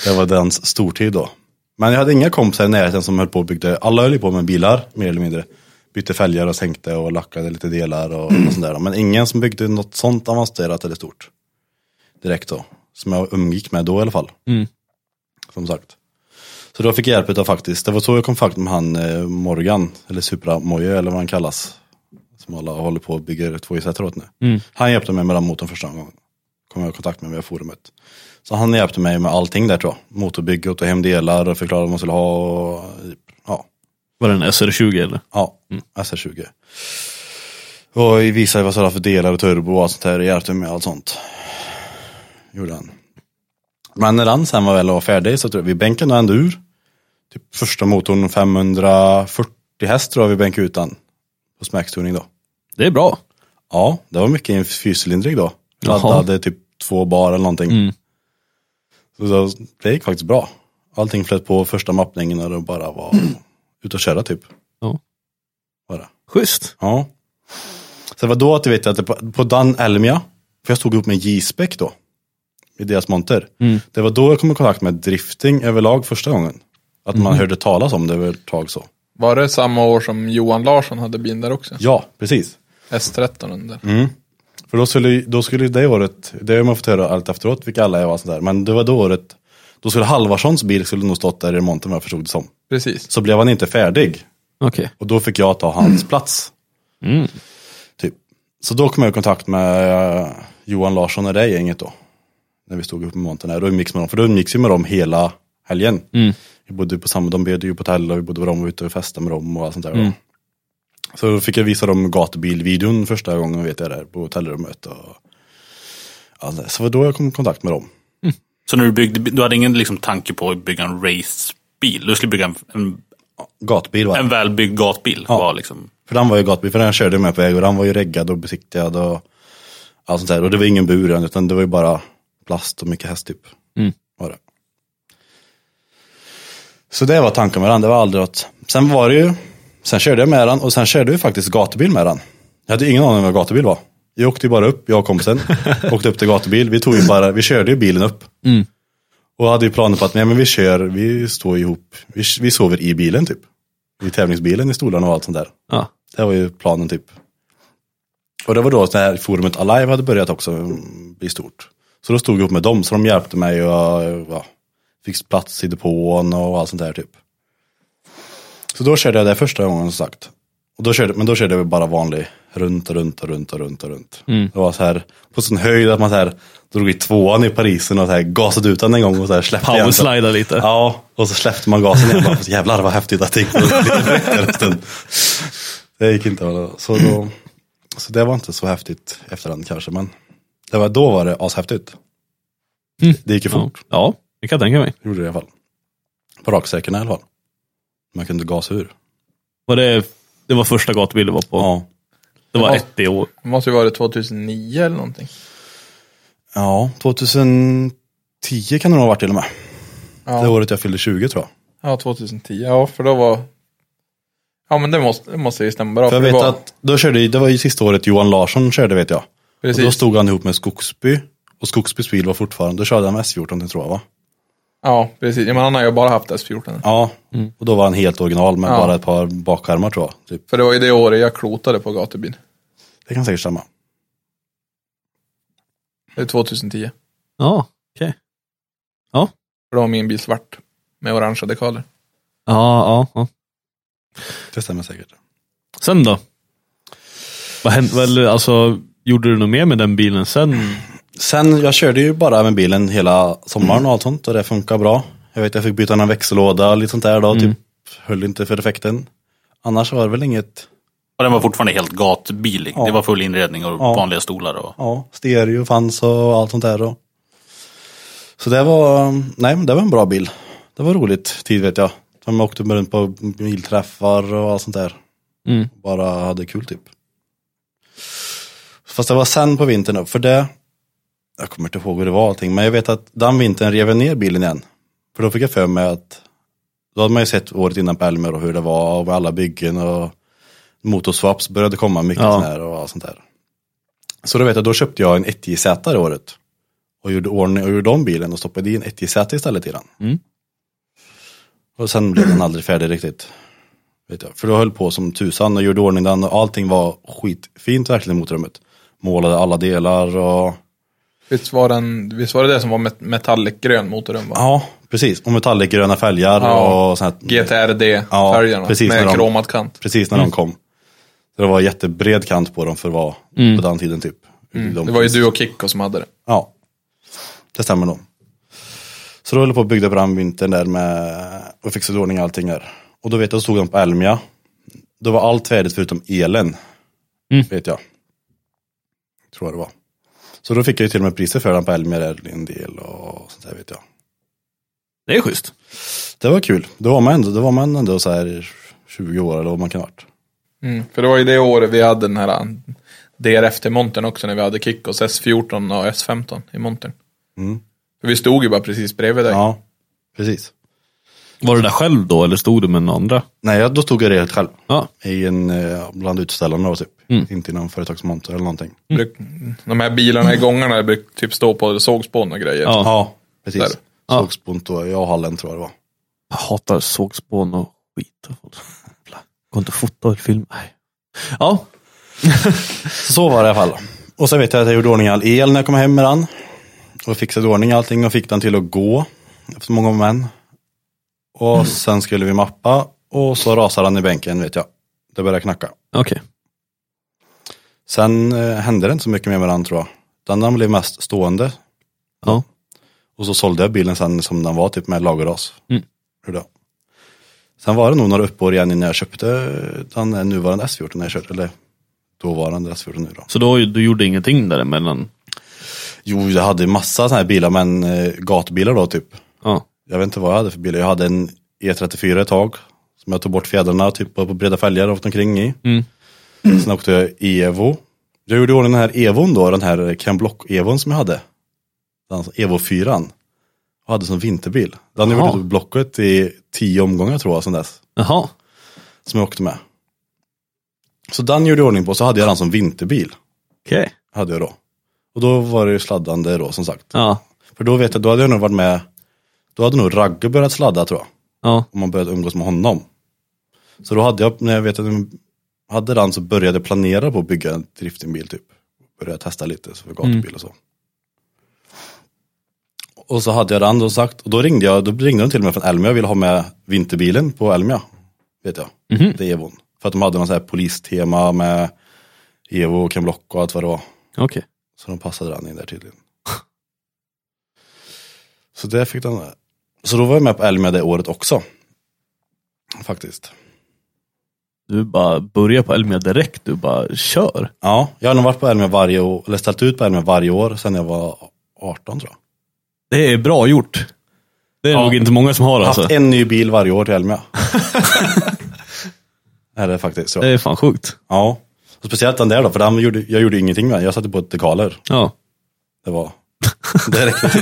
S4: Det var dens stortid då. Men jag hade inga kompisar i närheten som höll på och byggde, alla höll ju på med bilar mer eller mindre. Bytte fälgar och sänkte och lackade lite delar och, och sånt där. Men ingen som byggde något sånt avancerat eller stort. Direkt då. Som jag umgick med då i alla fall. Som sagt. Så då fick jag hjälp av faktiskt, det var så jag kom fakt med han eh, Morgan, eller Supra Moje eller vad han kallas som alla håller på och bygger två issätter åt nu. Han hjälpte mig med den motorn första gången. Kom jag i kontakt med via forumet. Så han hjälpte mig med allting där tror jag. Motorbygge och ta hem delar och förklara vad man skulle ha och ja.
S1: Var det en SR20 eller?
S4: Ja, SR20. Och visade vad jag hade för delar och turbo och allt sånt där. Hjälpte mig med allt sånt. Gjorde han. Men när den sen var väl och var färdig så tror jag vi bänkade nog ändå ur. Typ första motorn 540 häst tror jag vi bänkade ut den. På smacktuning då.
S1: Det är bra.
S4: Ja, det var mycket i en fyrcylindrig då.
S1: Jaha. Mm.
S4: Laddade typ två bar eller någonting. Så då- det gick faktiskt bra. Allting flöt på första mappningen och det bara var ut och köra typ.
S1: Ja.
S4: Var det.
S1: Schysst.
S4: Ja. Så det var då att du vet att det på, på Dan Elmia, för jag stod ihop med J-Spec då, i deras monter.
S1: Mm.
S4: Det var då jag kom i kontakt med drifting överlag första gången. Att
S1: Mhm.
S4: man hörde talas om det över ett tag så.
S3: Var det samma år som Johan Larsson hade bilen där också?
S4: Ja, precis.
S3: S13 den där.
S4: För då skulle, då skulle det året, det har man fått höra allt efteråt vilka alla är och allt sånt där. Men det var då året, då skulle Halvarssons bil skulle nog stått där i remonten vad jag förstod det som.
S3: Precis.
S4: Så blev han inte färdig
S1: Okej.
S4: och då fick jag ta hans plats. Typ. Så då kom jag i kontakt med eh, Johan Larsson och det gänget då. När vi stod uppe i montern här, då umgicks med dem. För då umgicks vi med dem hela helgen. Vi bodde på samma, de bjöd ju på hotell och vi bodde med dem och ute och festade med dem och allt sånt där. då. Så då fick jag visa dem gatubilvideon första gången vet jag där på hotellrummet. Och... allt det. Så var då jag kom i kontakt med dem.
S2: Så när du byggde, du hade ingen liksom, tanke på att bygga en racebil. Du skulle bygga en, en,
S4: Gatbil var det.
S2: en välbyggd gatbil. Var liksom.
S4: För den var ju gatbil, för den körde jag med på väg och den var ju reggad och besiktigad och allt sånt där. Och det var ingen bur i den, utan det var ju bara plast och mycket häst typ. Var det. Så det var tanken med den, det var aldrig att... Sen var det ju, sen körde jag med den och sen körde vi faktiskt gatubil med den. Jag hade ingen aning om vad gatubil var. Jag åkte ju bara upp, jag och kompisen, åkte upp till gatubil. Vi, tog ju bara, vi körde ju bilen upp. Och hade ju planer på att nej, men vi kör, vi står ihop, vi, vi sover i bilen typ. I tävlingsbilen, i stolarna och allt sånt där.
S1: Ja.
S4: Det var ju planen typ. Och det var då det här forumet Alive hade börjat också mm, bli stort. Så då stod jag upp med dem, så de hjälpte mig och ja, fick plats i depån och allt sånt där typ. Så då körde jag det första gången som sagt. Och då körde, men då körde jag bara vanlig, runt och runt och runt och runt och runt. Det var så här, på sån höjd att man så här, drog i tvåan i Parisen och så här gasade ut den en gång och så här släppte igen. Så-
S1: Powerslida lite.
S4: Ja, och så släppte man gasen igen. Bara, Jävlar vad häftigt att det gick. lite fräckt där en stund. Det gick inte. Så, då, så det var inte så häftigt efterhand kanske. Men det var, då var det ashäftigt.
S3: Mm.
S4: Det gick ju
S1: Ja.
S4: fort.
S1: ja, det kan jag tänka mig.
S4: Gjorde det i alla fall. På raksträckorna i alla fall. Man kunde gasa ur.
S1: Var det, det var första gatubil du var på.
S4: Ja.
S1: Det var
S3: Ja.
S1: ett i år.
S3: Det måste ju varit 2009 eller någonting.
S4: ja, 2010 kan det nog ha varit till och med. Det året jag fyllde 20 tror jag.
S3: Ja, 2010. Ja, för då var... Ja, men det måste, det måste ju stämma bra.
S4: För jag
S3: det
S4: vet
S3: var...
S4: att då körde, ju- det var ju sista året Johan Larsson körde vet jag. Och
S3: Precis.
S4: då stod han ihop med Skogsby. Och Skogsbys bil var fortfarande, då körde han med S14 tror jag va?
S3: Ja, precis. Ja, men han har ju bara haft S14.
S4: Ja, och då var han helt original med
S3: Mm. Ja.
S4: bara ett par bakskärmar tror jag. Typ.
S3: För det var ju det året jag klotade på gatubil.
S4: Det kan säkert stämma.
S3: Det är 2010.
S1: Ja, okej.
S3: För då var min bil svart. Med orangea dekaler.
S1: Ja, ja, ja.
S4: Det stämmer säkert.
S1: Sen då? Vad hände, väl, alltså, gjorde du något mer med den bilen sen?
S4: Sen, jag körde ju bara med bilen hela sommaren och allt sånt och det funkar bra. Jag vet, jag fick byta en växellåda och lite sånt där då, typ höll inte för effekten. Annars var det väl inget,
S2: Och den var fortfarande helt gatbilig.
S4: Ja.
S2: Det var full inredning och
S4: Ja.
S2: vanliga stolar. Och...
S4: ja, stereo fanns och allt sånt där då. Så det var, nej men det var en bra bil. Det var roligt tid vet jag. De åkte runt på bilträffar och allt sånt där.
S1: Mm.
S4: bara hade kul typ. Fast det var sen på vintern då, för det, jag kommer inte ihåg hur det var allting, men jag vet att den vintern rev jag ner bilen igen. För då fick jag för mig att, då hade man ju sett året innan på Elmer och hur det var och med alla byggen och motorswaps började komma mycket
S1: Ja.
S4: sån här och allt sånt där. Så då vet jag, då köpte jag en 1JZ det året. Och gjorde ordning och gjorde om bilen och stoppade i en 1JZ istället i den.
S1: Mm.
S4: Och sen blev den aldrig färdig riktigt. Vet jag. För då höll på som tusan och gjorde ordning den och allting var skitfint verkligen i motrummet. Målade alla delar och
S3: Visst var, den, visst var det det som var met- metallicgrön motorrum? Va?
S4: ja, precis. Och metallgröna fälgar
S3: Ja.
S4: och sånt. här- Ja,
S3: GTRD-färgerna.
S4: precis, när
S3: med
S4: de-
S3: kromad kant.
S4: Precis när de kom. Så det var jättebred kant på dem för att vara på den tiden typ. De
S3: Mm. Det var ju
S4: finns-
S3: du och Kikko som hade det.
S4: Ja, det stämmer nog. Så då höll jag på att bygga fram vintern där med och fixade i ordning allting här. Och då vet jag, då stod de på Elmia. Då var allt färdigt förutom elen.
S1: Mm.
S4: Vet jag. Tror jag det var. Så då fick jag ju till och med priser för den på Elmia där en del och sånt där vet jag.
S1: Det är schysst.
S4: Det var kul. Då var man ändå, då var man ändå så här 20 år eller vad man kan ha varit.
S3: Mm. För det var ju det året vi hade den här um, DRF-montern också när vi hade Kickos S14 och S15 i montern.
S4: Mm.
S3: För vi stod ju bara precis bredvid dig.
S4: Ja, precis.
S1: Var du där själv då eller stod du med någon andra?
S4: Nej, jag- då stod jag det helt själv.
S1: Ja.
S4: I en, eh, bland utställarna då typ.
S1: Mm.
S4: Inte i någon företagsmonter eller någonting.
S3: Mm. Bruk- De här bilarna i gångarna brukar typ stå på sågspån och grejer.
S1: Ja.
S4: Ja, precis.
S3: Där.
S1: Ja.
S4: Sågspont och jag och hallen tror jag det var.
S1: Jag hatar sågspån och skit. Går inte att fota och film. Nej. Ja,
S4: Så var det i alla fall. Och sen vet jag att jag gjorde ordning all el när jag kom hem med den. Och fixade i ordning allting och fick den till att gå. Efter många om och men. Och sen skulle vi mappa och så rasade han i bänken vet jag. Det började knacka.
S1: okej.
S4: Sen eh, hände det inte så mycket mer med den tror jag. Utan den blev mest stående.
S1: Ja.
S4: Och så sålde jag bilen sen som den var typ med lagerras.
S1: Mm.
S4: Hur då? Sen var det nog några uppår igen innan jag köpte den nuvarande S14 när jag körde. Eller dåvarande S14 nu då.
S1: Så då, du gjorde ingenting däremellan?
S4: Jo, jag hade massa sådana här bilar, men eh, gatbilar då typ.
S1: Ja.
S4: Jag vet inte vad jag hade för bilar. Jag hade en E34 ett tag. Som jag tog bort fjädrarna typ på breda fälgar och åkte omkring i.
S1: Mm.
S4: Sen åkte jag Evo. Jag gjorde i ordning den här Evon då, den här Ken Block-Evon som jag hade. Den Evo 4. och hade som vinterbil. Den har
S1: Jaha.
S4: varit ute på Blocket i tio omgångar tror jag sedan dess.
S1: Jaha.
S4: Som jag åkte med. Så den gjorde jag i ordning på, så hade jag den som vinterbil.
S1: Okej.
S4: Hade jag då. Och då var det ju sladdande då som sagt.
S1: Ja.
S4: För då vet jag, då hade jag nog varit med, då hade nog Ragge börjat sladda tror jag.
S1: Ja.
S4: Om man börjat umgås med honom. Så då hade jag, när jag vet att jag hade den så började jag planera på att bygga en driftingbil typ. Började testa lite så för gatubil och så. Och så hade jag den då sagt, och då ringde jag, då ringde de till mig från Elmia och ville ha med vinterbilen på Elmia. Vet jag, det är Evon. För att de hade någon sån här polistema med Evo och Ken Block och allt vad det var.
S1: Okej.
S4: Så de passade den in där tydligen. Så det fick den. Så då var jag med på Elmia det året också. Faktiskt.
S1: Du bara börjar på Elmia direkt. Du bara kör.
S4: Ja, jag har nog varit på Elmia varje år, eller ställt ut på Elmia varje år sedan jag var 18 tror jag.
S1: Det är bra gjort. Det är
S2: Ja.
S1: nog inte många som har alltså.
S4: Haft en ny bil varje år till Elmia. är det faktiskt så.
S1: Det är fan sjukt.
S4: Ja. Och speciellt den där då, för den gjorde, jag gjorde ingenting med den. Jag satte på dekaler.
S1: Ja.
S4: Det var... Det räckte till.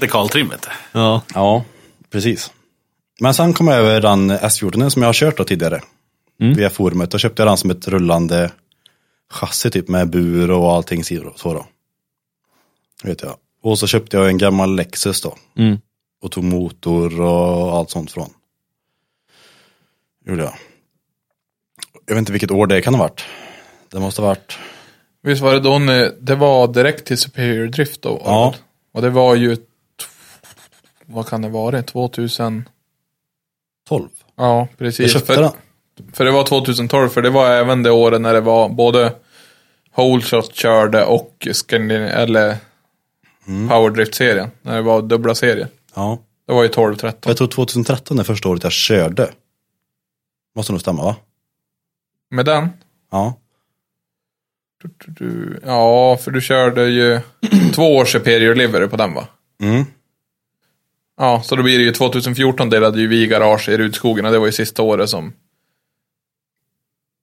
S2: Dekaltrimmet.
S1: Ja.
S4: Ja, precis. Men sen kom jag över den S14 som jag har kört då tidigare. Via forumet. Då köpte jag den som ett rullande chassi typ med bur och allting sidor och så då. Vet jag. Och så köpte jag en gammal Lexus då.
S1: Mm.
S4: Och tog motor och allt sånt från. Gjorde jag. Jag vet inte vilket år det kan ha varit. Det måste ha varit
S3: Visst var det då när det var direkt till Superior Drift då?
S4: Ja.
S3: Och det var ju, t- vad kan det vara, 2000?
S4: 12.
S3: Ja,
S4: Jag
S3: precis.
S4: köpte
S3: för,
S4: den.
S3: för det var 2012, för det var även det året när det var både Holeshot körde och Scandinavian, eller Powerdrift-serien. När det var dubbla serier.
S4: Ja.
S3: Det var ju 12-13.
S4: Jag tror 2013 är första året jag körde. Måste nog stämma va?
S3: Med den?
S4: Ja.
S3: Du, du, du, ja, för du körde ju två års Superior Livery på den va?
S4: Mm.
S3: Ja, så då blir det ju 2014 delade ju vi garage i Rudskogen och det var ju sista året som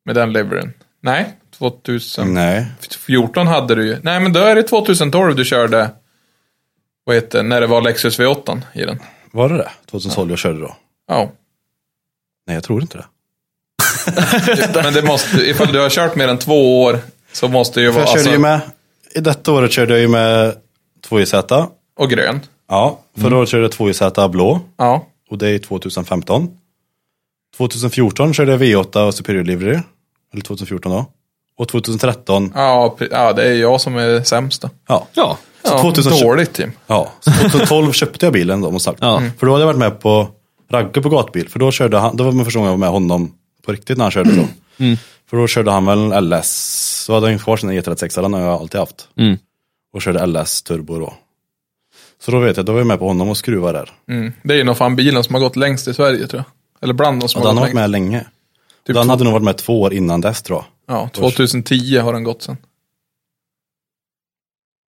S3: med den leverin. Nej, 2014
S4: Nej.
S3: hade du ju. Nej, men då är det 2012 du körde vad heter det, när det var Lexus V8 i den.
S4: Var det det? 2012 jag körde då?
S3: Ja,
S4: Nej, jag tror inte det.
S3: men det måste, ifall du har kört mer än två år så måste det ju
S4: För
S3: vara alltså,
S4: jag alltså- körde ju med, i detta året körde jag ju med 2JZ.
S3: och grön.
S4: Ja, förra året körde jag 2JZ blå
S3: Ja,
S4: och det är 2015. 2014 körde jag V8 och Superior Livery. Eller 2014 då. Och 2013,
S3: ja, pre- ja, det är jag som är sämst då.
S4: ja.
S1: Ja.
S3: Ja,
S4: 2020
S3: Dåligt Jim.
S4: Ja, så 2012 köpte jag bilen då, måste sagt. För då hade jag varit med på Ragge på gatbil, för då körde han, det var första gången jag var med honom på riktigt när han körde
S1: Mm.
S4: då. För då körde han väl en LS, så hade han kvar sina E36, den har jag alltid haft.
S1: Mm.
S4: Och körde LS turbo då. Så då vet jag, då var jag med på honom och skruvade där.
S3: Mm. Det är ju nog fan bilen som har gått längst i Sverige tror jag. Eller bland de som
S4: Och den
S3: har
S4: har
S3: gått
S4: varit
S3: längst.
S4: med länge.
S3: Typ
S4: den hade nog varit med två år innan dess tror jag.
S3: Ja, 2010 har den gått sen.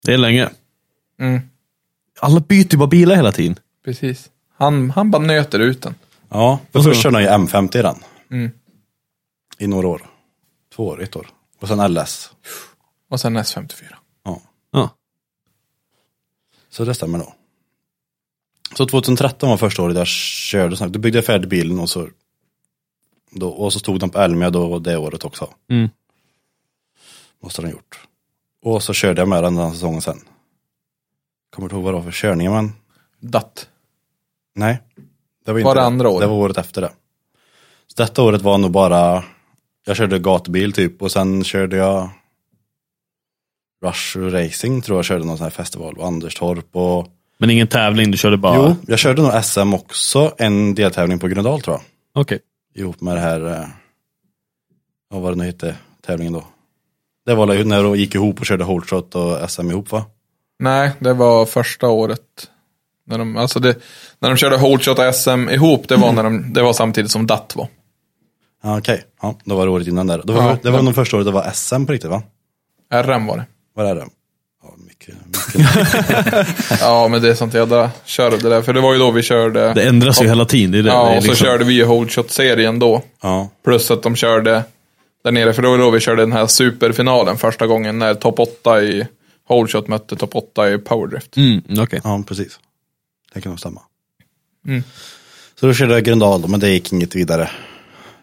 S1: Det är länge.
S3: Mm.
S1: Alla byter ju bara bilar hela tiden.
S3: Precis. Han, han bara nöter ut den.
S4: Ja, för först körde han ju M50 i den.
S3: Mm.
S4: I några år. Två år, ett år. Och sen LS.
S3: Och sen S54.
S4: Ja.
S1: Ja.
S4: Så det stämmer nog. Så 2013 var första året jag körde snabbt. Då byggde jag färdigt bilen och så, då, och så stod den på Elmia då det året också.
S1: Mm.
S4: Måste den ha gjort. Och så körde jag med den den säsongen sen. Kommer inte ihåg vad det var för körning men
S3: Datt.
S4: nej. Det var, inte
S3: Var det andra året?
S4: Det var året efter det. Så detta året var nog bara, jag körde gatbil typ och sen körde jag Rush Racing tror jag körde någon sån här festival. Och Anderstorp och
S1: Men ingen tävling, du körde bara...
S4: Jo, jag körde nog SM också, en deltävling på Gröndal tror jag.
S1: Okej.
S4: Ihop med det här, eh, vad var det nu hette tävlingen då? Det var väl när de gick ihop och körde holeshot och SM ihop va?
S3: Nej, det var första året. När de, alltså det, när de körde Holeshot och SM ihop, det var, när de, det var samtidigt som Datt var.
S4: Ja, Okej, ja, då var det året innan där. Det var,
S3: Ja,
S4: det var
S3: ja.
S4: nog första året det var SM på riktigt va?
S3: RM var det.
S4: Vad är det? Ja, mycket, mycket.
S3: Ja, men det är sånt jävla kör det där. För det var ju då vi körde.
S1: Det ändras ju hela tiden. Det är det. det
S3: ja,
S1: är
S3: och så
S1: liksom-
S3: körde vi ju Holeshot-serien då.
S4: ja,
S3: Plus att de körde där nere, för då var det då vi körde den här superfinalen första gången när topp 8 i Holdshot mötte topp 8 i powerdrift.
S1: Mm, okej.
S4: Ja, precis. Det kan nog stämma.
S1: Mm.
S4: Så då körde jag Gröndal då, men det gick inget vidare.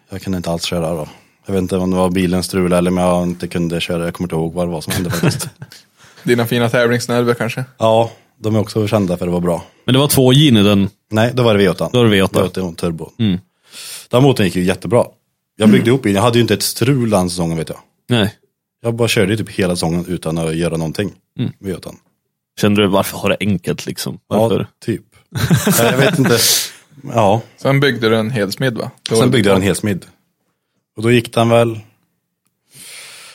S4: Jag kunde inte alls köra då. Jag vet inte om det var bilens strul eller om jag inte kunde köra. Jag kommer inte ihåg vad det var som hände faktiskt.
S3: Dina fina tävlingsnerver kanske?
S4: ja, de är också kända för att vara bra.
S1: Men det var två gin i den.
S4: Nej, då var det V8.
S1: Då var det Mm. V8.
S4: V8 turbo. Den motorn gick ju jättebra. Jag
S1: Mm.
S4: byggde ihop bilen. Jag hade ju inte ett strul den säsongen vet jag.
S1: Nej.
S4: Jag bara körde ju typ hela säsongen utan att göra någonting.
S1: Mm.
S4: V8.
S1: Kände du varför har det enkelt liksom? Varför?
S4: Ja, typ. Nej, jag vet inte. Ja,
S3: Sen byggde du en helsmed va? Då-
S4: Sen byggde jag en helsmid. Och då gick den väl...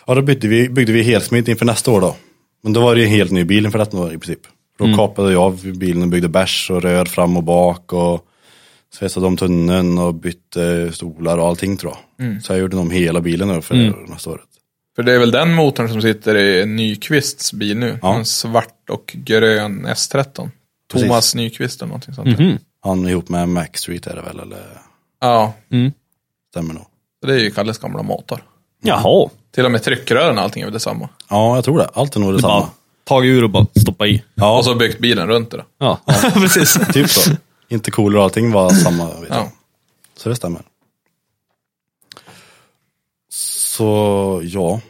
S4: Ja, då byggde vi, byggde vi helsmid inför nästa år då. Men då var det ju en helt ny bil inför detta år i princip. Då kapade jag av bilen och byggde bärs och rör fram och bak och svetsade om tunneln och bytte stolar och allting tror jag. Så jag gjorde om hela bilen då för nästa året.
S3: För det är väl den motorn som sitter i Nyqvists bil nu? En svart och grön S13.
S4: Precis.
S3: Thomas Nyqvist eller någonting sånt. där.
S4: Han är ihop med Mac Street är det väl, eller
S3: Ja,
S4: stämmer nog.
S3: det är ju Kalles gamla motor.
S1: Jaha.
S3: Till och med tryckrören och allting är väl detsamma.
S4: Ja, jag tror det. Allt är alltså, nog detsamma.
S1: Bara tag ur och bara stoppa i.
S3: Och så byggt bilen runt det då.
S1: Ja, precis.
S4: Typ så. Inte cooler och allting var samma. Vet jag.
S3: Ja.
S4: Så det stämmer. Så ja,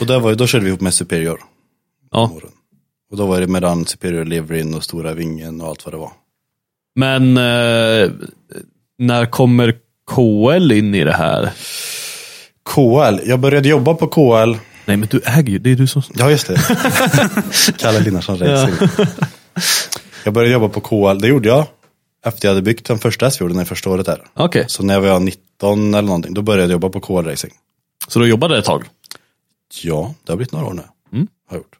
S4: och där var, ju- då körde vi ihop med Superior.
S1: Ja.
S4: Morgon. Och då var det med den Superior Liveryn och stora vingen och allt vad det var.
S1: Men eh, när kommer KL in i det här?
S4: KL, jag började jobba på KL.
S1: Nej men du äger ju, det är du som...
S4: Ja just det. Kalle Linnarsson Racing. Jag började jobba på KL, det gjorde jag. Efter jag hade byggt den första S-fjorden det första året där.
S1: Okej,
S4: Så när jag var 19 eller någonting, då började jag jobba på KL Racing.
S1: så du jobbade ett tag?
S4: Ja, det har blivit några år nu. Har jag gjort.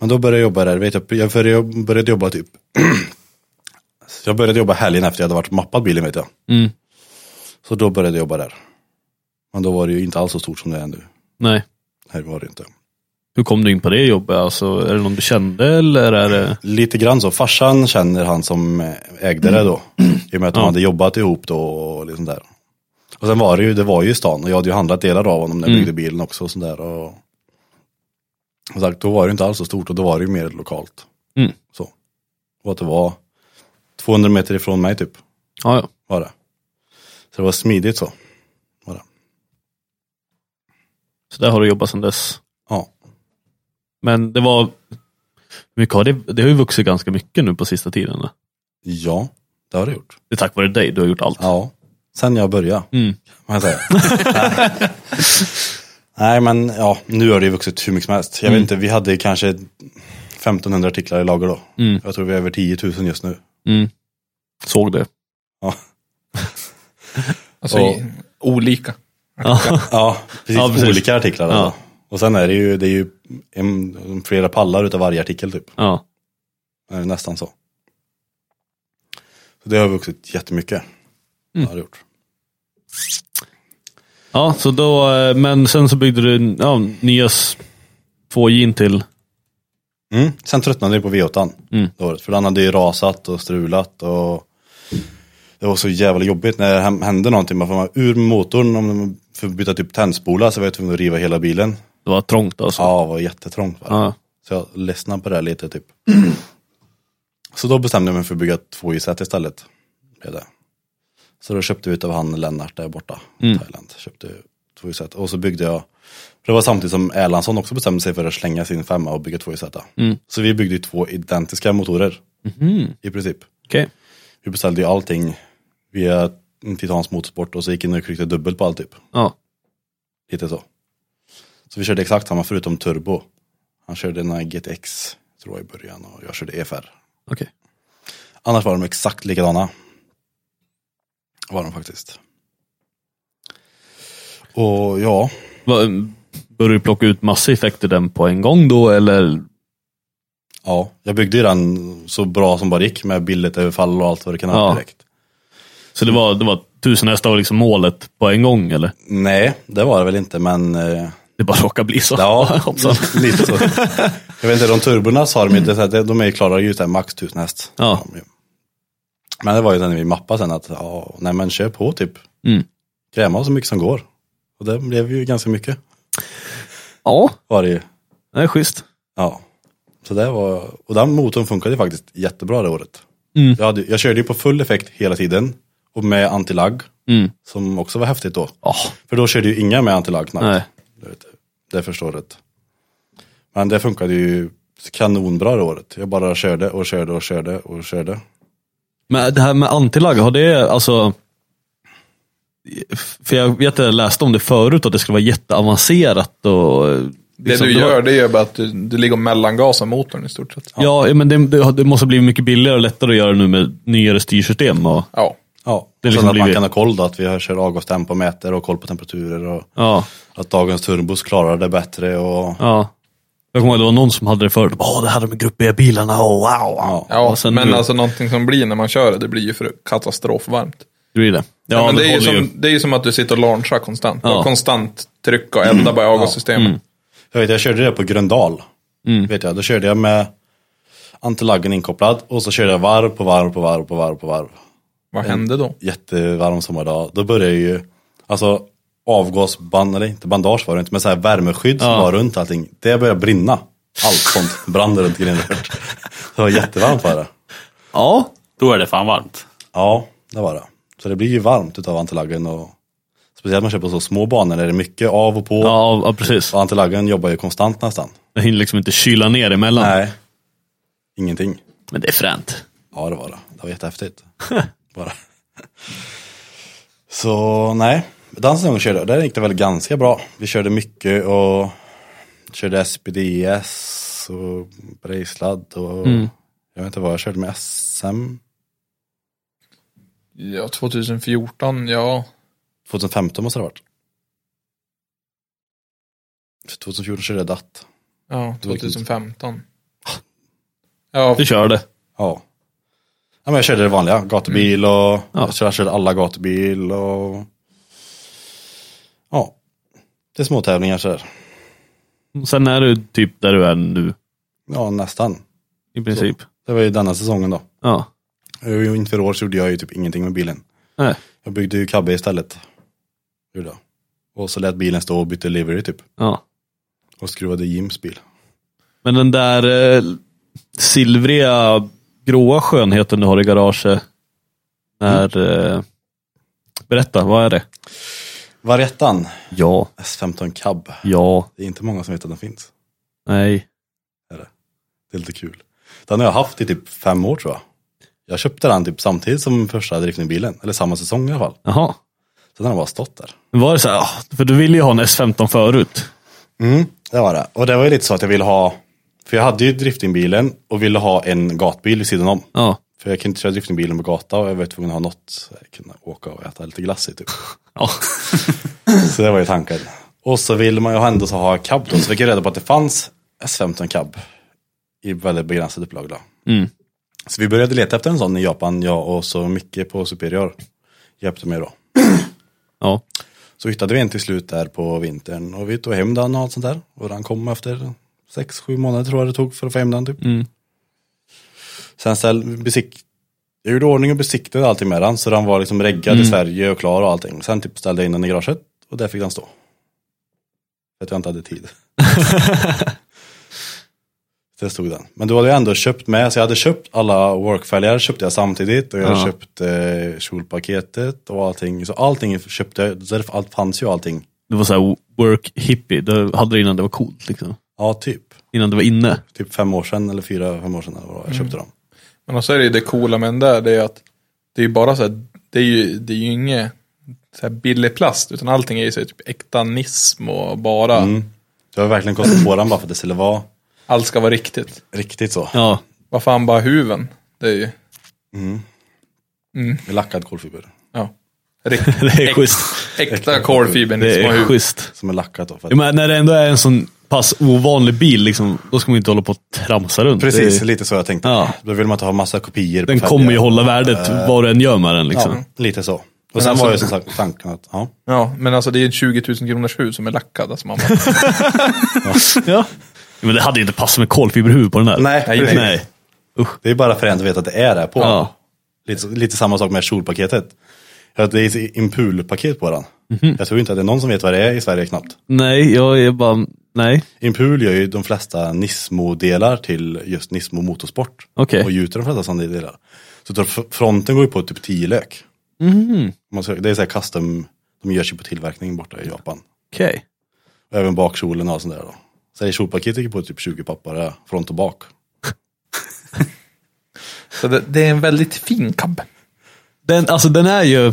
S4: Men då började jag jobba där, vet jag, jag började- jag började jobba typ, Så jag började jobba helgen efter jag hade varit mappad bilen vet jag.
S1: Mm.
S4: Så då började jag jobba där. Men då var det ju inte alls så stort som det är nu.
S1: Nej.
S4: Nej, det var det inte.
S1: Hur kom du in på det jobbet? Alltså, är det någon du kände eller är det...
S4: Lite grann så, farsan känner han som eh, ägde det då. I och med att de
S1: Mm. Ja.
S4: hade jobbat ihop då och liksom där. Och sen var det ju, det var ju i stan och jag hade ju handlat delar av honom när jag
S1: Mm.
S4: byggde bilen också och sånt där. Och, och sagt, då var det inte alls så stort och då var det ju mer lokalt.
S1: Mm.
S4: Så. Och att det var 200 meter ifrån mig typ,
S1: Ja, ja.
S4: var det. Så det var smidigt så. Var det.
S1: Så där har du jobbat sedan dess.
S4: Ja.
S1: Men det var... hur mycket har det, det har ju vuxit ganska mycket nu på sista tiden. va?
S4: ja, det har det gjort.
S1: Det är tack vare dig, du har gjort allt.
S4: Ja, sen jag började.
S1: Mm.
S4: kan man säga. Nej. Nej men ja, nu har det ju vuxit hur mycket som helst. Jag
S1: Mm.
S4: vet inte, vi hade kanske 1500 artiklar i lager då.
S1: Mm.
S4: Jag tror vi är över 10 000 just nu.
S1: Mm. Såg det.
S4: Ja,
S3: Alltså
S4: Och-
S3: i- olika.
S1: Ja.
S4: ja, precis,
S1: Ja, precis.
S4: olika artiklar.
S1: Ja.
S4: Alltså. Och sen är det ju, det är ju en, flera pallar utav varje artikel typ.
S1: ja.
S4: Det är Nästan så. så det har vuxit jättemycket. Mm. Har det gjort.
S1: Ja, så då, eh, men sen så byggde du ja, nya s- två gin till.
S4: Mm. Sen tröttnade jag på V8
S1: Mm.
S4: det året, för den hade ju rasat och strulat och det var så jävla jobbigt när det hem- hände någonting. Man får vara ur motorn om de- för att byta typ tändspolar så var jag tvungen att riva hela bilen.
S1: Det var trångt alltså.
S4: Ja, det var jättetrångt. Var det.
S1: Ja.
S4: Så jag ledsnade på det här lite typ. så då bestämde jag mig för att bygga två i-sätt istället. Blev det. Så då köpte vi utav han Lennart där borta i Thailand. Köpte två i-sätt och så byggde jag. för Det var samtidigt som Erlandsson också bestämde sig för att slänga sin femma och bygga två i-sätt. Så vi byggde ju två identiska motorer. I princip.
S1: Okej.
S4: Vi beställde ju allting via Titans Motorsport och så gick in och tryckte dubbelt på allt typ.
S1: Ja.
S4: Lite så. Så vi körde exakt samma förutom turbo. Han körde en GTX tror jag i början och jag körde EFR.
S1: Okej.
S4: Annars var de exakt likadana. Var de faktiskt. Och ja,
S1: Va- mm, Började du plocka ut massa effekter den på en gång då eller?
S4: ja, jag byggde ju den så bra som bara gick med billigt överfall och allt vad det kan ha
S1: Ja.
S4: direkt.
S1: Så det var, det var tusen hästar var liksom målet på en gång eller?
S4: Nej, det var det väl inte men eh,
S1: Det bara råkade bli så.
S4: Ja,
S1: Hoppsan.
S4: lite så. Jag vet inte, de turborna sa de inte, så här, de är ju klara ju så här max 1000 häst.
S1: Ja.
S4: Men det var ju sen när vi mappade sen att, ja, nej men kör på typ.
S1: Mm.
S4: Kräma så mycket som går. Och det blev ju ganska mycket.
S1: ja,
S4: Var det ju.
S1: det är schysst.
S4: Ja. Så det var, och den motorn funkade faktiskt jättebra det året.
S1: Mm.
S4: Jag, hade, jag körde ju på full effekt hela tiden och med antilagg.
S1: Mm.
S4: Som också var häftigt då. För då körde ju inga med antilagg knappt.
S1: Nej.
S4: Du vet, Det förstår rätt. Men det funkade ju kanonbra det året. Jag bara körde och körde och körde och körde.
S1: Men det här med antilagg, har det alltså... För jag vet att jag läste om det förut, att det skulle vara jätteavancerat och... eh, liksom,
S3: Det du gör, det är ju bara att du, du ligger mellan gas och motorn i stort sett.
S1: Ja, men det, det, det måste bli mycket billigare och lättare att göra nu med nyare styrsystem. Och,
S3: Ja.
S4: Ja,
S1: Det är
S4: och
S1: liksom
S4: sen att man
S1: blivit-
S4: kan ha koll då, att vi kör avgastempo, mäter och koll på temperaturer och
S1: ja,
S4: att dagens turbos klarar det bättre och
S1: ja. Jag kommer ihåg att det var någon som hade det förut. Åh, det här med grupp B-bilarna, oh, wow. wow.
S3: Ja,
S1: Och sen
S3: men
S1: nu-
S3: alltså någonting som blir när man kör det, det blir ju för katastrofvarmt.
S1: Det blir det. Ja,
S3: men det, är ju
S1: håller
S3: som, det är ju som att du sitter och launchar konstant.
S1: Ja. Mm.
S3: Bara Konstant trycka och elda bara i avgassystemet.
S4: Jag vet, jag körde det på Gröndal. Vet jag, då körde jag med antilaggen inkopplad och så körde jag varv på varv på varv på varv på varv.
S3: Vad hände då?
S4: Jättevarm sommardag. Då började jag ju, alltså avgasband, eller inte bandage var det inte, men så här värmeskydd som var runt allting. Det började brinna. Allt sånt brann runt grindrört. Det var jättevarmt var det.
S1: Ja,
S2: Då är det fan varmt.
S4: Ja, det var det. Så det blir ju varmt utav antilaggen och speciellt när man kör på så små banor där det är mycket av och på.
S1: ja, ja, precis.
S4: Och antilaggen jobbar ju konstant nästan.
S1: Jag hinner liksom inte kyla ner emellan.
S4: Nej, ingenting.
S1: Men det är fränt.
S4: Ja det var det. Det var jättehäftigt. Bara. Så nej, den säsongen körde jag. Där gick det väl ganska bra. Vi körde mycket och körde SPDS och Brejsladd och
S1: Mm.
S4: jag vet inte vad jag körde med SM.
S3: Ja, 2014, ja.
S4: 2015 måste det ha varit. 2014 körde jag DAT.
S3: Ja, 2015. Ja,
S1: Du kör det.
S4: Ja. ja men jag körde det vanliga, gatubil och jag körde, jag körde alla gatubil och ja, det är små tävlingar sådär.
S1: Sen är du typ där du är nu,
S4: Ja, nästan.
S1: i princip.
S4: Det var ju denna säsongen då.
S1: Ja.
S4: Och Inför år så gjorde jag ju typ ingenting med bilen.
S1: Nej.
S4: Jag byggde ju kabbe istället. Gjorde jag. Och så lät bilen stå och bytte livery typ.
S1: ja.
S4: Och skruvade Jims bil.
S1: Men den där eh, silvriga gråa skönheten du har i garaget. När, eh, berätta, vad är det?
S4: Variettan
S1: Ja,
S4: S15 cab.
S1: ja,
S4: Det är inte många som vet att den finns.
S1: nej.
S4: Det är lite kul. Den har jag haft i typ fem år tror jag. Jag köpte den typ samtidigt som första driften i bilen. Eller samma säsong i alla fall.
S1: Jaha.
S4: Så den har bara stått där.
S1: Men Var det så här, ah, för du ville ju ha en S15 förut.
S4: Mm, det var det. Och det var ju lite så att jag ville ha, för jag hade ju driftingbilen och ville ha en gatbil vid sidan om.
S1: Ja.
S4: För jag kunde inte köra driftingbilen på gata och jag var tvungen att ha något så jag kunde åka och äta lite glass i typ.
S1: ja.
S4: Så det var ju tanken. Och så ville man ju ändå så ha cab då, så fick jag reda på att det fanns S15 cab i väldigt begränsad upplaga. då.
S1: Mm.
S4: Så vi började leta efter en sån i Japan, jag och så mycket på Superior hjälpte mig då.
S1: Ja.
S4: Så hittade vi en till slut där på vintern och vi tog hem den och allt sånt där. Och den kom efter sex, sju månader tror jag det tog för att få hem den typ.
S1: Mm.
S4: Sen ställ, besik, jag gjorde ordning och besiktade allting med den så den var liksom reggad i Sverige och klar och allting. Sen typ ställde jag in den i garaget och där fick den stå. För att jag inte hade tid. Där stod den. Men då hade jag ändå köpt med, så jag hade köpt alla workfälgar köpte jag samtidigt och jag
S1: Ja.
S4: köpte eh, kjolpaketet och allting. Så allting köpte jag, så det- allt fanns ju allting.
S1: Det var så här work hippie. Du hade det innan det var coolt. Liksom.
S4: Ja, typ.
S1: Innan det var inne.
S4: Typ fem år sedan eller fyra, fem år sedan eller vad det var jag köpte dem.
S3: men också är det ju det coola med den där, det är att det är ju bara så här, det är ju, det är ju inget så här billig plast, utan allting är ju så här, typ äkta nism och bara,
S1: Mm.
S4: Så jag Mm. har verkligen kostat på den bara för att det skulle vara
S3: allt ska vara riktigt.
S4: riktigt så.
S1: Ja.
S3: Vad fan, bara huven. Det är ju,
S4: Lackad kolfiber.
S3: ja. Rikt,
S1: Det är schysst.
S3: äkta kolfibern i
S1: Det
S3: små
S1: är
S3: huvud.
S1: schysst.
S4: Som är lackat då. För att,
S1: Ja, men när det ändå är en sån pass ovanlig bil, liksom, då ska man inte hålla på och tramsa runt.
S4: precis,
S1: Det,
S4: lite så jag tänkte.
S1: Ja.
S4: Då vill man inte ha massa kopior. på
S1: den
S4: fälgar.
S1: kommer ju hålla värdet vad du än gör med den. Liksom.
S4: Ja, lite så. Och sen
S3: alltså-
S4: var ju som sagt tanken att, ja.
S3: Ja, men alltså det är en 20 000 kronors huv som är lackad. Alltså man bara,
S1: Ja. Men det hade ju inte passat med kolfiberhuvud på den där.
S4: Nej,
S1: nej.
S4: precis.
S1: nej.
S4: Det är bara fränt att veta att det är det på.
S1: Ja.
S4: Lite, lite samma sak med kjolpaketet. Ja, Det är
S1: Mhm.
S4: ett impulpaket på den. Jag tror inte att det är någon som vet vad det är i Sverige knappt.
S1: nej, jag är bara Nej,
S4: Impul gör ju de flesta Nismo-delar till just Nismo Motorsport.
S1: Okej.
S4: Och gjuter de flesta sådana delar. Så tar f- fronten går ju på typ 10 lök. Om Man ska, det är så här custom, de görs ju på tillverkning borta i Japan.
S1: okej.
S4: Och även bakkjolen och allt sånt där då. Så det kjolpaketet gick på typ 20 pappare, front och bak.
S3: Så det, det är en väldigt fin cab.
S1: Den, alltså den är ju...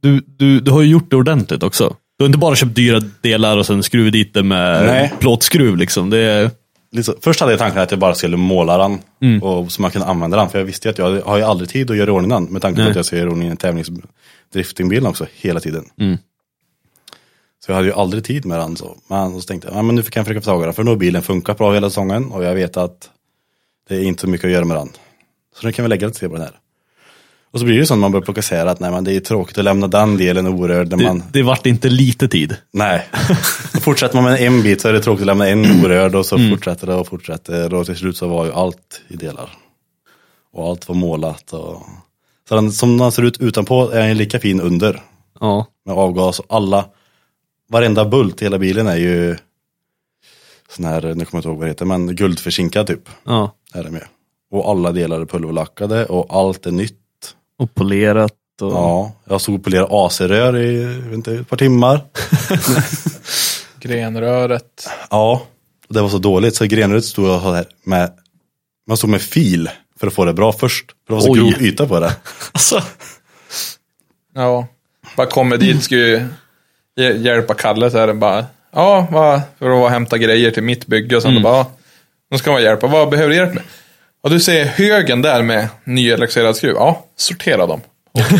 S1: Du, du, du har ju gjort det ordentligt också. Du har inte bara köpt dyra delar och sen skruvat dit det med
S4: Nej.
S1: plåtskruv liksom. Det är,
S4: Lite så- Först hade jag tanken att jag bara skulle måla den, och, så man kunde använda den. För jag visste ju att jag har ju aldrig tid att göra i ordning den, med tanke på att jag ska göra i ordning en tävlingsdriftingbil också, hela tiden. Så jag hade ju aldrig tid med den. Så. Men så tänkte jag, "Ja, men nu kan jag försöka få tag i den, för nu har bilen funkat bra hela säsongen och jag vet att det är inte så mycket att göra med den. Så nu kan vi lägga lite tid på den här. Och så blir det ju så när man börjar plocka isär att nej, men det är tråkigt att lämna den delen orörd. När
S1: det,
S4: man,
S1: det vart inte lite tid.
S4: Nej. Och fortsätter man med en bit så är det tråkigt att lämna en orörd och så fortsätter det och fortsätter och till slut så var ju allt i delar. Och allt var målat och så den, som den ser ut utanpå är den ju lika fin under
S1: Ja.
S4: med avgas och alla, varenda bult i hela bilen är ju sån här, nu kommer jag inte ihåg vad det heter, men guldförsinkad typ
S1: ja.
S4: är det med. Och alla delar är pulverlackade och allt är nytt.
S1: Och polerat. Och...
S4: Ja, jag stod och polerade AC-rör i, jag vet inte, ett par timmar.
S3: Grenröret.
S4: Ja, och det var så dåligt så grenröret stod jag så här med, man stod med fil för att få det bra först. För det var så
S1: Oj.
S4: grov yta på det.
S1: Alltså,
S3: Ja. Bara kommer dit, ska ju hj- hjälpa Kalle så är det bara, ja, vad, för att bara hämta grejer till mitt bygge och sånt. Och bara, ja, nu ska man hjälpa, vad behöver du hjälp med? Och du ser högen där med nyelaxerad skruv, ja, sortera dem. Okej.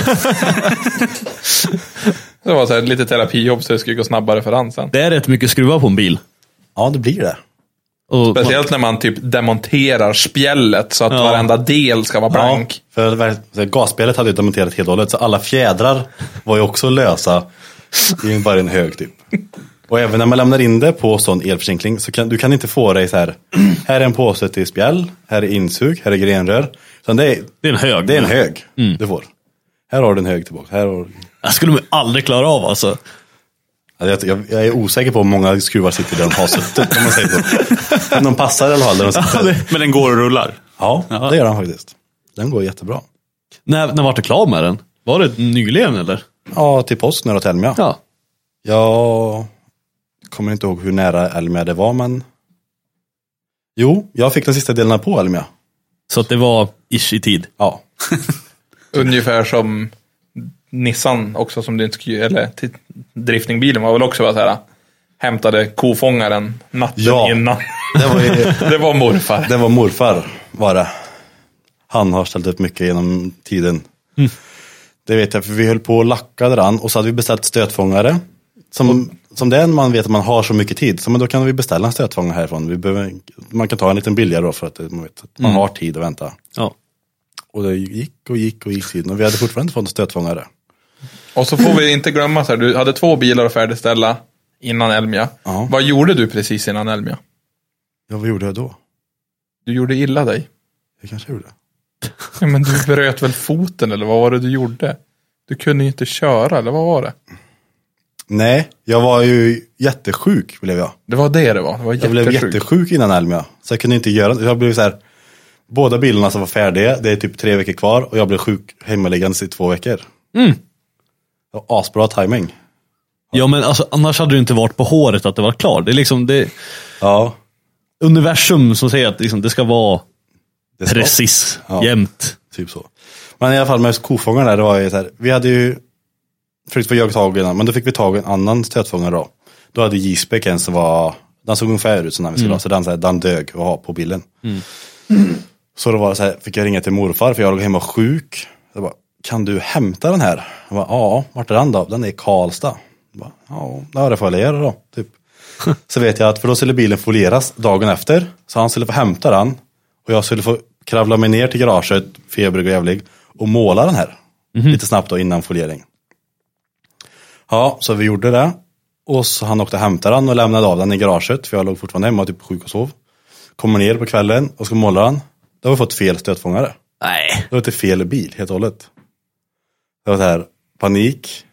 S3: det var så här, lite terapijobb så det skulle gå snabbare för han sen.
S1: det är rätt mycket skruvar på en bil.
S4: Ja, det blir det.
S1: Och
S3: Speciellt när man typ demonterar spjället så att
S1: Ja.
S3: varenda del ska vara
S4: Ja,
S3: blank.
S4: för ver- så här, gasspelet hade ju demonterat helt och hållet så alla fjädrar var ju också lösa i bara en hög typ. Och även när man lämnar in det på sån elförsinkling så kan du kan inte få dig så här, här är en påse till spjäll, här är insug, här är grenrör. Utan det är,
S1: Det är en hög.
S4: det är en hög du får. Här har du en hög tillbaka, här har du
S1: Det skulle man ju aldrig klara av alltså.
S4: Alltså, jag, jag, jag är osäker på hur många skruvar sitter där de har suttit. Om man säger så. Men de passar i alla fall där de sitter.
S2: Men den går och rullar.
S4: Ja, det gör den faktiskt. Den går jättebra.
S1: När, när vart du klar med den? Var det nyligen eller?
S4: Ja, till post nu då till Elmia.
S1: Ja.
S4: Jag kommer inte ihåg hur nära Elmia det var, men jo, jag fick den sista delen på Elmia.
S1: Så att det var ish i tid.
S4: Ja,
S3: Ungefär som Nissan också som du inte skulle, eller till- driftingbilen var väl också bara så här. Hämtade kofångaren natten
S4: Ja.
S3: innan.
S4: det var, ju,
S3: Det var morfar.
S4: det var morfar var det. Han har ställt upp mycket genom tiden. Det vet jag, för vi höll på och lackade den och så hade vi beställt stötfångare. Som, som det är när man vet att man har så mycket tid, så men då kan vi beställa en stötfångare härifrån. Vi behöver, man kan ta en liten billigare då för att det- man, vet, att man har tid att vänta.
S1: Ja.
S4: Och det gick och gick och gick tiden och vi hade fortfarande inte fått en stötfångare.
S3: Och så får vi inte glömma så här, du hade två bilar att färdigställa innan Elmia.
S4: Ja.
S3: Vad gjorde du precis innan Elmia?
S4: Ja, vad gjorde jag då?
S3: Du gjorde illa dig.
S4: Jag kanske gjorde det.
S3: Ja, men du bröt väl foten eller vad var det du gjorde? Du kunde ju inte köra eller vad var det?
S4: Nej, jag var ju jättesjuk blev jag.
S3: Det var det det var. Det var
S4: Jag blev jättesjuk innan Elmia. Så jag kunde inte göra Jag blev så här. Båda bilarna som var färdiga, det är typ tre veckor kvar och jag blev sjuk hemmaliggandes i två veckor. Mm. Det var asbra timing.
S1: Ja men alltså, annars hade du inte varit på håret att det var klart. Det är liksom, det,
S4: Ja.
S1: universum som säger att liksom, det ska vara
S4: Det ska-
S1: precis,
S4: Ja.
S1: jämt.
S4: Typ så. Men i alla fall med kofångaren där, det var ju så här, vi hade ju försökt få jag tag i den, men då fick vi tag i en annan stötfångare då. Då hade J-spec en som var, den såg ungefär ut som den vi skulle ha, så den, så här, den dög att ha på bilden. Så då var det så här, fick jag ringa till morfar för jag låg hemma sjuk. Jag bara, kan du hämta den här? Jag bara, ja, vart är den då? Den är i Karlstad. Jag bara, ja, ja, det får jag göra då, typ. Så vet jag att, för då skulle bilen folieras dagen efter. Så han skulle få hämta den. Och jag skulle få kravla mig ner till garaget, febrig och jävlig, och måla den här. Lite snabbt då innan foliering. Ja, så vi gjorde det. Och så han åkte och hämtade den och lämnade av den i garaget, för jag låg fortfarande hemma typ sjuk och sov. Kommer ner på kvällen och ska måla den. Då har vi fått fel stötfångare.
S1: Nej.
S4: Då var det fel bil helt och hållet. Det var så här,
S3: Mm.
S4: panik.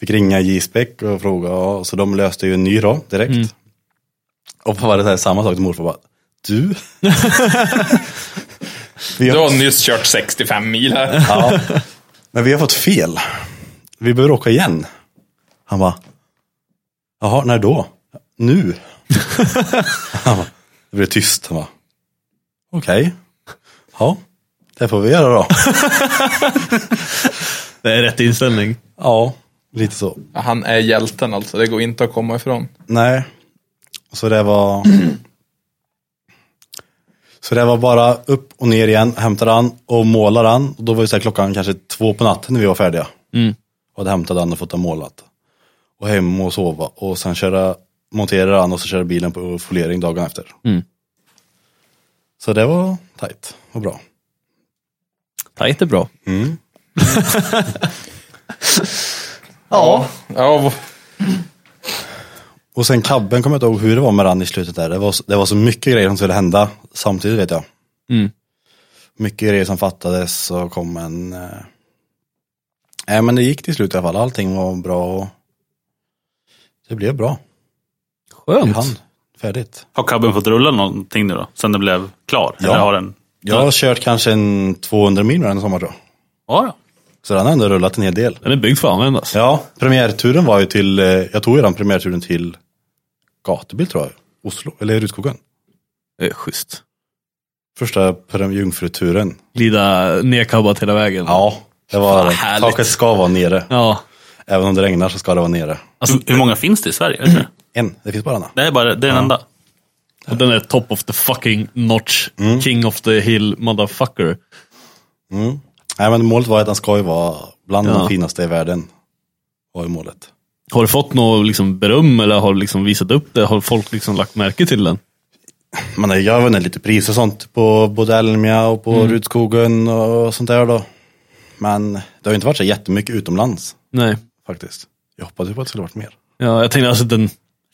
S4: Fick ringa J-spec och fråga, ja, så de löste ju en ny då direkt. Och pappa hade så här samma sak till morfar. Bara, du? vi
S3: Du
S4: har,
S3: har nyss kört 65 mil här.
S4: ja, men vi har fått fel. Vi behöver åka igen. Han bara, jaha, när då? Nu. han bara, det blev tyst. Han bara, okej. Ja, det får vi göra då.
S1: Det är rätt inställning.
S4: ja, lite så.
S3: Han är hjälten alltså, det går inte att komma ifrån.
S4: Nej. Så det var... så det var bara upp och ner igen, hämtade han och målade han. Och då var det så här klockan kanske två på natten när vi var färdiga. Och hade hämtat han och fått den målat. Och hem och sova och sen köra, monterade han och så köra bilen på foliering dagen efter. Så det var tajt och bra.
S1: Tajt är bra.
S3: Ja. ja. v-
S4: Och sen kabben kommer jag inte ihåg hur det var med den i slutet där. Det var, så- det var så mycket grejer som skulle hända samtidigt vet jag.
S1: Mm.
S4: Mycket grejer som fattades och kom en... eh, Nej men det gick till slut i alla fall. Allting var bra och det blev bra. I
S1: Skönt.
S4: hand. Färdigt.
S2: Har cabben fått rulla någonting nu då? Sen den blev klar?
S4: Ja.
S2: Eller har den?
S4: Jag har kört kanske en 200 mil med den i sommar tror jag.
S2: Ja, ja.
S4: Så den har ändå rullat en hel del.
S1: Den är byggd för att användas.
S4: Ja, premiärturen var ju till, eh, jag tog ju den premiärturen till Gatubil tror jag. Oslo, eller Rutskogen.
S1: Det är schysst.
S4: Första prem- jungfruturen.
S1: Glida nerkabbat hela vägen.
S4: Ja, det var
S1: Fan, härligt.
S4: Taket ska vara nere.
S1: Ja.
S4: Även om det regnar så ska det vara nere.
S1: Alltså,
S2: hur, hur många finns det i Sverige? Är det det?
S4: En, det finns bara en.
S2: Det är bara det är den enda.
S1: Och den är top of the fucking notch.
S4: Mm.
S1: King of the hill motherfucker.
S4: Mm. Nej men målet var att den ska ju vara bland
S1: Ja.
S4: de finaste i världen. Var ju målet.
S1: Har du fått något liksom beröm eller har du liksom visat upp det? Har folk liksom lagt märke till den?
S4: Men eh, jag har vunnit lite priser och sånt på både Elmia och
S1: Mm.
S4: på Rutskogen och sånt där då. Men det har ju inte varit så jättemycket utomlands
S1: Nej.
S4: faktiskt. Jag hoppades ju på att det skulle varit mer.
S1: Ja, jag tänkte alltså den,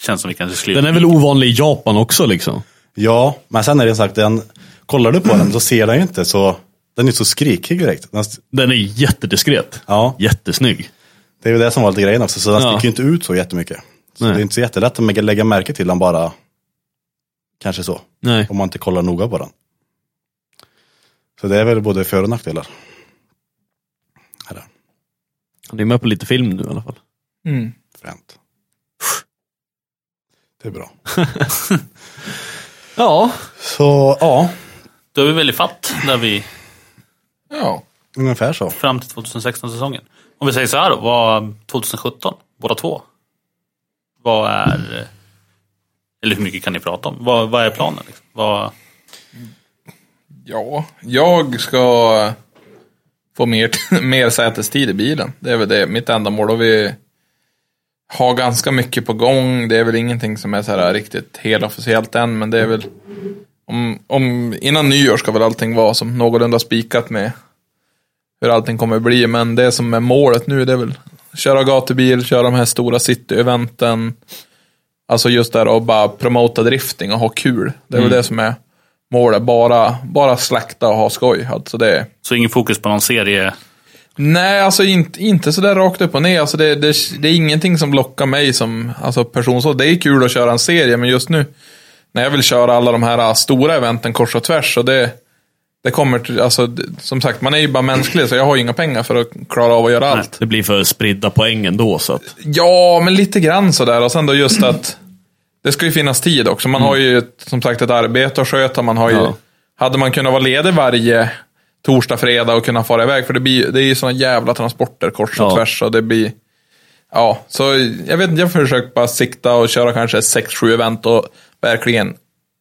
S2: Känns som vi kanske skulle...
S1: den är väl ovanlig i Japan också liksom?
S4: Ja, men sen är det sagt, den, kollar du på den så ser den ju inte så, den är ju så skrikig direkt. Den,
S1: Den är jättediskret.
S4: ja,
S1: Jättesnygg.
S4: det är ju det som var lite grejen också, så den
S1: Ja.
S4: sticker ju inte ut så jättemycket. Så
S1: Nej.
S4: det är inte så jättelätt att lägga märke till den bara, kanske så.
S1: Nej.
S4: Om man inte kollar noga på den. Så det är väl både för och nackdelar. Eller,
S1: Han är med på lite film nu i alla fall.
S3: Mm.
S4: fränt. Det är bra.
S1: Ja.
S4: Så ja,
S2: Då är vi väl i fatt där vi
S3: Ja.
S4: ungefär så.
S2: fram till 2016-säsongen. Om vi säger så här då, vad 2017, båda två. Vad är... Eller hur mycket kan ni prata om? Vad, vad är planen? Liksom? Vad,
S3: Ja, jag ska få mer, mer sätestid i bilen. Det är väl det, mitt ändamål. Och vi har ganska mycket på gång. Det är väl ingenting som är så här riktigt helt officiellt än, men det är väl om, om, innan nyår ska väl allting vara som någorlunda spikat med hur allting kommer bli. Men det som är målet nu det är väl köra gatubil, köra de här stora city-eventen. Alltså just där och bara promota drifting och ha kul. Det är väl det som är målet. Bara, bara slakta och ha skoj. Alltså det,
S2: så ingen fokus på någon serie.
S3: nej, alltså inte, inte sådär rakt upp och ner. Alltså det, det, det är ingenting som lockar mig som alltså person. Så det är kul att köra en serie, men just nu när jag vill köra alla de här äh, stora eventen kors och tvärs. Och det, det kommer till, alltså, det, som sagt, man är ju bara mänsklig så jag har ju inga pengar för att klara av att göra allt.
S1: Det blir för spridda poäng ändå så att.
S3: Ja, men lite grann sådär. Och sen då just att det ska ju finnas tid också. Man har ju ett- som sagt ett arbete att sköta. Man har ju,
S1: Ja.
S3: Hade man kunnat vara ledig varje torsdag, fredag och kunna fara iväg. För det, blir, det är ju sådana jävla transporter kors och
S1: Ja.
S3: tvärs. Och det blir, ja, så jag vet inte, jag försöker bara sikta och köra kanske 6-7 event och verkligen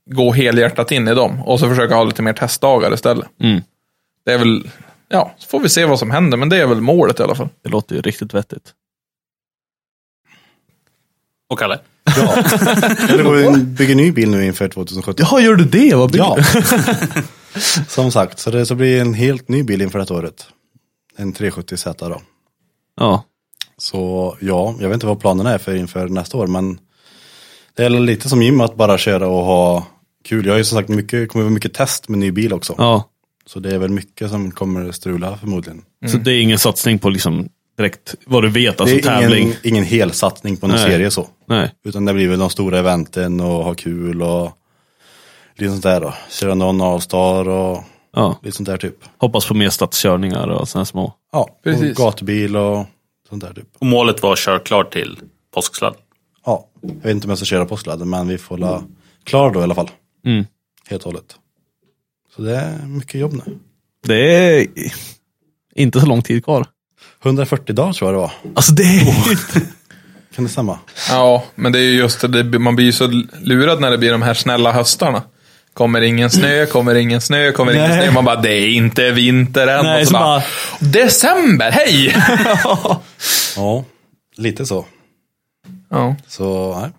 S3: gå helhjärtat in i dem. Och så försöka ha lite mer testdagar istället.
S1: Mm.
S3: Det är väl, ja, så får vi se vad som händer. Men det är väl målet i alla fall.
S1: Det låter ju riktigt vettigt.
S2: Och Kalle?
S4: Ja. Jag går- bygger ny bil nu inför 2017.
S1: Jaha, gör du det? Vad blir
S4: Ja. Som sagt, så det så blir en helt ny bil inför detta året. En 370 Z då.
S1: ja.
S4: Så ja, jag vet inte vad planerna är för inför nästa år, men det är lite som Jim att bara köra och ha kul. Jag har ju som sagt mycket, kommer vara mycket test med ny bil också.
S1: Ja.
S4: Så det är väl mycket som kommer strula förmodligen.
S1: Så det är ingen satsning på liksom direkt vad du vet, alltså
S4: Mm. det är
S1: tävling.
S4: ingen, ingen helsatsning på någon
S1: Nej.
S4: serie så.
S1: Nej.
S4: Utan det blir väl de stora eventen och ha kul och lite sånt där då. Köra någon avstar och
S1: Ja.
S4: lite sånt där typ.
S1: Hoppas på mer stadskörningar och sådana små.
S4: Ja,
S3: Precis.
S4: och gatubil och sånt där typ.
S2: Och målet var att köra klart till påsksladd.
S4: Ja, jag vet inte om jag ska köra påskladden men vi får la klar då i alla fall.
S1: Mm.
S4: Helt och hållet. Så det är mycket jobb nu.
S1: Det är inte så lång tid kvar.
S4: 140 dagar tror jag det var.
S1: Alltså det är...
S4: Kan det stämma?
S3: Ja, men det är ju just det, det, man blir ju så lurad när det blir de här snälla höstarna. Kommer ingen snö, kommer ingen snö, kommer ingen
S1: Nej.
S3: snö. Man bara, det är inte vinter än.
S1: Nej,
S3: och
S1: så
S3: så bara,
S1: bara-
S3: december, hej!
S4: Ja, lite så.
S3: ja.
S4: Så nej.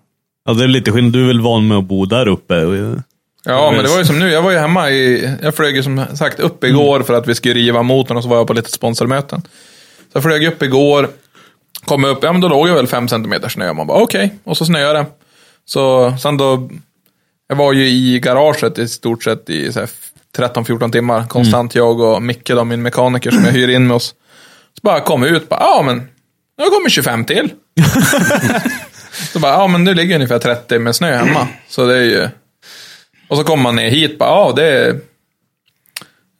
S1: Ja, det är lite skillnad. Du är väl van med att bo där uppe? och-
S3: ja, men det var ju som nu. Jag var ju hemma i, jag flög ju som sagt upp igår för att vi skulle riva motorn och så var jag på lite sponsormöten. Så jag flög upp igår, kom upp, ja men då låg jag väl fem centimeter snö. Man bara, okej, och så snöade det. Så sen då Jag var ju i garaget i stort sett i så här 13-14 timmar. Konstant jag och Micke, då, min mekaniker som jag hyr in med oss. Så bara kom vi ut bara, ja men, nu kommer 25 till. så bara, ja men nu ligger ungefär 30 med snö hemma. Så det är ju... Och så kommer man ner hit bara, ja det är...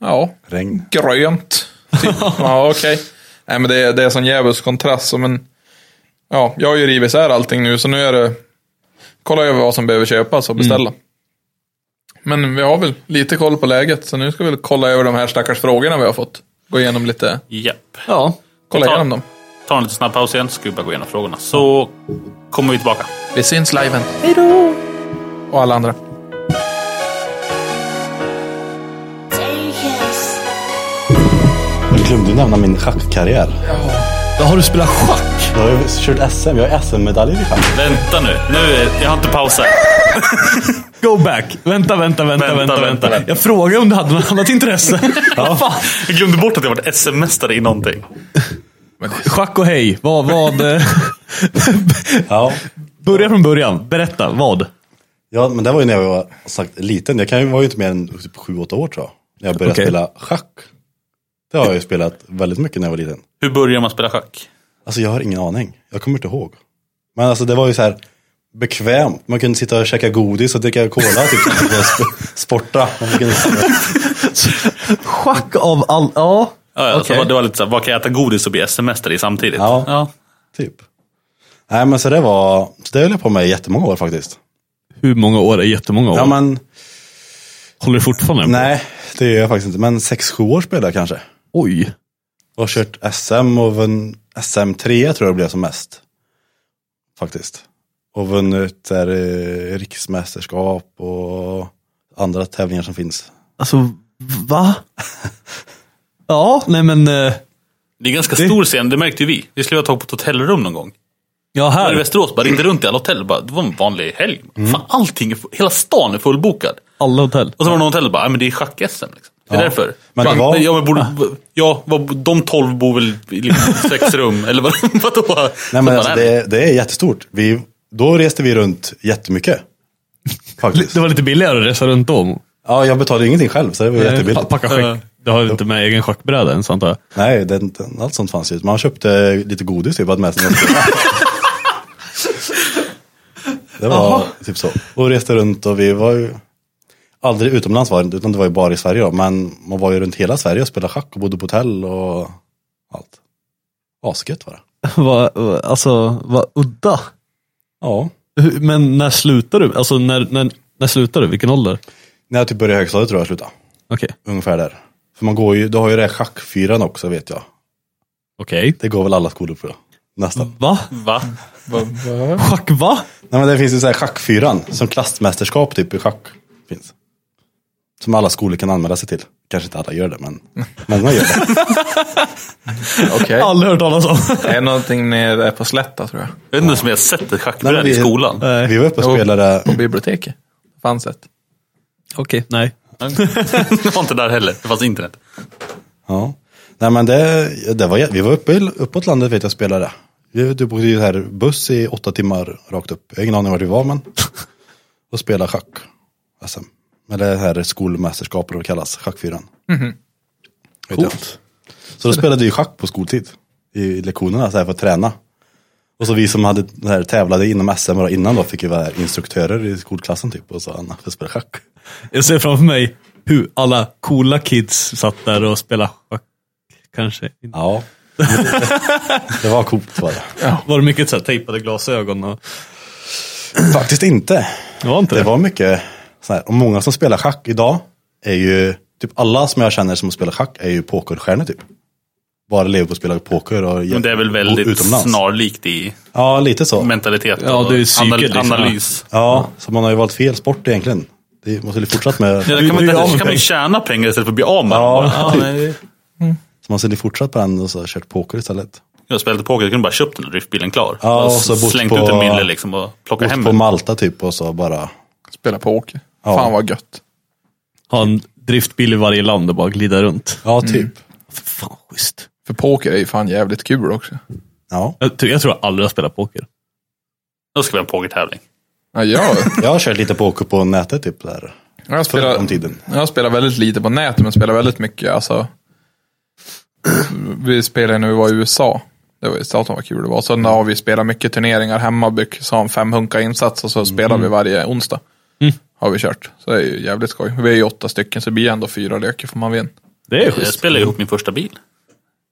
S3: Ja,
S4: Regn.
S3: grönt. Typ. ja, okej. Nej men det är, det är sån djävulsk kontrast. så Men, ja, jag har ju rivit isär allting nu, så nu är det... Kolla över vad som behöver köpas och beställa. Men vi har väl lite koll på läget, så nu ska vi väl kolla över de här stackars frågorna vi har fått. Gå igenom lite,
S2: Japp.
S1: Ja.
S3: kolla
S2: Ta-
S3: igenom dem.
S2: Ta en liten snabb paus igen så ska vi bara gå igenom frågorna. Så kommer vi tillbaka.
S3: Vi syns liven. Hej då! Och alla andra.
S4: Jag glömde ju nämna min schackkarriär.
S1: Då har du spelat schack?
S4: Jag har ju kört SM, jag har SM-medaljer i schack.
S2: Vänta nu. nu är, jag har inte pausat.
S1: Go back. Vänta, vänta, vänta,
S2: Vänta,
S1: vänta.
S2: vänta,
S1: vänta,
S2: vänta.
S1: Jag frågade om du hade något annat intresse. ja. Fan.
S2: Jag glömde bort att jag varit SM-mästare i någonting.
S1: Schack och hej. Vad, vad... eh,
S4: Ja.
S1: Börja från början. Berätta, vad?
S4: ja, men det var ju när jag var sagt liten. Jag kan ju, var ju inte mer än typ 7-8 år tror jag. När jag började
S1: Okej.
S4: spela schack. Det har jag ju spelat väldigt mycket när jag var liten.
S2: Hur börjar man spela schack?
S4: Alltså jag har ingen aning. Jag kommer inte ihåg. Men alltså det var ju så här bekvämt. Man kunde sitta och käka godis och dricka cola typ. Och sp- sporta. Man kunde
S1: Schack av all... Ja.
S2: Ja, ja, så
S1: Okej.
S2: var- det var lite så här, vad kan jag äta godis och bli SM-mästare i samtidigt?
S4: Ja. typ. Nej men så det var, så det höll jag på med i jättemånga år faktiskt.
S1: Hur många år är jättemånga år?
S4: Ja men
S1: Håller du fortfarande på?
S4: nej, det gör jag faktiskt inte. Men 6-7 år spelade jag kanske.
S1: Oj.
S4: Och har kört SM och vunn SM3 tror jag det blev som mest. Faktiskt. Och vunnit där, eh, riksmästerskap och andra tävlingar som finns.
S1: Alltså, va? ja, nej men... eh,
S2: Det är ganska stor scen, det märkte ju vi. Vi skulle ha tag på ett hotellrum någon gång.
S1: Ja,
S2: Här i
S1: här.
S2: Västerås, bara ringde runt i alla hotell. Bara, det var en vanlig helg.
S4: Mm.
S2: Fan, allting, är fu- hela stan är fullbokad.
S1: Alla hotell.
S2: Och så var det någon hotell och bara, "Nej, men det är schack-SM. Liksom. Det är
S4: Ja.
S2: därför.
S4: Men det
S2: Fan,
S4: var-
S2: ja, men borde, ja, vad- de tolv bor väl i liksom sex rum, eller vad, vadå?
S4: Nej men
S2: Så
S4: alltså,
S2: bara,
S4: det, det är jättestort. Vi, då reste vi runt jättemycket. Faktiskt.
S1: Det var lite billigare att resa runt om.
S4: Ja, jag betalade ingenting själv så det var
S1: Pa-
S4: jättebilligt.
S1: Packa schack. Du har ju inte med egen schackbräda ens antar jag.
S4: Nej, det, det- allt sånt fanns ju. Man köpte lite godis typ, hade med sig. det var typ så. Och reste runt och vi var ju aldrig utomlands var det inte, utan det var ju bara i Sverige då. Men man var ju runt hela Sverige och spelade schack och bodde på hotell och allt. Asgött var det.
S1: Vad, alltså, vad udda.
S4: Ja.
S1: Hur- Men när slutar du? Alltså när, när, när slutar du? Vilken ålder?
S4: När jag typ började högstadiet tror jag jag slutade.
S1: Okej.
S4: Ungefär där. För man går ju, du har ju det här schackfyran också vet jag.
S1: Okej.
S4: Det går väl alla skolor på. Nästan.
S1: Va?
S2: Va?
S1: Schack va?
S4: Nej men det finns ju så här schackfyran, som klassmästerskap typ i schack. Finns. Som alla skolor kan anmäla sig till. Kanske inte alla gör det, men många gör det.
S3: Okej.
S1: Aldrig hört talas om.
S3: Det är någonting nere på Slätta tror jag.
S2: Jag vet inte ens om jag har sett ett
S4: Nej,
S2: schackbräde
S4: men
S2: i
S4: vi-
S2: skolan.
S4: Vi var uppe och spelade,
S3: På biblioteket. Fanns ett.
S1: Okej, nej.
S2: Det var inte där heller, det fanns internet.
S4: ja. Nej men det, det var, jä- vi var uppe, i- uppåt landet vet jag spelade. Vi du bodde ju här buss i åtta timmar rakt upp. Jag har ingen aning vart vi var men. Och spelade schack. SM. Men det här skolmästerskapet då kallas, schackfyran. Vet jag. Så då spelade vi schack på skoltid. i lektionerna så här, för att träna. Och så vi som hade så här, tävlade inom SM då, innan då fick ju vara instruktörer i skolklassen typ. Och så Anna för att spela schack.
S1: Jag ser framför mig hur alla coola kids satt där och spelade schack. Kanske.
S4: Ja. Det var coolt var det.
S1: Var det mycket så här tejpade glasögon? Och...
S4: Faktiskt inte.
S1: Det var inte
S4: Det var mycket så här, och många som spelar schack idag är ju, typ alla som jag känner som spelar schack är ju pokerstjärnor typ. Bara lever på att spela poker och
S2: Men det är väl väldigt snarlikt i
S4: Ja, lite så.
S2: mentalitet
S1: Ja,
S2: och
S1: det är psyket,
S2: anal-
S1: liksom.
S2: analys.
S4: Ja, så man har ju valt fel sport egentligen. Det måste ju fortsatt med,
S2: Ja,
S4: så
S2: det kan man,
S1: Hur- hur
S2: inte,
S1: gör man
S2: kan man ju
S1: pengar?
S2: tjäna pengar istället för att bli av med dem. bara. Typ. Ja, nej.
S4: man skulle fortsatt på den och så har kört poker istället.
S2: Jag spelade poker, jag kunde bara köpt den där driftbilen klar.
S4: Ja,
S2: Bara
S4: och så bott
S2: slängt
S4: på-
S2: ut en mille liksom och plockat hem
S4: Bott på
S2: den.
S4: Malta typ och så bara,
S3: Spela poker.
S4: Ja.
S3: Fan vad gött.
S1: Ha en driftbil i varje land och bara glida runt.
S4: ja
S2: Mm.
S4: typ.
S1: Fan, schysst.
S3: För poker är ju fan jävligt kul också.
S4: Ja.
S1: Jag, tror- jag tror jag aldrig har spelat poker.
S2: Då ska vi ha en pokertävling.
S3: Ja, jag,
S4: Jag har kört lite poker på nätet typ där.
S3: jag,
S4: Förr om
S3: spelar,
S4: tiden.
S3: jag spelar väldigt lite på nätet men spelar väldigt mycket. Alltså, vi spelade när vi var i USA. Det var ju satan vad kul det var. Sen har vi spelat mycket turneringar hemma. Brukar ha en femhunka insats och så spelar
S4: Mm.
S3: vi varje onsdag. Har vi kört. Så det är ju jävligt skoj. Vi är ju åtta stycken så det blir ändå fyra löker får man vinna.
S1: Det är
S2: Jag
S1: schysst.
S2: spelade ihop min första bil.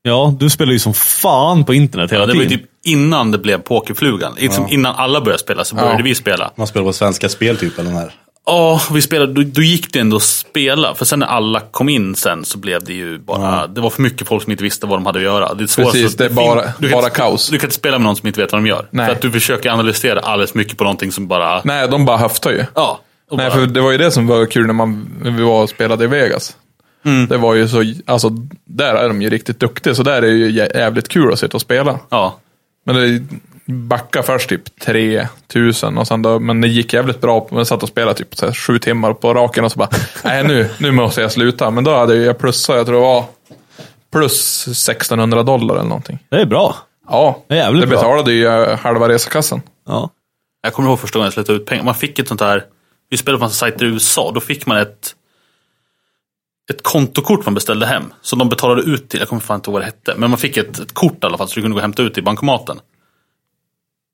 S1: Ja, du spelar ju som fan på internet hela
S2: Ja, det var ju
S1: tiden.
S2: typ innan det blev pokerflugan. Liksom Innan alla började spela så började
S3: Ja.
S2: vi spela.
S4: Man spelar på Svenska Spel typ eller den här.
S2: Ja, vi spelade, då, då gick det ändå att spela. För sen när alla kom in sen så blev det ju bara, det var för mycket folk som inte visste vad de hade att göra. Det är svårast
S3: Precis,
S2: att-
S3: det är bara-
S2: du kan,
S3: bara
S2: inte-
S3: kaos.
S2: Du kan inte spela med någon som inte vet vad de gör.
S3: Nej.
S2: För att du försöker analysera alldeles mycket på någonting som bara,
S3: Nej, de bara höftar ju.
S2: ja. och
S3: Nej,
S2: bara,
S3: för det var ju det som var kul när, man, när vi var och spelade i Vegas.
S1: Mm.
S3: Det var ju så, alltså där är de ju riktigt duktiga, så där är det ju jä- jävligt kul att sitta och spela.
S2: ja.
S3: Men det backade först typ 3000 och sen då, men det gick jävligt bra. Men jag satt och spelade typ så här, sju timmar på raken och så bara, nej nu, nu måste jag sluta. Men då hade jag plussat, jag tror det var plus 1600 dollar eller någonting.
S1: Det är bra.
S3: Ja,
S1: Det är jävligt bra.
S3: betalade ju eh, halva resakassan.
S1: Ja.
S2: Jag kommer ihåg första gången jag släppte ut pengar. Man fick ett sånt här, vi spelade på en sajter i USA, då fick man ett ett kontokort man beställde hem. Som de betalade ut till, jag kommer fan inte ihåg vad det hette. Men man fick ett, ett kort i alla fall så du kunde gå och hämta ut i bankomaten.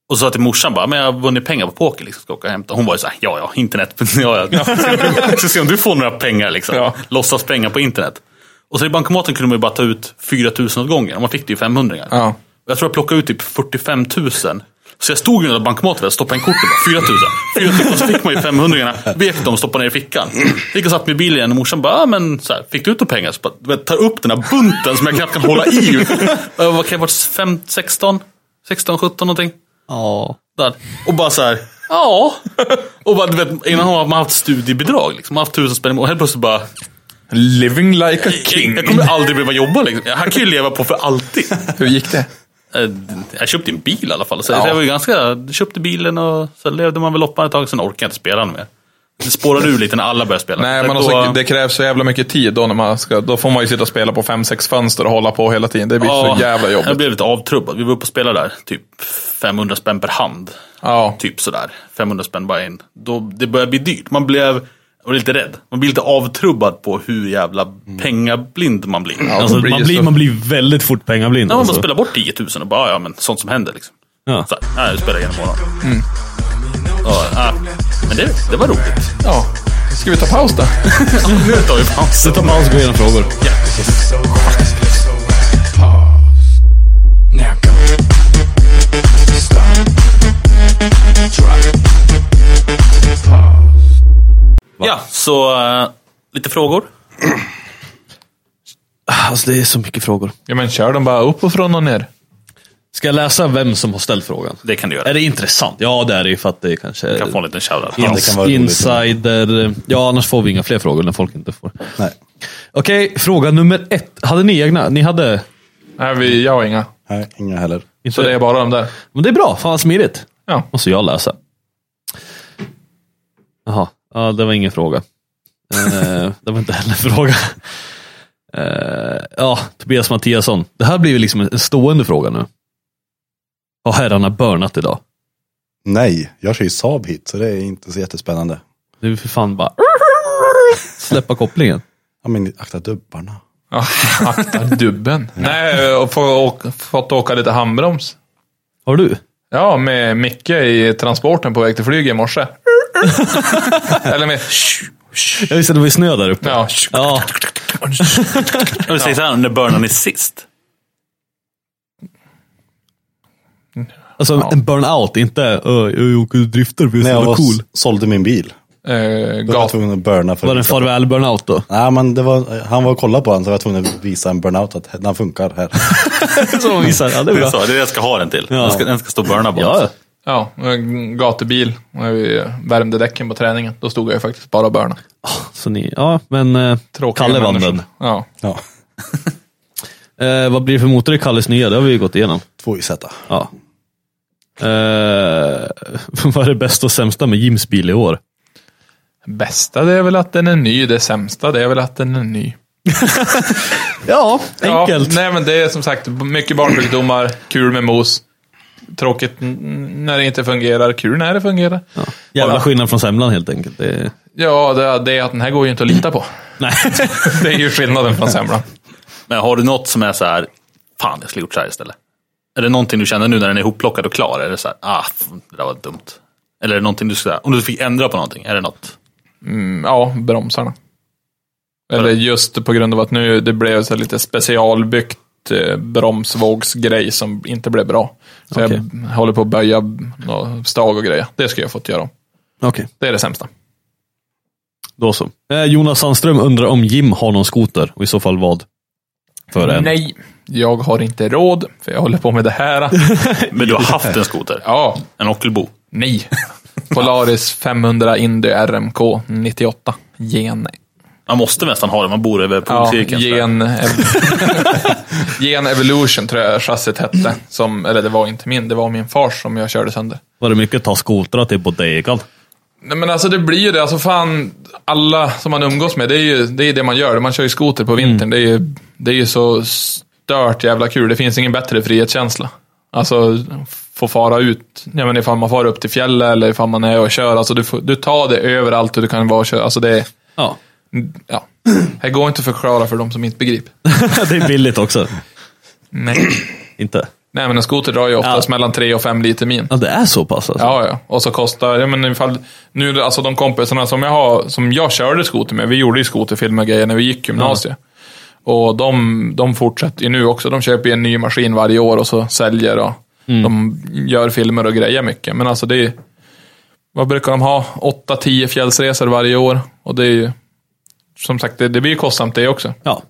S2: Och så sa till morsan bara, men jag har vunnit pengar på poker, liksom, ska åka och hämta. Hon var ju såhär, ja ja, internet. Ja, ja. Så se om du får några pengar liksom.
S3: Ja.
S2: Låtsas pengar på internet. Och så i bankomaten kunde man ju bara ta ut 4000 åt gången. Och man fick det ju 500
S3: Ja.
S2: och Jag tror jag plockade ut typ 45 000. Så jag stod ju under bankomaten och stoppade en kort och bara 4 000. 4 000 så fick man ju 500 vek dem och stoppade ner i fickan. Gick och satt mig i bilen igen och morsan bara, ah, men så här, fick du ut några pengar? Så bara, du vet, tar upp den här bunten som jag knappt kan hålla i. Och jag, Vad kan jag ha varit, fem- 16? 16, 17 någonting?
S1: Ja.
S2: Där. Och bara så här, ja. Och bara, du vet, innan har man haft studiebidrag. Liksom. Man har haft tusen spänn i månaden. och helt plötsligt bara,
S3: Living like a
S2: jag,
S3: king.
S2: jag kommer aldrig behöva jobba. Liksom. Han kan ju leva på för alltid.
S3: Hur gick det?
S2: Eh, Jag köpte en bil i alla fall. Så
S3: Ja.
S2: jag var ju ganska, jag köpte bilen och så levde man väl loppan ett tag, sen orkade jag inte spela mer. Det spårade ur lite när alla började spela.
S3: Nej,
S2: Så
S3: men
S2: då,
S3: alltså, det krävs så jävla mycket tid då när man ska, då får man ju sitta och spela på fem sex fönster och hålla på hela tiden. Det blir
S2: ja,
S3: så jävla
S2: Jag
S3: jobbigt.
S2: blev lite avtrubbad. Vi var uppe och spelade där, typ 500 spänn per hand.
S3: Ja.
S2: Typ sådär, 500 spänn bara in. Då, det började bli dyrt. Man blev, jag var lite rädd. Man blir lite avtrubbad på hur jävla pengablind man blir.
S3: Ja,
S2: Mm. Ja.
S3: då
S1: Alltså,
S3: blir
S1: man,
S3: det
S1: blir,
S3: så.
S1: man blir väldigt fort pengablind.
S2: Man bara
S1: alltså.
S2: spelar bort 10 000 och bara, ja men sånt som händer liksom.
S1: Ja. Mm.
S2: Så här, nej, jag spelar igenom morgonen. Ja, ja. men det, det var roligt.
S3: Ja. Ska vi ta paus då?
S2: Nu tar vi paus.
S1: Sätt en paus och gå igenom frågor.
S2: Ja, så eh, lite frågor.
S1: Alltså, det är så mycket frågor.
S3: Ja, men kör dem bara upp och från och ner.
S1: Ska jag läsa vem som har ställt frågan?
S2: Det kan du göra.
S1: Är det intressant? Ja, det är det ju för att det kanske
S2: Du kan få en
S1: är
S2: liten shoutout.
S4: Ja, det kan vara roligt.
S1: insider... Ja, annars får vi inga fler frågor när folk inte får.
S4: Nej,
S1: Okej, fråga nummer ett. Hade ni egna? Ni hade?
S3: Nej, vi, jag har inga.
S4: nej inga heller.
S1: Inte
S3: Så det är bara de där.
S1: Men det är bra. Fan vad smidigt.
S3: Ja.
S1: Måste jag läsa. Jaha, ja, det var ingen fråga. Eh, det var inte heller en fråga. Eh, ja, Tobias Mattiasson. Det här blir ju liksom en stående fråga nu. Har herrarna burnat idag?
S4: Nej, jag kör ju Saab hit så det är inte så jättespännande.
S1: Det är ju för fan bara... Släppa kopplingen.
S4: Ja men akta dubbarna.
S3: Ja, Ah, Dubben. Nej, jag har få- å- fått åka lite handbroms.
S1: Har du?
S3: Ja, med Micke i transporten på väg till flyget i morse. Eller med...
S1: Jag visste att det var ju snö där uppe.
S3: Ja,
S1: Ja,
S2: Jag vill säga så här, när burnade ni sist?
S1: alltså en burnout, inte "Ö, jag åker och drifter för jag är så
S4: När jag
S1: jävla
S4: var
S1: cool.
S4: sålde min bil.
S3: eh,
S4: Då var jag
S3: gat.
S4: tvungen att burna. För
S1: Var det en farväl-burnout då?
S4: Nej, men det var, han var och kollade på den så jag var tvungen att visa en burnout att den funkar här.
S1: Som de visar. Ja, det är
S2: Det
S1: bra.
S2: är, så, det är det jag ska ha den till.
S1: Ja.
S2: Den, ska, den ska stå och burna bara.
S1: Ja,
S3: Ja, en gatubil. När vi värmde däcken på träningen. Då stod jag ju faktiskt bara och börna.
S1: så ni, ja men eh,
S3: Tråkiga
S1: Kalle vann
S3: människor.
S1: den.
S3: Ja.
S4: Ja,
S1: Eh, vad blir det för motor i Kalles nya? Det har vi ju gått igenom.
S4: två i Z.
S1: Ja. Eh, vad är det bästa och sämsta med Jims bil i år?
S3: Bästa det är väl att den är ny. Det sämsta det är väl att den är ny.
S1: Ja,
S3: Ja, nej, men det är som sagt mycket barnsjukdomar, kul med mos. Tråkigt n- när det inte fungerar, kul när det fungerar. Ja,
S1: Jävla skillnad från semlan helt enkelt. Det är...
S3: det, det är att den här går ju inte att lita på.
S1: Nej.
S3: Det är ju skillnaden från semlan.
S2: Men har du något som är så här, fan jag skulle gjort så här istället? Är det någonting du känner nu när den är ihopplockad och klar? Är det så här, ah, fan, det där var dumt. Eller är det någonting du skulle, om du fick ändra på någonting, är det något?
S3: Mm, Ja, bromsarna. Eller just på grund av att nu det blev så här lite specialbyggt eh, bromsvågsgrej som inte blev bra. Så
S1: Okej.
S3: jag håller på att böja nå, stag och grejer. Det skulle jag fått göra om.
S1: Okej,
S3: Det är det sämsta.
S1: då så. Eh, Jonas Sandström undrar om Jim har någon skoter och i så fall vad? För en.
S3: Nej, jag har inte råd, för jag håller på med det här.
S2: Men du har haft en skoter?
S3: Ja,
S2: En Ockelbo?
S3: Nej. Polaris 500 Indy RMK 98. Gen.
S2: Man måste nästan ha den, man bor över
S3: Ja,
S2: polcirkeln. så där.
S3: gen, ev- gen Evolution tror jag chassit hette. Som, eller det var inte min, det var min fars som jag körde sönder.
S1: Var det mycket att ta skotrar till bodegan?
S3: Nej men alltså det blir ju det. Alltså fan, alla som man umgås med, det är ju det, är ju det man gör. Man kör ju skoter på vintern. Det, är ju, det är ju så stört jävla kul. Det finns ingen bättre frihetskänsla. Alltså, få fara ut. Ja men ifall man far upp till fjället eller ifall man är och kör. Alltså du, får, du tar det överallt och du kan vara och köra. Alltså det är...
S1: Ja,
S3: Ja. Det går inte att förklara för de som inte begriper.
S1: det är billigt också.
S3: Nej.
S1: Inte?
S3: Nej, men en skoter drar ju oftast
S1: Ja.
S3: mellan 3 och 5 liter min.
S1: Ja, det är så pass alltså.
S3: Ja, ja. Och så kostar, ja men ifall, nu alltså de kompisarna som jag har, som jag körde skoter med, vi gjorde ju skoterfilmer och grejer när vi gick gymnasiet. Och de, de fortsätter ju nu också. De köper ju en ny maskin varje år och så säljer och de gör filmer och grejer mycket. Men alltså det är ju- vad brukar de ha? 8-10 fjällsresor varje år. Och det är ju, som sagt, det, det blir ju kostsamt det också.
S1: Ja.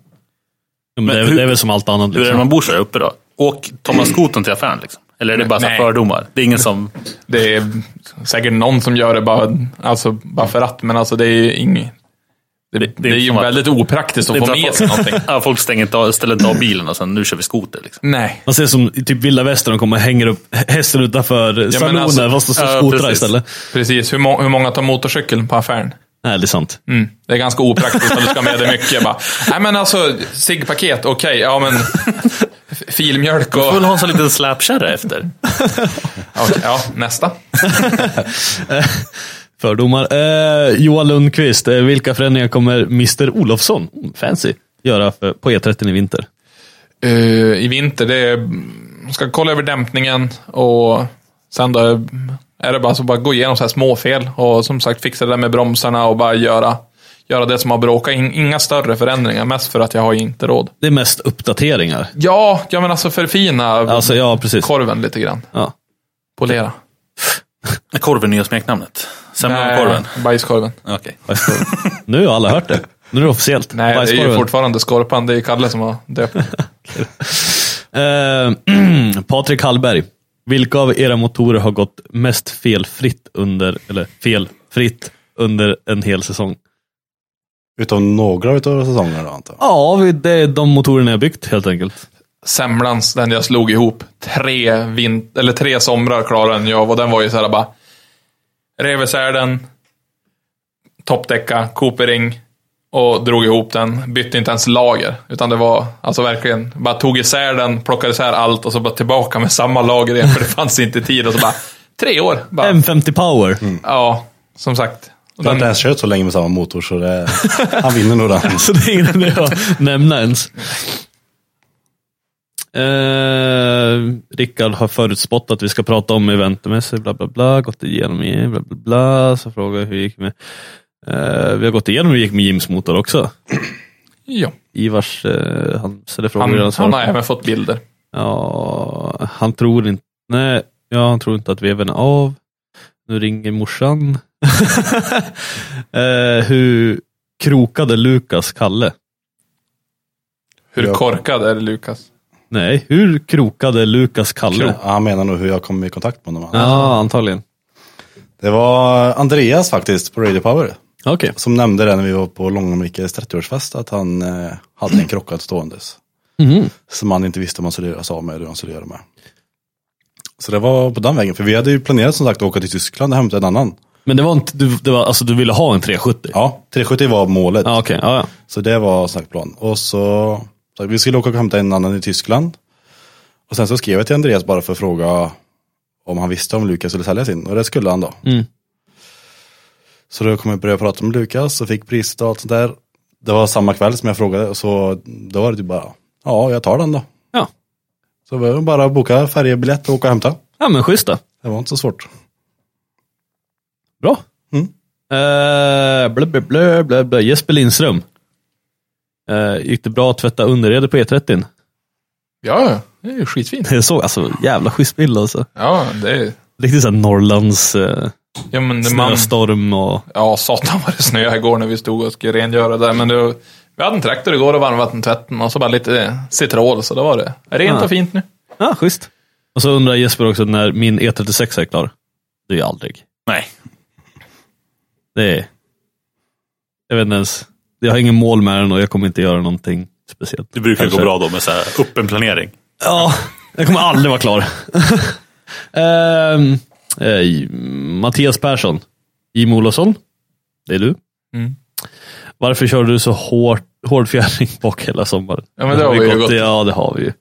S1: Ja, Men det, är,
S2: hur-
S1: det är väl som allt annat.
S2: Hur är det
S1: Liksom.
S2: när man bor så här uppe då? Och tar man skotern till affären liksom? Eller är det bara så här
S3: Mm. Nej.
S2: fördomar? Det är ingen som...
S3: Det är säkert någon som gör det bara, alltså, bara för att, men alltså det är inget... Det, det, är ju
S2: som att-
S3: väldigt opraktiskt
S2: det är
S3: att få
S2: inte
S3: med
S2: att
S3: sig
S2: folk-
S3: någonting.
S2: Ja, folk stänger inte av, ställer inte av bilen och sen nu kör vi skoter. Liksom.
S3: Nej.
S1: Man ser som i typ vilda västern, de kommer och hänger upp hästen utanför salonen,
S3: alltså-
S1: fast det står
S2: ja,
S1: skotrar
S2: precis.
S1: istället.
S3: Precis. Hur, må- hur många tar motorcykeln på affären?
S1: Nej, det är sant.
S3: Mm. Det är ganska opraktiskt att du ska med dig mycket. Bara, Nej men alltså, ciggpaket, okej. Ja men, f- filmjölk och...
S2: Jag vill ha en sån liten släpkärra efter.
S3: Okej, ja, nästa.
S1: Fördomar. Eh, Johan Lundqvist, eh, vilka förändringar kommer Mr Olofsson, mm, fancy, göra för, på E30 i vinter?
S3: Eh, I vinter, det är... Ska kolla över dämpningen och sen då är det bara så bara gå igenom så här småfel och som sagt fixa det där med bromsarna och bara göra, göra det som har bråkat. In- Inga större förändringar, mest för att jag har inte råd.
S1: Det är mest uppdateringar.
S3: Ja, ja men alltså förfina
S1: Alltså, ja, precis.
S3: korven lite grann.
S1: Ja.
S3: Polera.
S2: Korven nya smeknamnet. Semlan och korven.
S3: Nej, Bajskorven.
S2: Okej.
S1: Bajskorven. nu har alla hört det. Nu är det officiellt.
S3: Nej, det är ju
S1: Bajskorven.
S3: fortfarande Skorpan. Det är ju Kalle som har döpt den.
S1: Eh, Patrik Hallberg, vilka av era motorer har gått mest felfritt under, eller felfritt under en hel säsong?
S4: Utom några utav säsongerna då antar jag.
S1: Ja, vi- det är de motorerna jag byggt helt enkelt.
S3: Semlans, den jag slog ihop. Tre, vint- eller tre somrar klarade den jag av och den var ju så här bara... Rev isär den, toppdäcka, kopering och drog ihop den. Bytte inte ens lager. Utan det var alltså verkligen, bara tog isär den, plockade isär allt och så bara tillbaka med samma lager igen för det fanns inte tid. Och så bara, tre år. Bara,
S1: M50 power.
S3: Ja, som sagt.
S4: Jag har inte ens kört så länge med samma motor så det, han vinner nog den.
S1: Så det är ingen idé att nämna ens. Eh, Rickard har förutspått att vi ska prata om eventmässor, bla bla bla, gått igenom i, bla bla bla, så frågar jag hur det gick med eh, vi har gått igenom hur det gick med Jims motor också.
S3: Ja.
S1: Ivars, eh, han ställer frågor
S3: Han,
S1: redan
S3: han har även fått bilder.
S1: Ja, han tror inte, nej, ja, han tror inte att veven är av. Nu ringer morsan. eh, hur krokade Lukas Kalle?
S3: Hur korkad är Lukas?
S1: Nej, hur krokade Lukas Kalle?
S4: Han menar nog hur jag kom i kontakt med honom.
S1: Ja, antagligen.
S4: Det var Andreas faktiskt på Radio Power
S1: Okej.
S4: som nämnde det när vi var på Långemikes 30-årsfest att han eh, hade en krockad ståendes. Som han inte visste om han skulle göra sig av med eller hur han skulle göra med. Så det var på den vägen. För vi hade ju planerat som sagt att åka till Tyskland och hämta en annan.
S1: Men det var inte, du, det var, alltså, du ville ha en 370?
S4: Ja, 370 var målet.
S1: Ja, okej. Ja, ja.
S4: Så det var som sagt plan. Och så, så vi skulle åka och hämta en annan i Tyskland. Och sen så skrev jag till Andreas bara för att fråga om han visste om Lukas skulle sälja sin. Och det skulle han då.
S1: Mm.
S4: Så då kom jag börja prata med Lukas och fick priset och allt sånt där. Det var samma kväll som jag frågade och så då var det typ bara, ja jag tar den då.
S1: Ja.
S4: Så var det bara att boka färjebiljett och åka och hämta.
S1: ja, men schysst då.
S4: Det var inte så svårt.
S1: Bra.
S4: Mm.
S1: Eh, blö, blö, blö, blö, blö. Jesper Lindström. Eh, gick det bra att tvätta underredet på E30?
S3: Ja, ja. det är ju skitfint.
S1: Jag såg alltså, jävla schysst bild alltså.
S3: Ja, det är...
S1: Riktigt såhär Norrlands eh,
S3: Ja, men det man,
S1: snöstorm och...
S3: ja, satan vad det snöade igår när vi stod och skulle rengöra där. Men det, var- vi hade en traktor igår och varmvattentvätten och så bara lite citral, så då var det rent
S1: Ja.
S3: och fint nu.
S1: Ja, ah, schysst. Och så undrar Jesper också när min E36 är klar. Det är ju aldrig.
S2: Nej.
S1: Det är... Jag vet inte ens. Jag har ingen mål med den och jag kommer inte göra någonting speciellt.
S2: Det brukar
S1: Kanske.
S2: gå bra då med så här, öppen planering.
S1: Ja, den kommer aldrig vara klar. Ehm, eh, Mattias Persson, Jim Olofsson, det är du.
S3: Mm.
S1: Varför körde du så hårt, hård fjärring bak hela sommaren?
S3: Ja, men det har vi ju gått-
S1: Ja, det har vi ju.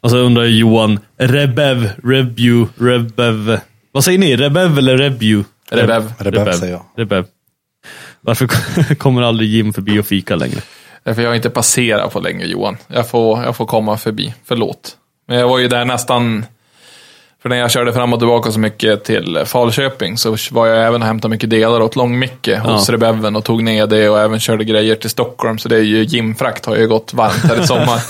S1: Och så undrar Johan, Rebev, Rebu, Rebev. Vad säger ni? Rebev eller Rebu?
S3: Rebev.
S4: Rebev, säger jag.
S1: Rebev. Varför kommer aldrig Jim förbi och fika längre?
S3: Därför Eh, jag har inte passerat på länge Johan. Jag får, jag får komma förbi, förlåt. Men jag var ju där nästan, för när jag körde fram och tillbaka så mycket till Falköping så var jag även och hämtade mycket delar åt Långmicke hos
S1: Ja.
S3: Rebeven och tog ner det och även körde grejer till Stockholm. Så det är ju gymfrakt har ju gått varmt här i sommar.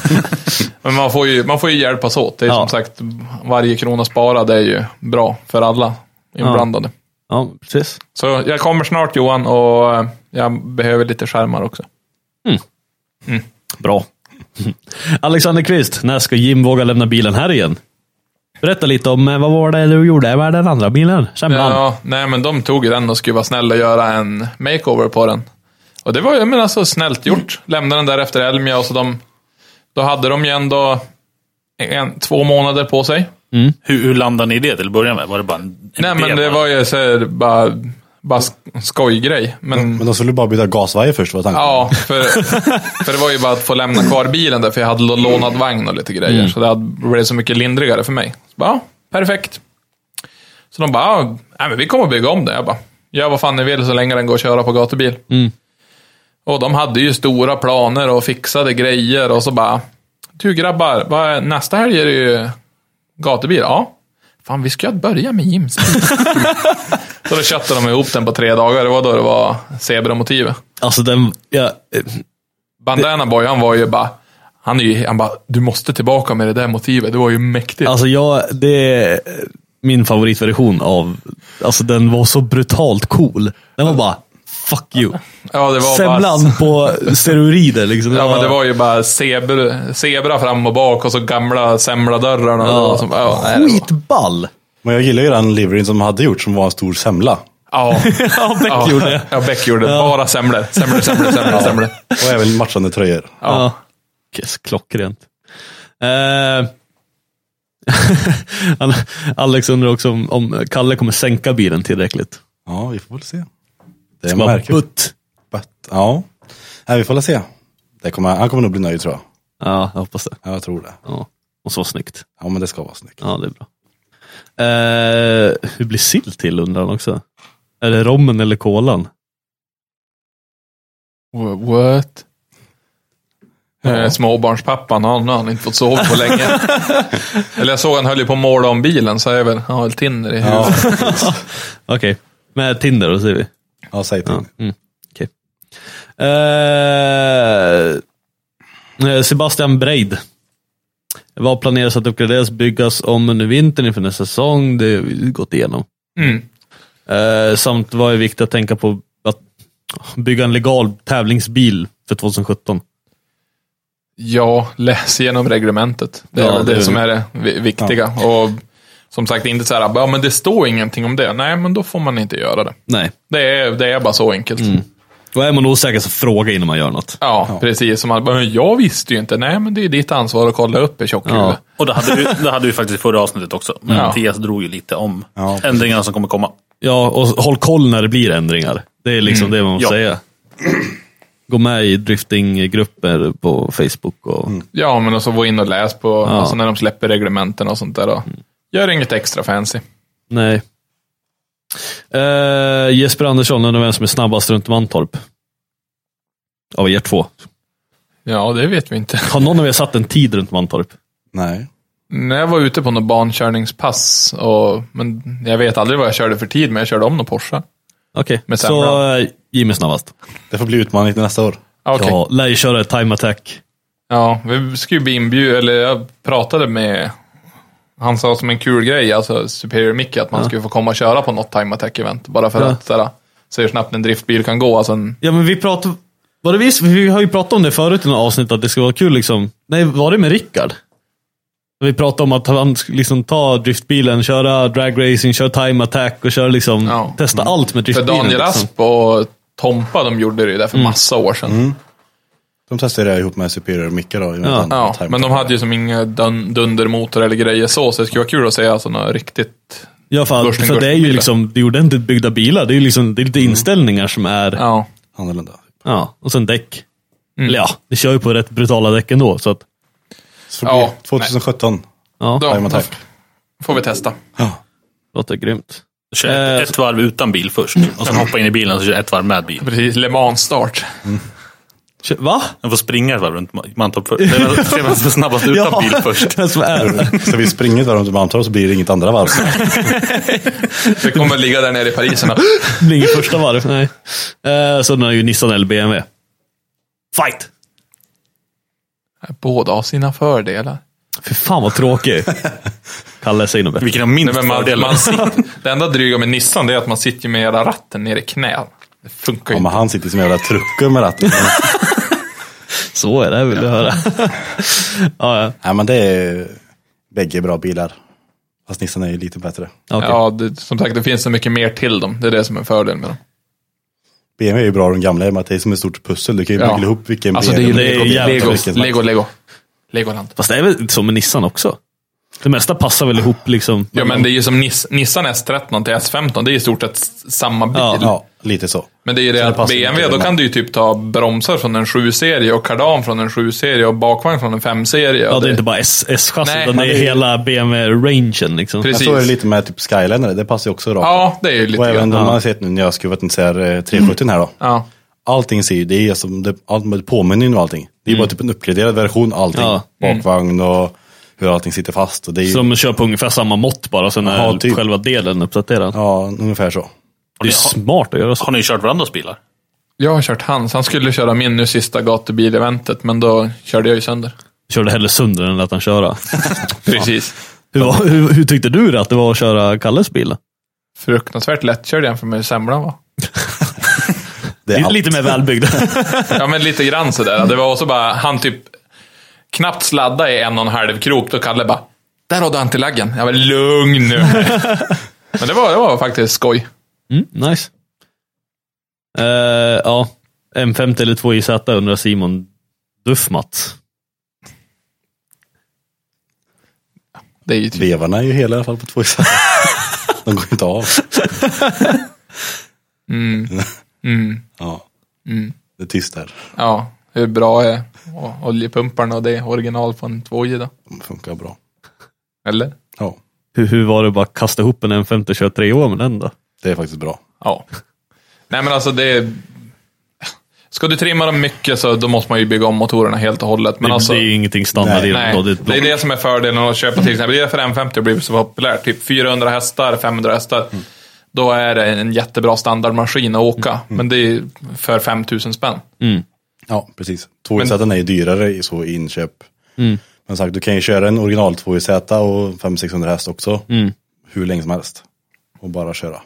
S3: Men man får ju, man får ju hjälpas åt. Det är
S1: Ja.
S3: som sagt, varje krona sparad är ju bra för alla inblandade.
S1: Ja, precis.
S3: Så jag kommer snart Johan och jag behöver lite skärmar också.
S1: Bra. Alexander Kvist, när ska Jim våga lämna bilen här igen? Berätta lite om eh, vad var det du gjorde med den andra bilen? Kämpan? Ja.
S3: Ja, nej men de tog ju den och skulle vara snälla och göra en makeover på den. Och det var ju men alltså snällt gjort. Lämnade den där efter Elmia och så de... Då hade de ju ändå en, två månader på sig.
S2: Hur, hur landade ni i det till att börja med? Var det bara en, en
S3: Nej men
S2: idé
S3: det
S2: bara?
S3: var ju så här, bara, bara sk- skojgrej. Men
S4: Men de skulle bara byta gasvajer först var tanken.
S3: ja, för, för det var ju bara att få lämna kvar bilen där, för jag hade lå- lånad vagn och lite grejer. Så det hade, blev så mycket lindrigare för mig. Så bara, ja, perfekt. Så de bara, ja, nej, men vi kommer att bygga om det. Jag bara, gör vad fan ni vill så länge den går att köra på gatubil. Och de hade ju stora planer och fixade grejer och så bara, du grabbar, vad, nästa helg är det ju gatubil. Ja. Fan, vi ska ju börja med Jims. så då köttade de ihop den på tre dagar. Det var då det var zebramotivet.
S1: Alltså den... Ja, eh,
S3: Bandana Boy, han var ju bara... Han, är ju, han bara, du måste tillbaka med det där motivet. Det var ju mäktigt.
S1: alltså jag... Det är eh, min favoritversion av... Alltså den var så brutalt cool. Den var bara, fuck you.
S3: ja, det var
S1: Semlan
S3: Bara,
S1: på steroider liksom.
S3: ja, men det var ju bara zebra, zebra fram och bak och så gamla semladörrarna. och det var som- Ja, nej, det var-
S1: skitball.
S4: Men jag gillar ju den liveryn som hade gjort som var en stor semla.
S3: ja,
S1: Ja, Beck
S3: ja,
S1: gjorde det.
S3: ja, Beck gjorde det. Bara semlor. Semlor, semlor, semlor, semlor.
S4: Och även matchande tröjor.
S1: Ja. Yes, klockrent. Eh, Al- Alex undrar också om, om Kalle kommer sänka bilen tillräckligt.
S4: Ja, vi får väl se. Det är
S1: Ska vara
S4: märkligt.
S1: butt.
S4: Ja, Nej, vi får väl se. Det kommer, han kommer nog bli nöjd tror jag.
S1: Ja, jag hoppas det.
S4: Ja, jag tror det.
S1: Ja. Och så snyggt.
S4: Ja, men det ska vara snyggt.
S1: Ja, det är bra. Eh, hur blir sill till undrar han också. Är det rommen eller kolan?
S3: Wha- What? Eh, småbarnspappan, han han har inte fått sova på länge. Eller jag såg han höll ju på att måla om bilen, så jag väl, han har väl tinner i huvudet.
S1: Okej, med Tinder då säger vi.
S4: Ja, säg till.
S1: Ja. Mm. Okej. Eh, Sebastian Breid. Vad planeras att uppgraderas, byggas om under vintern inför nästa säsong? Det har vi gått igenom.
S3: Mm.
S1: Eh, samt vad är viktigt att tänka på att bygga en legal tävlingsbil för 2017?
S3: Ja, läs igenom reglementet. Det är
S1: Ja,
S3: väl det,
S1: det är-
S3: som är det vi- viktiga. Och som sagt, inte så här, ja men det står ingenting om det. Nej, men då får man inte göra det.
S1: Nej.
S3: Det är, det är bara så enkelt.
S1: Då är man osäker så fråga innan man gör något.
S3: Mm. Ja, precis. Som att, men jag visste ju inte. Nej, men det är ditt ansvar att kolla upp i tjockhuvud.
S2: Och det hade, vi, det hade vi faktiskt i förra avsnittet också. Men
S3: Ja.
S2: Mattias drog ju lite om ändringarna som kommer komma.
S1: Ja, och håll koll när det blir ändringar. Det är liksom det man måste
S2: Ja.
S1: säga. Gå med i driftinggrupper på Facebook och
S3: Ja, men och så gå in och läs på, alltså när de släpper reglementen och sånt där. Och gör inget extra fancy.
S1: Nej. Eh, Jesper Andersson undrar vem som är snabbast runt Mantorp. Av er två.
S3: Ja, det vet vi inte.
S1: Har någon av er satt en tid runt Mantorp?
S4: Nej.
S3: När jag var ute på något bankörningspass, och, men jag vet aldrig vad jag körde för tid, men jag körde om någon Porsche.
S1: Okej,
S3: Med Sam
S1: så
S3: Brown.
S1: eh, Jimmy snabbast.
S4: Det får bli utmaning till nästa år.
S3: Ah, okej.
S1: Ja, lär ju köra ett time attack.
S3: Ja, vi skulle ju bli inbjudna, eller jag pratade med, han sa som en kul grej, alltså Superior Mickey, att man skulle få komma och köra på något Time Attack-event. Bara för
S1: Ja.
S3: att såhär, se hur snabbt en driftbil kan gå. Alltså en,
S1: Ja, men vi pratade... Var det vi, vi har ju pratat om det förut i några avsnitt, att det ska vara kul liksom. Nej, var det med Rickard? Vi pratade om att han skulle liksom ta driftbilen, köra dragracing, köra time attack och köra liksom,
S3: Ja.
S1: testa allt med
S3: för
S1: driftbilen.
S3: Daniel
S1: liksom.
S3: Asp och Tompa, de gjorde det ju där för massa år sedan.
S4: De testade det ihop med Superior och Micke då. Ja,
S3: Ja, men de hade ju som inga dun, dundermotor eller grejer så, så det skulle vara kul att se alltså något riktigt...
S1: Ja, för,
S3: Börsen
S1: för
S3: går
S1: det är
S3: till
S1: ju
S3: bilar.
S1: liksom, det är ordentligt byggda bilar. Det är ju liksom, det är lite inställningar som är, ja. Mm.
S3: Ja.
S4: Annorlunda.
S1: och sen däck. Eller ja, det kör ju på rätt brutala däck ändå, så att,
S4: Så får det
S3: Ja,
S4: bli 2017.
S1: ja,
S3: Då
S4: Time Attack.
S3: får vi testa.
S1: låter grymt.
S2: Kör ett-
S1: Eh,
S2: ett varv utan bil först. Och sen hoppa in i bilen och så kör ett varv med bil.
S3: Precis, Le Mans-start.
S1: Kö- Va?
S2: Man får springa ett varv runt Ma- Mantorp först. Det är se vem som är snabbast utan
S1: Ja.
S2: bil först.
S1: Den som är.
S4: Så vi springer ett varv runt Mantorp så blir det inget andra varv.
S3: Vi kommer ligga där nere i Paris och
S1: Det blir inget första varv, nej. Eh, sen har ju Nissan eller BMW. Fight!
S3: Båda har sina fördelar.
S1: Fy fan vad tråkig. Kalle, säg något bättre.
S2: Vilken har minst
S3: Nej, men man,
S2: fördel?
S3: man sitter, det enda dryga med Nissan det är att man sitter med hela ratten nere i knä. Det funkar ju
S4: Ja, men
S3: inte.
S4: han sitter som en jävla trucker med ratten.
S1: Så är det, vill du höra. ja, ja.
S4: Nej, men det är bägge bra bilar. Fast Nissan är ju lite bättre.
S1: okej.
S3: Ja, det, som sagt, det finns så mycket mer till dem. Det är det som är fördelen med dem.
S4: BMW är ju bra de gamla i och med att det är som ett stort pussel. Du kan ju
S3: Ja.
S4: byggla ihop vilken
S3: Alltså, det är ju
S4: BMW.
S1: det är
S3: Lego,
S1: jävligt
S3: Lego,
S4: mycket.
S3: Lego, Lego. Legoland.
S1: Fast det är väl så med Nissan också? Det mesta passar väl ihop liksom.
S3: Ja, men det är ju som Nis, Nissan S13 till S15. Det är i stort sett s- samma bil.
S1: Ja.
S4: Ja, lite så.
S3: Men det är ju det
S4: det
S3: att
S4: passar
S3: BMW,
S4: inte
S3: då
S4: det.
S3: kan du ju typ ta bromsar från en 7-serie och kardan från en 7-serie och bakvagn fråwn en 5-serie.
S1: Ja, det är inte bara S- S-chassi,
S3: Nej,
S1: utan det
S3: men
S1: är
S3: det är-
S1: hela BMW-rangen. Liksom.
S3: Precis.
S4: Men så är det lite med typ Skyliner, det passar ju också rakt.
S3: Ja, det är ju lite
S4: och även
S3: grann.
S4: de man har sett nu när jag har skruvat den så här eh, 370 här då.
S3: Ja.
S4: Allting ser ju, det är ju som det, allt med påminnelsen och allting. Det är
S3: Mm.
S4: ju bara typ en uppgraderad version av allting.
S1: Ja.
S4: Bakvagn och hur allting sitter fast. Och det är ju,
S1: Som kör på ungefär samma mått bara, sen är
S4: Ja, typ.
S1: själva delen uppdaterad.
S4: Ja, ungefär så.
S1: Det är smart att göra så.
S2: Har ni kört varandras bilar?
S3: Jag har kört hans. Han skulle köra min nu sista gatubil-eventet, men då körde jag ju sönder.
S1: Körde hellre sönder än lät han köra.
S3: Precis.
S1: Hur, var, hur, hur tyckte du det att det var att köra Kalles bil? då?
S3: fruktansvärt lättkörd jämfört med hur semlan var.
S4: Det är
S1: Lite-
S4: allt.
S1: Lite mer välbyggd.
S3: Ja, men lite grann sådär. Det var också bara, han typ knappt sladda i en och en halv krok, då Kalle bara “Där har du antilaggen”. Jag var lugn nu. men det var, det var faktiskt skoj.
S1: Mm, nice. Eh, ja. M50 eller 2JZ undrar Simon Duffmat.
S3: Det är ju typ,
S4: Vevarna är ju hela i alla fall på två exakt. De går ju inte av.
S3: Mm.
S4: Ja. Det är tyst där.
S3: ja, hur bra är och, oljepumparna och det original på en 2 då?
S4: De funkar bra.
S3: Eller?
S4: Ja,
S1: Hur, hur var det att bara kasta ihop en M50 och köra tre år med den då?
S4: det är faktiskt bra.
S3: Ja. Nej men alltså det... är- Ska du trimma dem mycket så då måste man ju bygga om motorerna helt och hållet. Men
S1: det,
S3: alltså,
S1: det är ju ingenting standard
S4: Nej,
S1: i
S3: nej,
S1: dem. då,
S3: det,
S1: Det,
S3: är det som är fördelen att köpa till exempel. Det är därför M50 har blivit så populärt. Typ 400 hästar, 500 hästar.
S1: Mm.
S3: Då är det en jättebra standardmaskin att åka. Men det är ju för 5000 spänn.
S4: Ja, precis. Tvåhjulssäten är ju dyrare i så i inköp.
S1: Mm.
S4: Men sagt, du kan ju köra en original tvåhjulssäta och 500-600 häst också.
S1: Mm.
S4: Hur länge som helst. Och bara köra.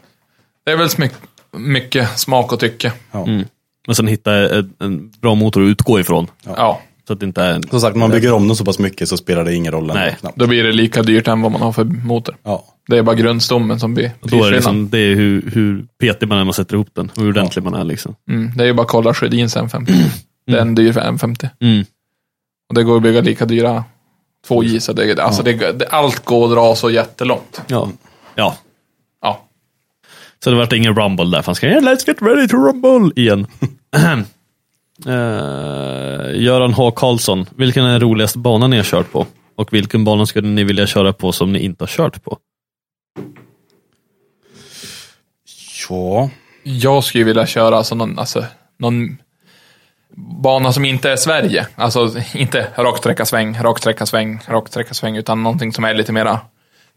S3: Det är väl smyck, mycket smak och tycke.
S4: Ja.
S1: Men sen hitta en, en bra motor att utgå ifrån.
S3: Ja.
S1: Så att det inte är en...
S4: Som sagt, om man bygger om den så pass mycket så spelar det ingen roll. ändå,
S1: Nej.
S4: knappt.
S3: Då blir det lika dyrt än vad man har för motor.
S4: Ja.
S3: Det är bara grundstommen som blir
S1: Då är det,
S3: prisskillnaden.
S1: liksom, det är hur, hur petig man är när man sätter ihop den. Hur ordentlig man är liksom.
S3: Mm, det är ju bara att kolla Sjödins M50. Det är en dyr för M50.
S1: Mm.
S3: Och det går att bygga lika dyra två J, så det, alltså det, det, allt går att dra så jättelångt.
S1: Ja. ja.
S3: Ja.
S1: Så det vart ingen rumble där. Fanns yeah, let's get ready to rumble igen. uh, Göran H Karlsson. Vilken är den roligaste banan ni har kört på? Och vilken bana skulle ni vilja köra på som ni inte har kört på?
S4: ja.
S3: Jag skulle ju vilja köra alltså någon, alltså, någon bana som inte är Sverige. Alltså inte raksträcka sväng, raksträcka sväng, raksträcka sväng, utan någonting som är lite mera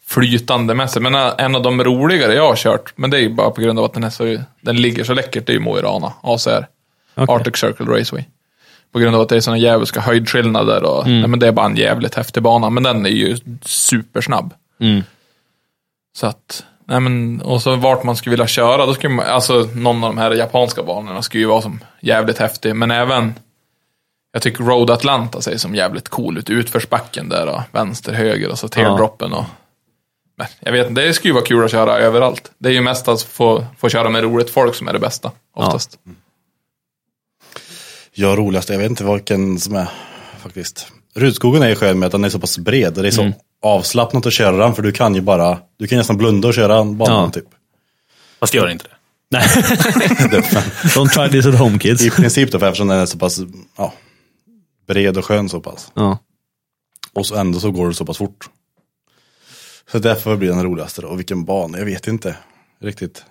S3: flytande med sig. Men eh, en av de roligare jag har kört, men det är ju bara på grund av att den, är så, den ligger så läckert, det är ju Mo i Rana, ACR.
S1: Okej.
S3: Arctic Circle Raceway. På grund av att det är såna djävulska höjdskillnader och
S1: Mm.
S3: nej, men det är bara en jävligt häftig bana. Men den är ju supersnabb.
S1: Mm.
S3: Så att, nej men, och så vart man skulle vilja köra, då skulle man, alltså någon av de här japanska banorna skulle ju vara som jävligt häftig. Men även, jag tycker Road Atlanta ser som jävligt cool ut. Utförsbacken där och vänster, höger och så taildroppen och men jag vet inte, det skulle ju vara kul att köra överallt. Det är ju mest att få, få köra med roligt folk som är det bästa, oftast.
S4: ja, roligast. Jag vet inte vilken som är faktiskt. Rudskogen är ju skön med att den är så pass bred. Och det är så
S1: Mm.
S4: avslappnat att köra den för du kan ju bara, du kan nästan blunda och köra banan
S1: Ja.
S4: typ.
S2: Fast gör inte det.
S1: Don't try this at home kids.
S4: I princip då, för eftersom den är så pass ja, bred och skön så pass.
S1: ja.
S4: Och så ändå så går det så pass fort. Så därför blir den roligaste då. Och vilken bana, jag vet inte riktigt.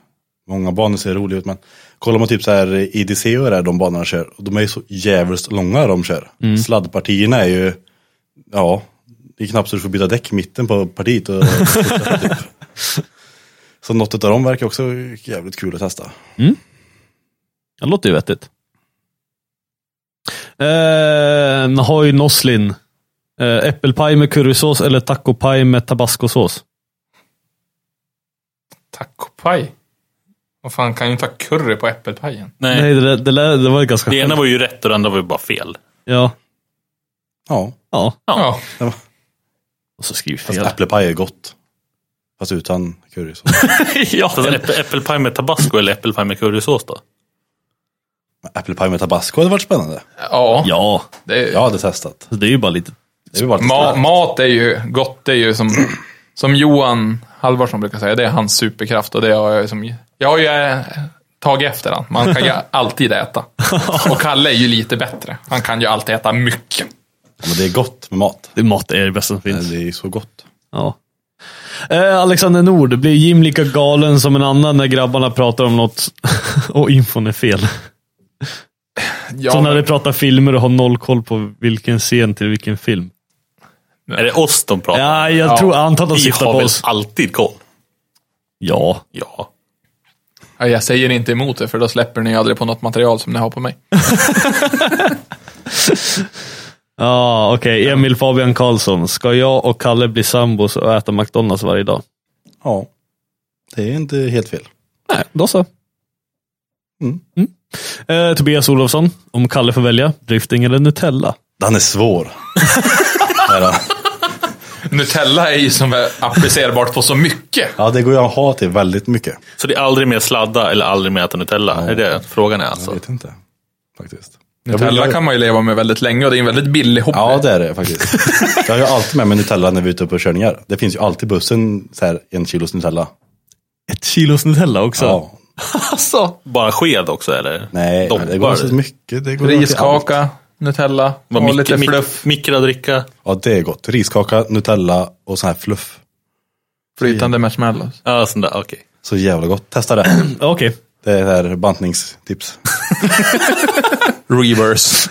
S4: Många banor ser roliga ut men kollar man typ så här IDC och det här, de banorna kör. och De är ju så jävligt långa de kör. Sladdpartierna är ju, ja, det är knappt så du får byta däck i mitten på partiet. Och, typ. Så något av dem verkar också jävligt kul att testa.
S1: Det låter ju vettigt. Eh, Nahoy Noslin. Eh, äppelpaj med currysås eller tacopaj med tabascosås?
S3: Tacopaj? Vad fan, kan ju inte ha curry på äppelpajen.
S2: Nej.
S1: Nej, det, där- det, där- det var ju ganska
S2: Det ena var ju rätt och det andra var ju bara fel.
S1: Ja.
S4: Ja,
S1: ja.
S3: Ja.
S1: Och så skriv
S4: fast
S1: fel.
S4: äppelpaj är gott. Fast utan curry. så.
S2: ja. Äpp- Äppelpaj med tabasco eller äppelpaj med currysås då?
S4: Men Äppelpaj med tabasco hade varit spännande.
S3: Ja.
S1: Ja, Alltså,
S3: Det är,
S4: Jag hade testat.
S1: det är ju bara lite...
S4: Det är ju bara att
S3: Ma
S4: testa.
S3: mat är ju gott, det är ju som, som Johan Halvarsson brukar säga, det är hans superkraft och det har jag som, jag har ju eh, tagit efter han. Man kan ju alltid äta. Och Kalle är ju lite bättre. Han kan ju alltid äta mycket.
S4: Ja, men det är gott med mat.
S1: det- Mat är det bästa som finns.
S4: Det är så gott.
S1: Ja. Eh, Alexander Nord, blir Jim lika galen som en annan när grabbarna pratar om något och infon är fel?
S3: Ja,
S1: så när de pratar filmer och har noll koll på vilken scen till vilken film.
S2: Är det oss de pratar om?
S1: Ja, jag tror antar att de
S2: Vi
S1: syftar
S2: har
S1: på
S2: väl
S1: oss.
S2: alltid koll?
S1: Ja.
S2: Ja.
S3: ja, jag säger inte emot det, för då släpper ni aldrig på något material som ni har på mig.
S1: Ja, Ah, okej. Emil Fabian Karlsson. Ska jag och Kalle bli sambos och äta McDonalds varje dag?
S4: Ja. Det är inte helt fel.
S1: Nej, då så.
S4: Mm.
S1: Mm. Eh, Tobias Olofsson, om Kalle får välja, drifting eller Nutella?
S4: Den är svår. Är den?
S3: Nutella är ju som är applicerbart på så mycket.
S4: ja, det går ju att ha till väldigt mycket.
S2: Så det är aldrig mer sladda eller aldrig mer äta Nutella? Är det frågan är
S4: Jag
S2: alltså?
S4: vet inte. Faktiskt.
S3: Nutella kan man ju leva med väldigt länge och det är en väldigt billig hobby.
S4: Ja, det är det faktiskt. Jag har ju alltid med mig Nutella när vi är ute på körningar. Det finns ju alltid i bussen så här, en kilos Nutella.
S1: Ett kilos Nutella också?
S4: Ja.
S3: Alltså,
S2: Bara sked också eller?
S4: Nej, men det går
S2: Doppar?
S4: så mycket. Det går till allt.
S3: riskaka, Nutella
S2: Vad
S3: och lite
S2: mik- mik-
S3: fluff.
S2: Mikrad dricka?
S4: Ja, det är gott. Riskaka, Nutella och sån här fluff.
S3: Flytande marshmallows.
S2: Ja, sån där. Okej.
S4: Så jävla gott. Testa det.
S1: Ja, Okej.
S4: Det är här bantningstips.
S3: Reverse.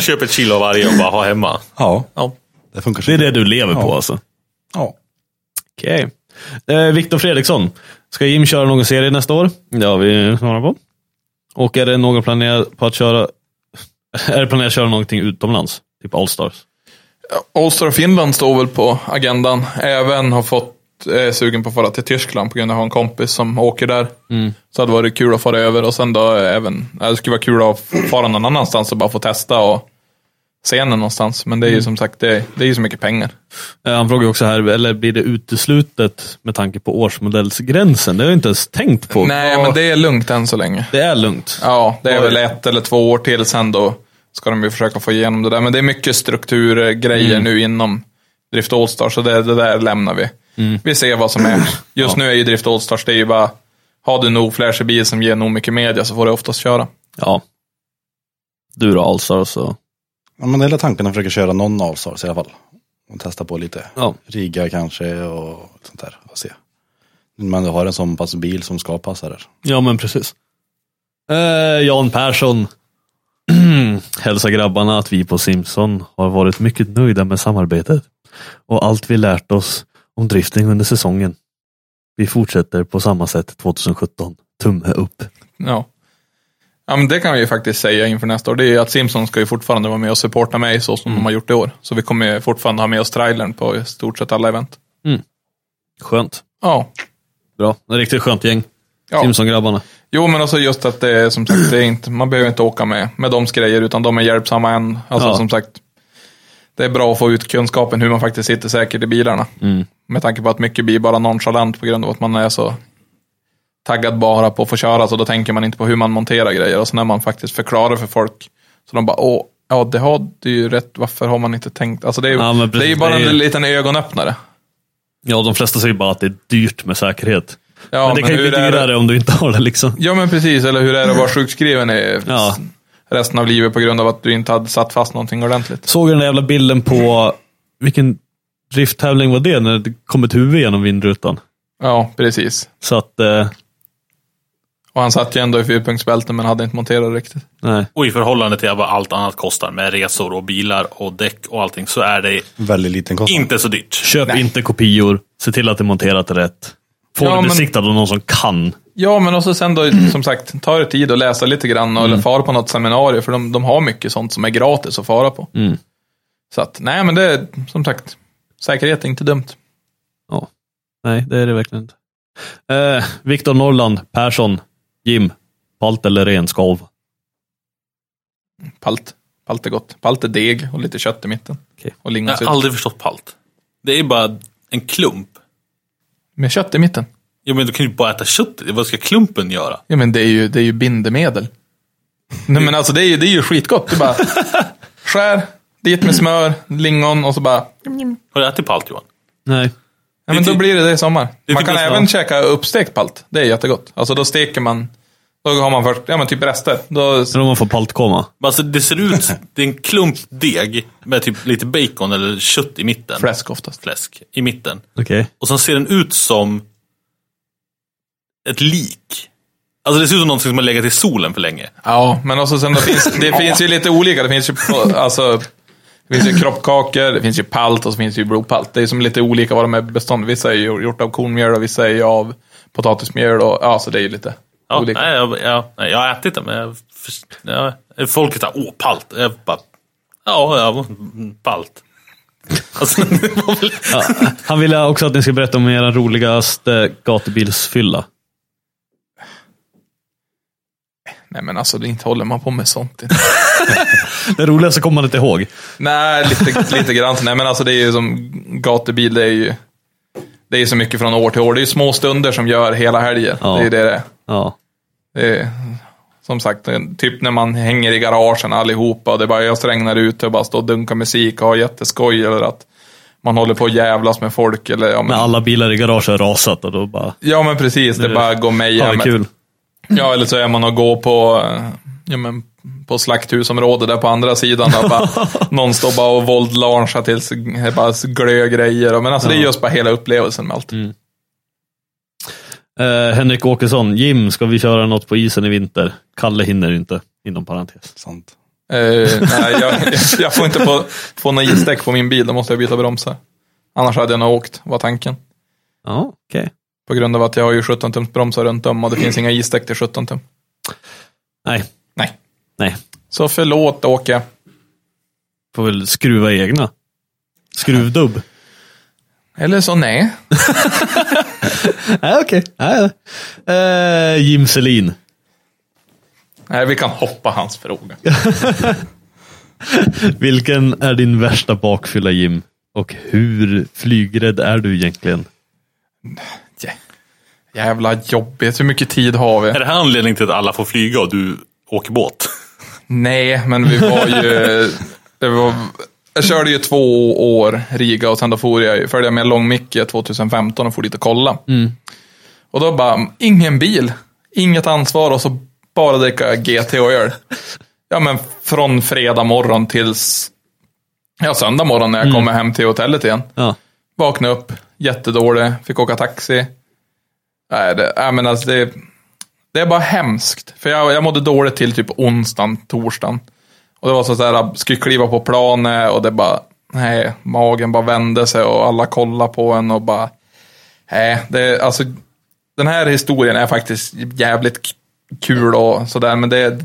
S2: Köp ett kilo av varje och bara ha hemma.
S4: Ja,
S3: Ja.
S4: det funkar.
S1: Det är det du lever på alltså.
S4: Ja.
S1: Okej. Eh, Viktor Fredriksson. Ska Jim köra någon serie nästa år? Det har vi svarat på. Och är det någon planerad på att köra... Är det planerat att köra någonting utomlands? Typ Allstars?
S3: Allstar Finland står väl på agendan. Även har fått är sugen på att fara till Tyskland på grund av att jag har en kompis som åker där. Så det hade varit kul att fara över och sen då eh, även, ja, det skulle vara kul att fara någon annanstans och bara få testa och se henne någonstans. Men det är ju som sagt, det, det är ju så mycket pengar.
S1: Eh, Han frågar också här, eller blir det uteslutet med tanke på årsmodellsgränsen? Det har jag inte ens tänkt på.
S3: Nej,
S1: Ja,
S3: men det är lugnt än så länge.
S1: det är lugnt.
S3: Ja, det är väl ett eller två år till sen då ska de ju försöka få igenom det där. Men det är mycket strukturgrejer nu inom Drift Allstar, så det, det där lämnar vi. Vi ser vad som är. Just nu är ju Drift Allstars, det är ju bara, har du nog flashig bil som ger nog mycket media så får du oftast köra.
S1: Ja. Du då, alltså. Allstars? Så.
S4: Ja, men hela tanken är att försöka köra någon Allstars i alla fall. Och testa på lite.
S1: Ja.
S4: Riga kanske och sånt där. Och se. Men du har en sån pass bil som ska passa där.
S1: ja, men precis. Eh, Jan Persson. Hälsa grabbarna att vi på Simpson har varit mycket nöjda med samarbetet och allt vi lärt oss om drifting under säsongen. Vi fortsätter på samma sätt 2017. Tumme upp.
S3: Ja. Ja men det kan vi ju faktiskt säga inför nästa år. Det är ju att Simpson ska ju fortfarande vara med och supporta mig så som de har gjort i år. Så vi kommer ju fortfarande ha med oss trailern på i stort sett alla event.
S1: Skönt.
S3: Ja.
S1: Bra. Ett Riktigt skönt gäng.
S3: ja.
S1: Simpson-grabbarna.
S3: Jo, men också just att det är som sagt, det är inte, man behöver inte åka med, med dems grejer, utan de är hjälpsamma än. Alltså
S1: Ja.
S3: som sagt, det är bra att få ut kunskapen hur man faktiskt sitter säkert i bilarna.
S1: Mm.
S3: Med tanke på att mycket blir bara nonchalant på grund av att man är så taggad bara på att få köra, så då tänker man inte på hur man monterar grejer. Och så när man faktiskt förklarar för folk, så de bara, åh, ja det har du ju rätt, varför har man inte tänkt? Alltså det är ju
S1: Ja, men precis,
S3: det är ju bara
S1: det är ju-
S3: en liten ögonöppnare.
S1: Ja, de flesta säger bara att det är dyrt med säkerhet.
S3: Ja,
S1: men det kan ju bli
S3: hur är det-
S1: dyrare om du inte har det liksom.
S3: Ja men precis, eller hur är det att vara sjukskriven i
S1: Ja.
S3: resten av livet på grund av att du inte hade satt fast någonting ordentligt?
S1: Såg du den där jävla bilden på, vilken drifttävling var det? När det kom ett huvud genom vindrutan.
S3: Ja, precis.
S1: Så att, eh,
S3: Och han satt ju ändå i fyrpunktsbälten men hade inte monterat riktigt.
S1: nej.
S2: Och i förhållande till vad allt annat kostar med resor och bilar och däck och allting så är det
S4: Väldigt liten kostnad.
S2: inte så dyrt.
S1: Köp inte kopior, se till att det är monterat rätt. Få
S3: Ja,
S1: det
S3: men-
S1: besiktad av någon som kan.
S3: Ja, men också sen då, som sagt, ta er tid och läsa lite grann och
S2: Mm.
S3: eller fara på något seminarium för de, de har mycket sånt som är gratis att fara på.
S1: Mm.
S3: Så att, nej men det är som sagt, säkerhet är inte dumt.
S1: Ja. Nej, det är det verkligen inte. Eh, Viktor Norrland, Persson, Jim, palt eller renskav?
S3: Palt. Palt är gott. Palt är deg och lite kött i mitten.
S1: Okej.
S3: Och
S2: Jag har
S3: lingonsylt.
S2: aldrig förstått palt. Det är bara en klump.
S3: Med kött i mitten?
S2: Ja, men du kan ju bara äta köttet. Vad ska klumpen göra?
S3: Ja men det är ju, det är ju bindemedel. Nej men alltså det är ju, det är ju skitgott. Det är bara skär, dit med smör, lingon och så bara.
S2: Har du ätit palt Johan?
S1: Nej.
S3: Ja, men då blir det det i sommar.
S2: är
S3: Man
S2: typ
S3: kan
S2: en
S3: även
S2: snabb-
S3: käka uppstekt palt. Det är jättegott. Alltså då steker man, då har man först, ja men typ rester. Då,
S1: Men om man får paltkomma.
S2: Men Alltså, det ser ut... Det är en klump deg med typ lite bacon eller kött i mitten.
S3: fläsk oftast.
S2: Fläsk i mitten.
S1: Okej.
S2: Och sen ser den ut som ett lik. Alltså det ser ut som någonting som har legat i solen för länge.
S3: Ja, men också sen då finns, det finns ju lite olika. Det finns ju, alltså, det finns ju kroppkakor, det finns ju palt och så finns det ju blodpalt. Det är som lite olika vad de är bestånd. Vissa är ju gjort av kornmjöl och vissa är ju av potatismjöl och ja, så Oh, det är ju lite
S2: Ja,
S3: olika.
S2: nej, jag, ja, nej, jag har ätit det, men jag, först- ja, folket har åh, palt. Jag bara, ja, ja, mm, palt. Alltså, det var väl,
S1: Han ville också att ni ska berätta om er roligaste gatubilsfylla.
S3: Nej men alltså, det inte håller man på med sånt.
S1: Det roligaste kommer man inte ihåg.
S3: Nej, lite, lite grann. Nej, men alltså det är ju som gatubil, det är ju det är så mycket från år till år. Det är ju små stunder som gör hela helger.
S1: Ja.
S3: Det är ju det det är.
S1: Ja.
S3: det är. Som sagt, det är typ när man hänger i garagen allihopa och det bara jag regnar ute och bara står och dunkar musik och har jätteskoj eller att man håller på att jävlas med folk eller ja
S1: När
S3: men,
S1: alla bilar i garaget har rasat och då bara,
S3: ja, men precis, det
S1: Nu-
S3: bara går mig
S1: ja,
S3: hem.
S1: vad kul.
S3: Ja, eller så är man och går på, eh, ja, men, på slakthusområdet där på andra sidan. Där bara, någon står bara och våldlanchar till sig, bara glögrejer. och- Men alltså det är just bara hela upplevelsen med allt.
S1: Mm. Eh, Henrik Åkesson, Jim, ska vi köra något på isen i vinter? Kalle hinner inte, inom parentes.
S4: Sant.
S3: Eh, nej, jag, jag får inte på, få några isdäck på min bil, då måste jag byta bromsar. Annars hade jag nog åkt, var tanken.
S1: Ja, okej.
S3: På grund av att jag har ju 17 tums bromsar runt om och det finns inga isdäck till 17 tum.
S1: Nej,
S3: Nej.
S1: nej.
S3: Så förlåt Åke.
S1: Får väl skruva egna. Skruvdubb.
S3: Eller så nej.
S1: Nej, okej. Nej, nej. Eh, Jim Selin.
S3: Nej, vi kan hoppa hans fråga.
S1: Vilken är din värsta bakfylla Jim? Och hur flygrädd är du egentligen?
S3: Jä- Jävla jobbigt, hur mycket tid har vi?
S2: Är det här anledningen till att alla får flyga och du åker båt?
S3: Nej, men vi var ju... Det var, jag körde ju två år Riga och sen då for jag, ju- följde jag med Långmicke 2015 och for dit och kolla. Och då bara, ingen bil, inget ansvar och så bara dricka GT och öl. Ja men från fredag morgon tills ja, söndag morgon när jag kommer hem till hotellet igen.
S1: Ja.
S3: Vaknade upp, jättedålig, fick åka taxi. Nej, det, nej men alltså det, det är bara hemskt. För jag, jag mådde dåligt till typ onsdagen, torsdagen. Och det var så här, skulle kliva på planet och det bara, nej, magen bara vände sig och alla kollade på en och bara, nej, det, alltså den här historien är faktiskt jävligt k- kul och sådär, men det,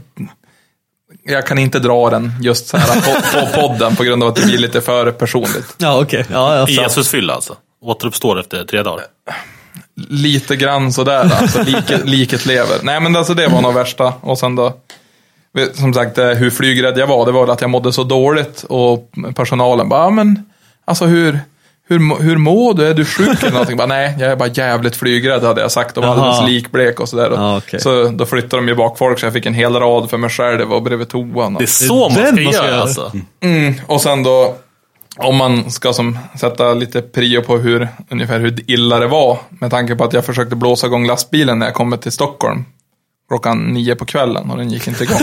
S3: jag kan inte dra den just så här på, på podden på grund av att det blir lite för personligt.
S1: Ja, okej. Ja, jag sa-
S2: Jesusfylla alltså. Återuppstår efter tre dagar.
S3: lite grann sådär. Alltså, liket, liket lever. Nej men alltså det var nog värsta. Och sen då, som sagt eh, hur flygrädd jag var, det var att jag mådde så dåligt och personalen bara, "Ja, men alltså hur, hur, må- hur mår du? Är du sjuk eller någonting? Jag Bara, Nej, jag är bara jävligt flygrädd hade jag sagt och var
S1: Jaha.
S3: alldeles likblek och sådär.
S1: Ja, okej.
S3: Så då flyttade de ju bak folk så jag fick en hel rad för mig själv och bredvid toan. Och,
S2: Det är så
S1: Det är
S2: man ska
S1: den man ska
S2: göra
S1: göra. Mm.
S2: alltså.
S3: och sen då, om man ska som, sätta lite prio på hur, ungefär hur illa det var, med tanke på att jag försökte blåsa igång lastbilen när jag kom till Stockholm klockan nio på kvällen och den gick inte igång.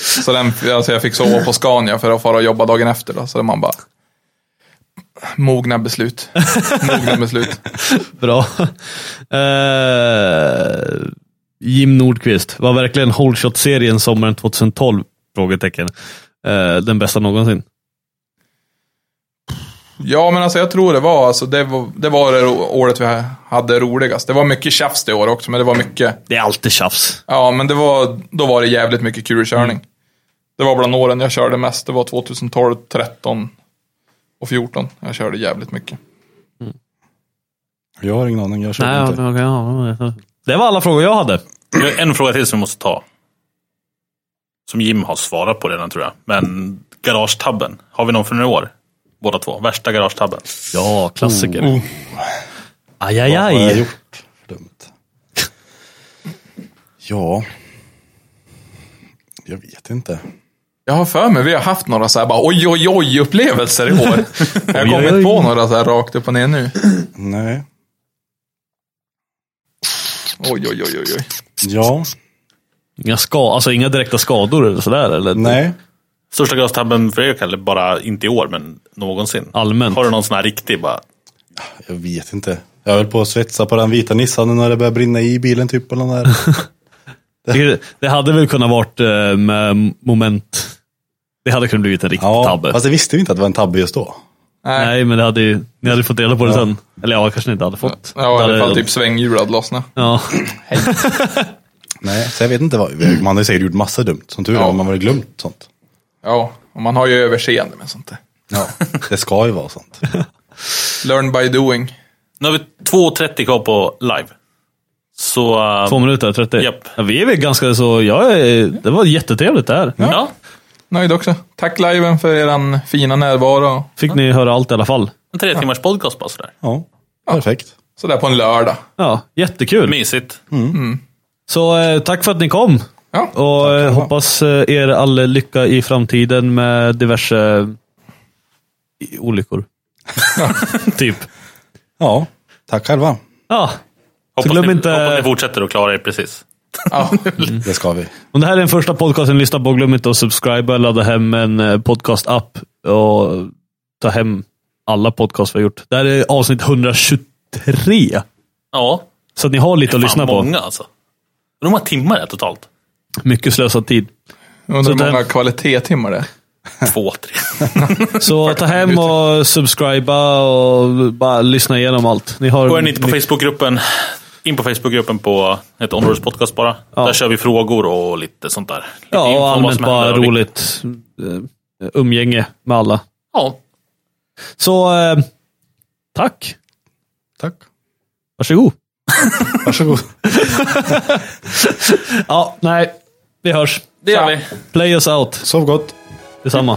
S3: så den, alltså jag fick sova på Scania för att fara och jobba dagen efter. Då, så man bara, mogna beslut. Mogna beslut.
S1: Bra. Eh, Jim Nordqvist, var verkligen Holeshot-serien sommaren 2012? Frågetecken. Eh, den bästa någonsin?
S3: Ja, men alltså jag tror det var, alltså, det, var det var det året vi hade roligast. Det var mycket tjafs det året också, men det var mycket
S1: Det är alltid tjafs.
S3: Ja, men det var, då var det jävligt mycket kul körning.
S1: Mm.
S3: Det var bland åren jag körde mest. Det var 2012, 13 och 14. Jag körde jävligt mycket.
S4: Jag har ingen aning, jag köper
S1: Nej,
S4: inte.
S1: ja, ja, ja. Det var alla frågor jag hade.
S2: Vi har en fråga till som vi måste ta. Som Jim har svarat på redan tror jag. Men garagetabben. Har vi någon från i år? Båda två. Värsta garagetabben.
S1: Ja, klassiker. Oh. Aj, aj,
S4: Vad har jag
S1: aj.
S4: gjort? Dumt. Ja. Jag vet inte.
S3: Jag har för mig, vi har haft några så här bara oj, oj, oj upplevelser i år. jag har
S1: oj.
S3: kommit på några så här rakt upp och ner nu.
S4: Nej.
S3: Oj, oj, oj, oj, oj.
S4: Ja.
S1: Inga, ska, alltså, inga direkta skador eller sådär? Eller?
S4: Nej.
S2: Största garagetabben för er Kalle, bara inte i år men någonsin.
S1: Allmänt.
S2: Har du någon sån här riktig bara?
S4: Jag vet inte. Jag höll på att svetsa på den vita Nissan när det började brinna i bilen typ. Eller den där.
S1: Det, det hade väl kunnat varit eh, med moment... Det hade kunnat blivit en riktig
S4: Ja,
S1: tabbe.
S4: Fast det visste vi inte att det var en tabbe just då.
S3: Nej.
S1: Nej, men det hade ju, ni hade fått reda på det sen. Eller ja, kanske ni inte hade fått.
S3: Ja, i
S1: Det
S3: alla fall
S1: hade-
S3: typ svänghjul hade lossnat.
S1: Ja.
S4: Nej, så jag vet inte. vad Man har ju säkert gjort massa dumt. Som tur är
S3: Ja.
S4: har man väl glömt sånt.
S3: Ja, och man har ju överseende med sånt där.
S4: Ja. Det ska ju vara sånt.
S3: Learn by doing.
S2: Nu har vi 2.30 kvar på live. Så... eh,
S1: Två minuter, 30.
S2: Japp.
S1: Ja, vi är väl ganska så... Ja, det var jättetrevligt det här.
S2: ja.
S3: Nöjd också. Tack liven för eran fina närvaro.
S1: Fick ni höra allt i alla fall.
S2: En tre timmars podcast bara sådär.
S4: Ja. Perfekt.
S3: Sådär på en lördag.
S1: Ja, jättekul.
S2: Mysigt.
S1: Så eh, tack för att ni kom.
S3: Ja,
S1: Och eh, hoppas eh, er all lycka i framtiden med diverse i- olyckor. typ.
S4: Ja. Tack själva.
S1: Ja,
S2: Hoppas,
S1: glöm
S2: ni,
S1: inte-
S2: hoppas ni fortsätter att klara er precis.
S3: Ja.
S4: Det ska vi.
S1: om det här är den första podcasten ni lyssnar på, glöm inte att subscriba, ladda hem en eh, podcast-app och ta hem alla podcasts vi har gjort. Det här är avsnitt 123.
S2: Ja,
S1: Så att ni har lite att
S2: fan
S1: lyssna på.
S2: många alltså. Hur många timmar är det totalt?
S1: Mycket slösad tid.
S3: Undrar
S1: Så
S3: hur
S1: den-
S3: många kvalitetstimmar det är.
S2: Två, tre.
S1: Så ta hem och subscriba och bara lyssna igenom allt. Ni har
S2: Och är ni inte på Facebookgruppen, in på Facebookgruppen på ett områdespodcast bara.
S1: Ja.
S2: Där kör vi frågor och lite sånt där. Lite
S1: Ja,
S2: info
S1: och
S2: om vad
S1: allmänt
S2: som händer
S1: bara
S2: och vilka-
S1: roligt eh, umgänge med alla.
S2: Ja,
S1: Så eh, tack.
S4: Tack.
S1: Varsågod.
S4: Varsågod.
S1: Ja, nej. Vi hörs.
S2: det gör vi.
S1: Play us out.
S4: Sov gott.
S1: Detsamma.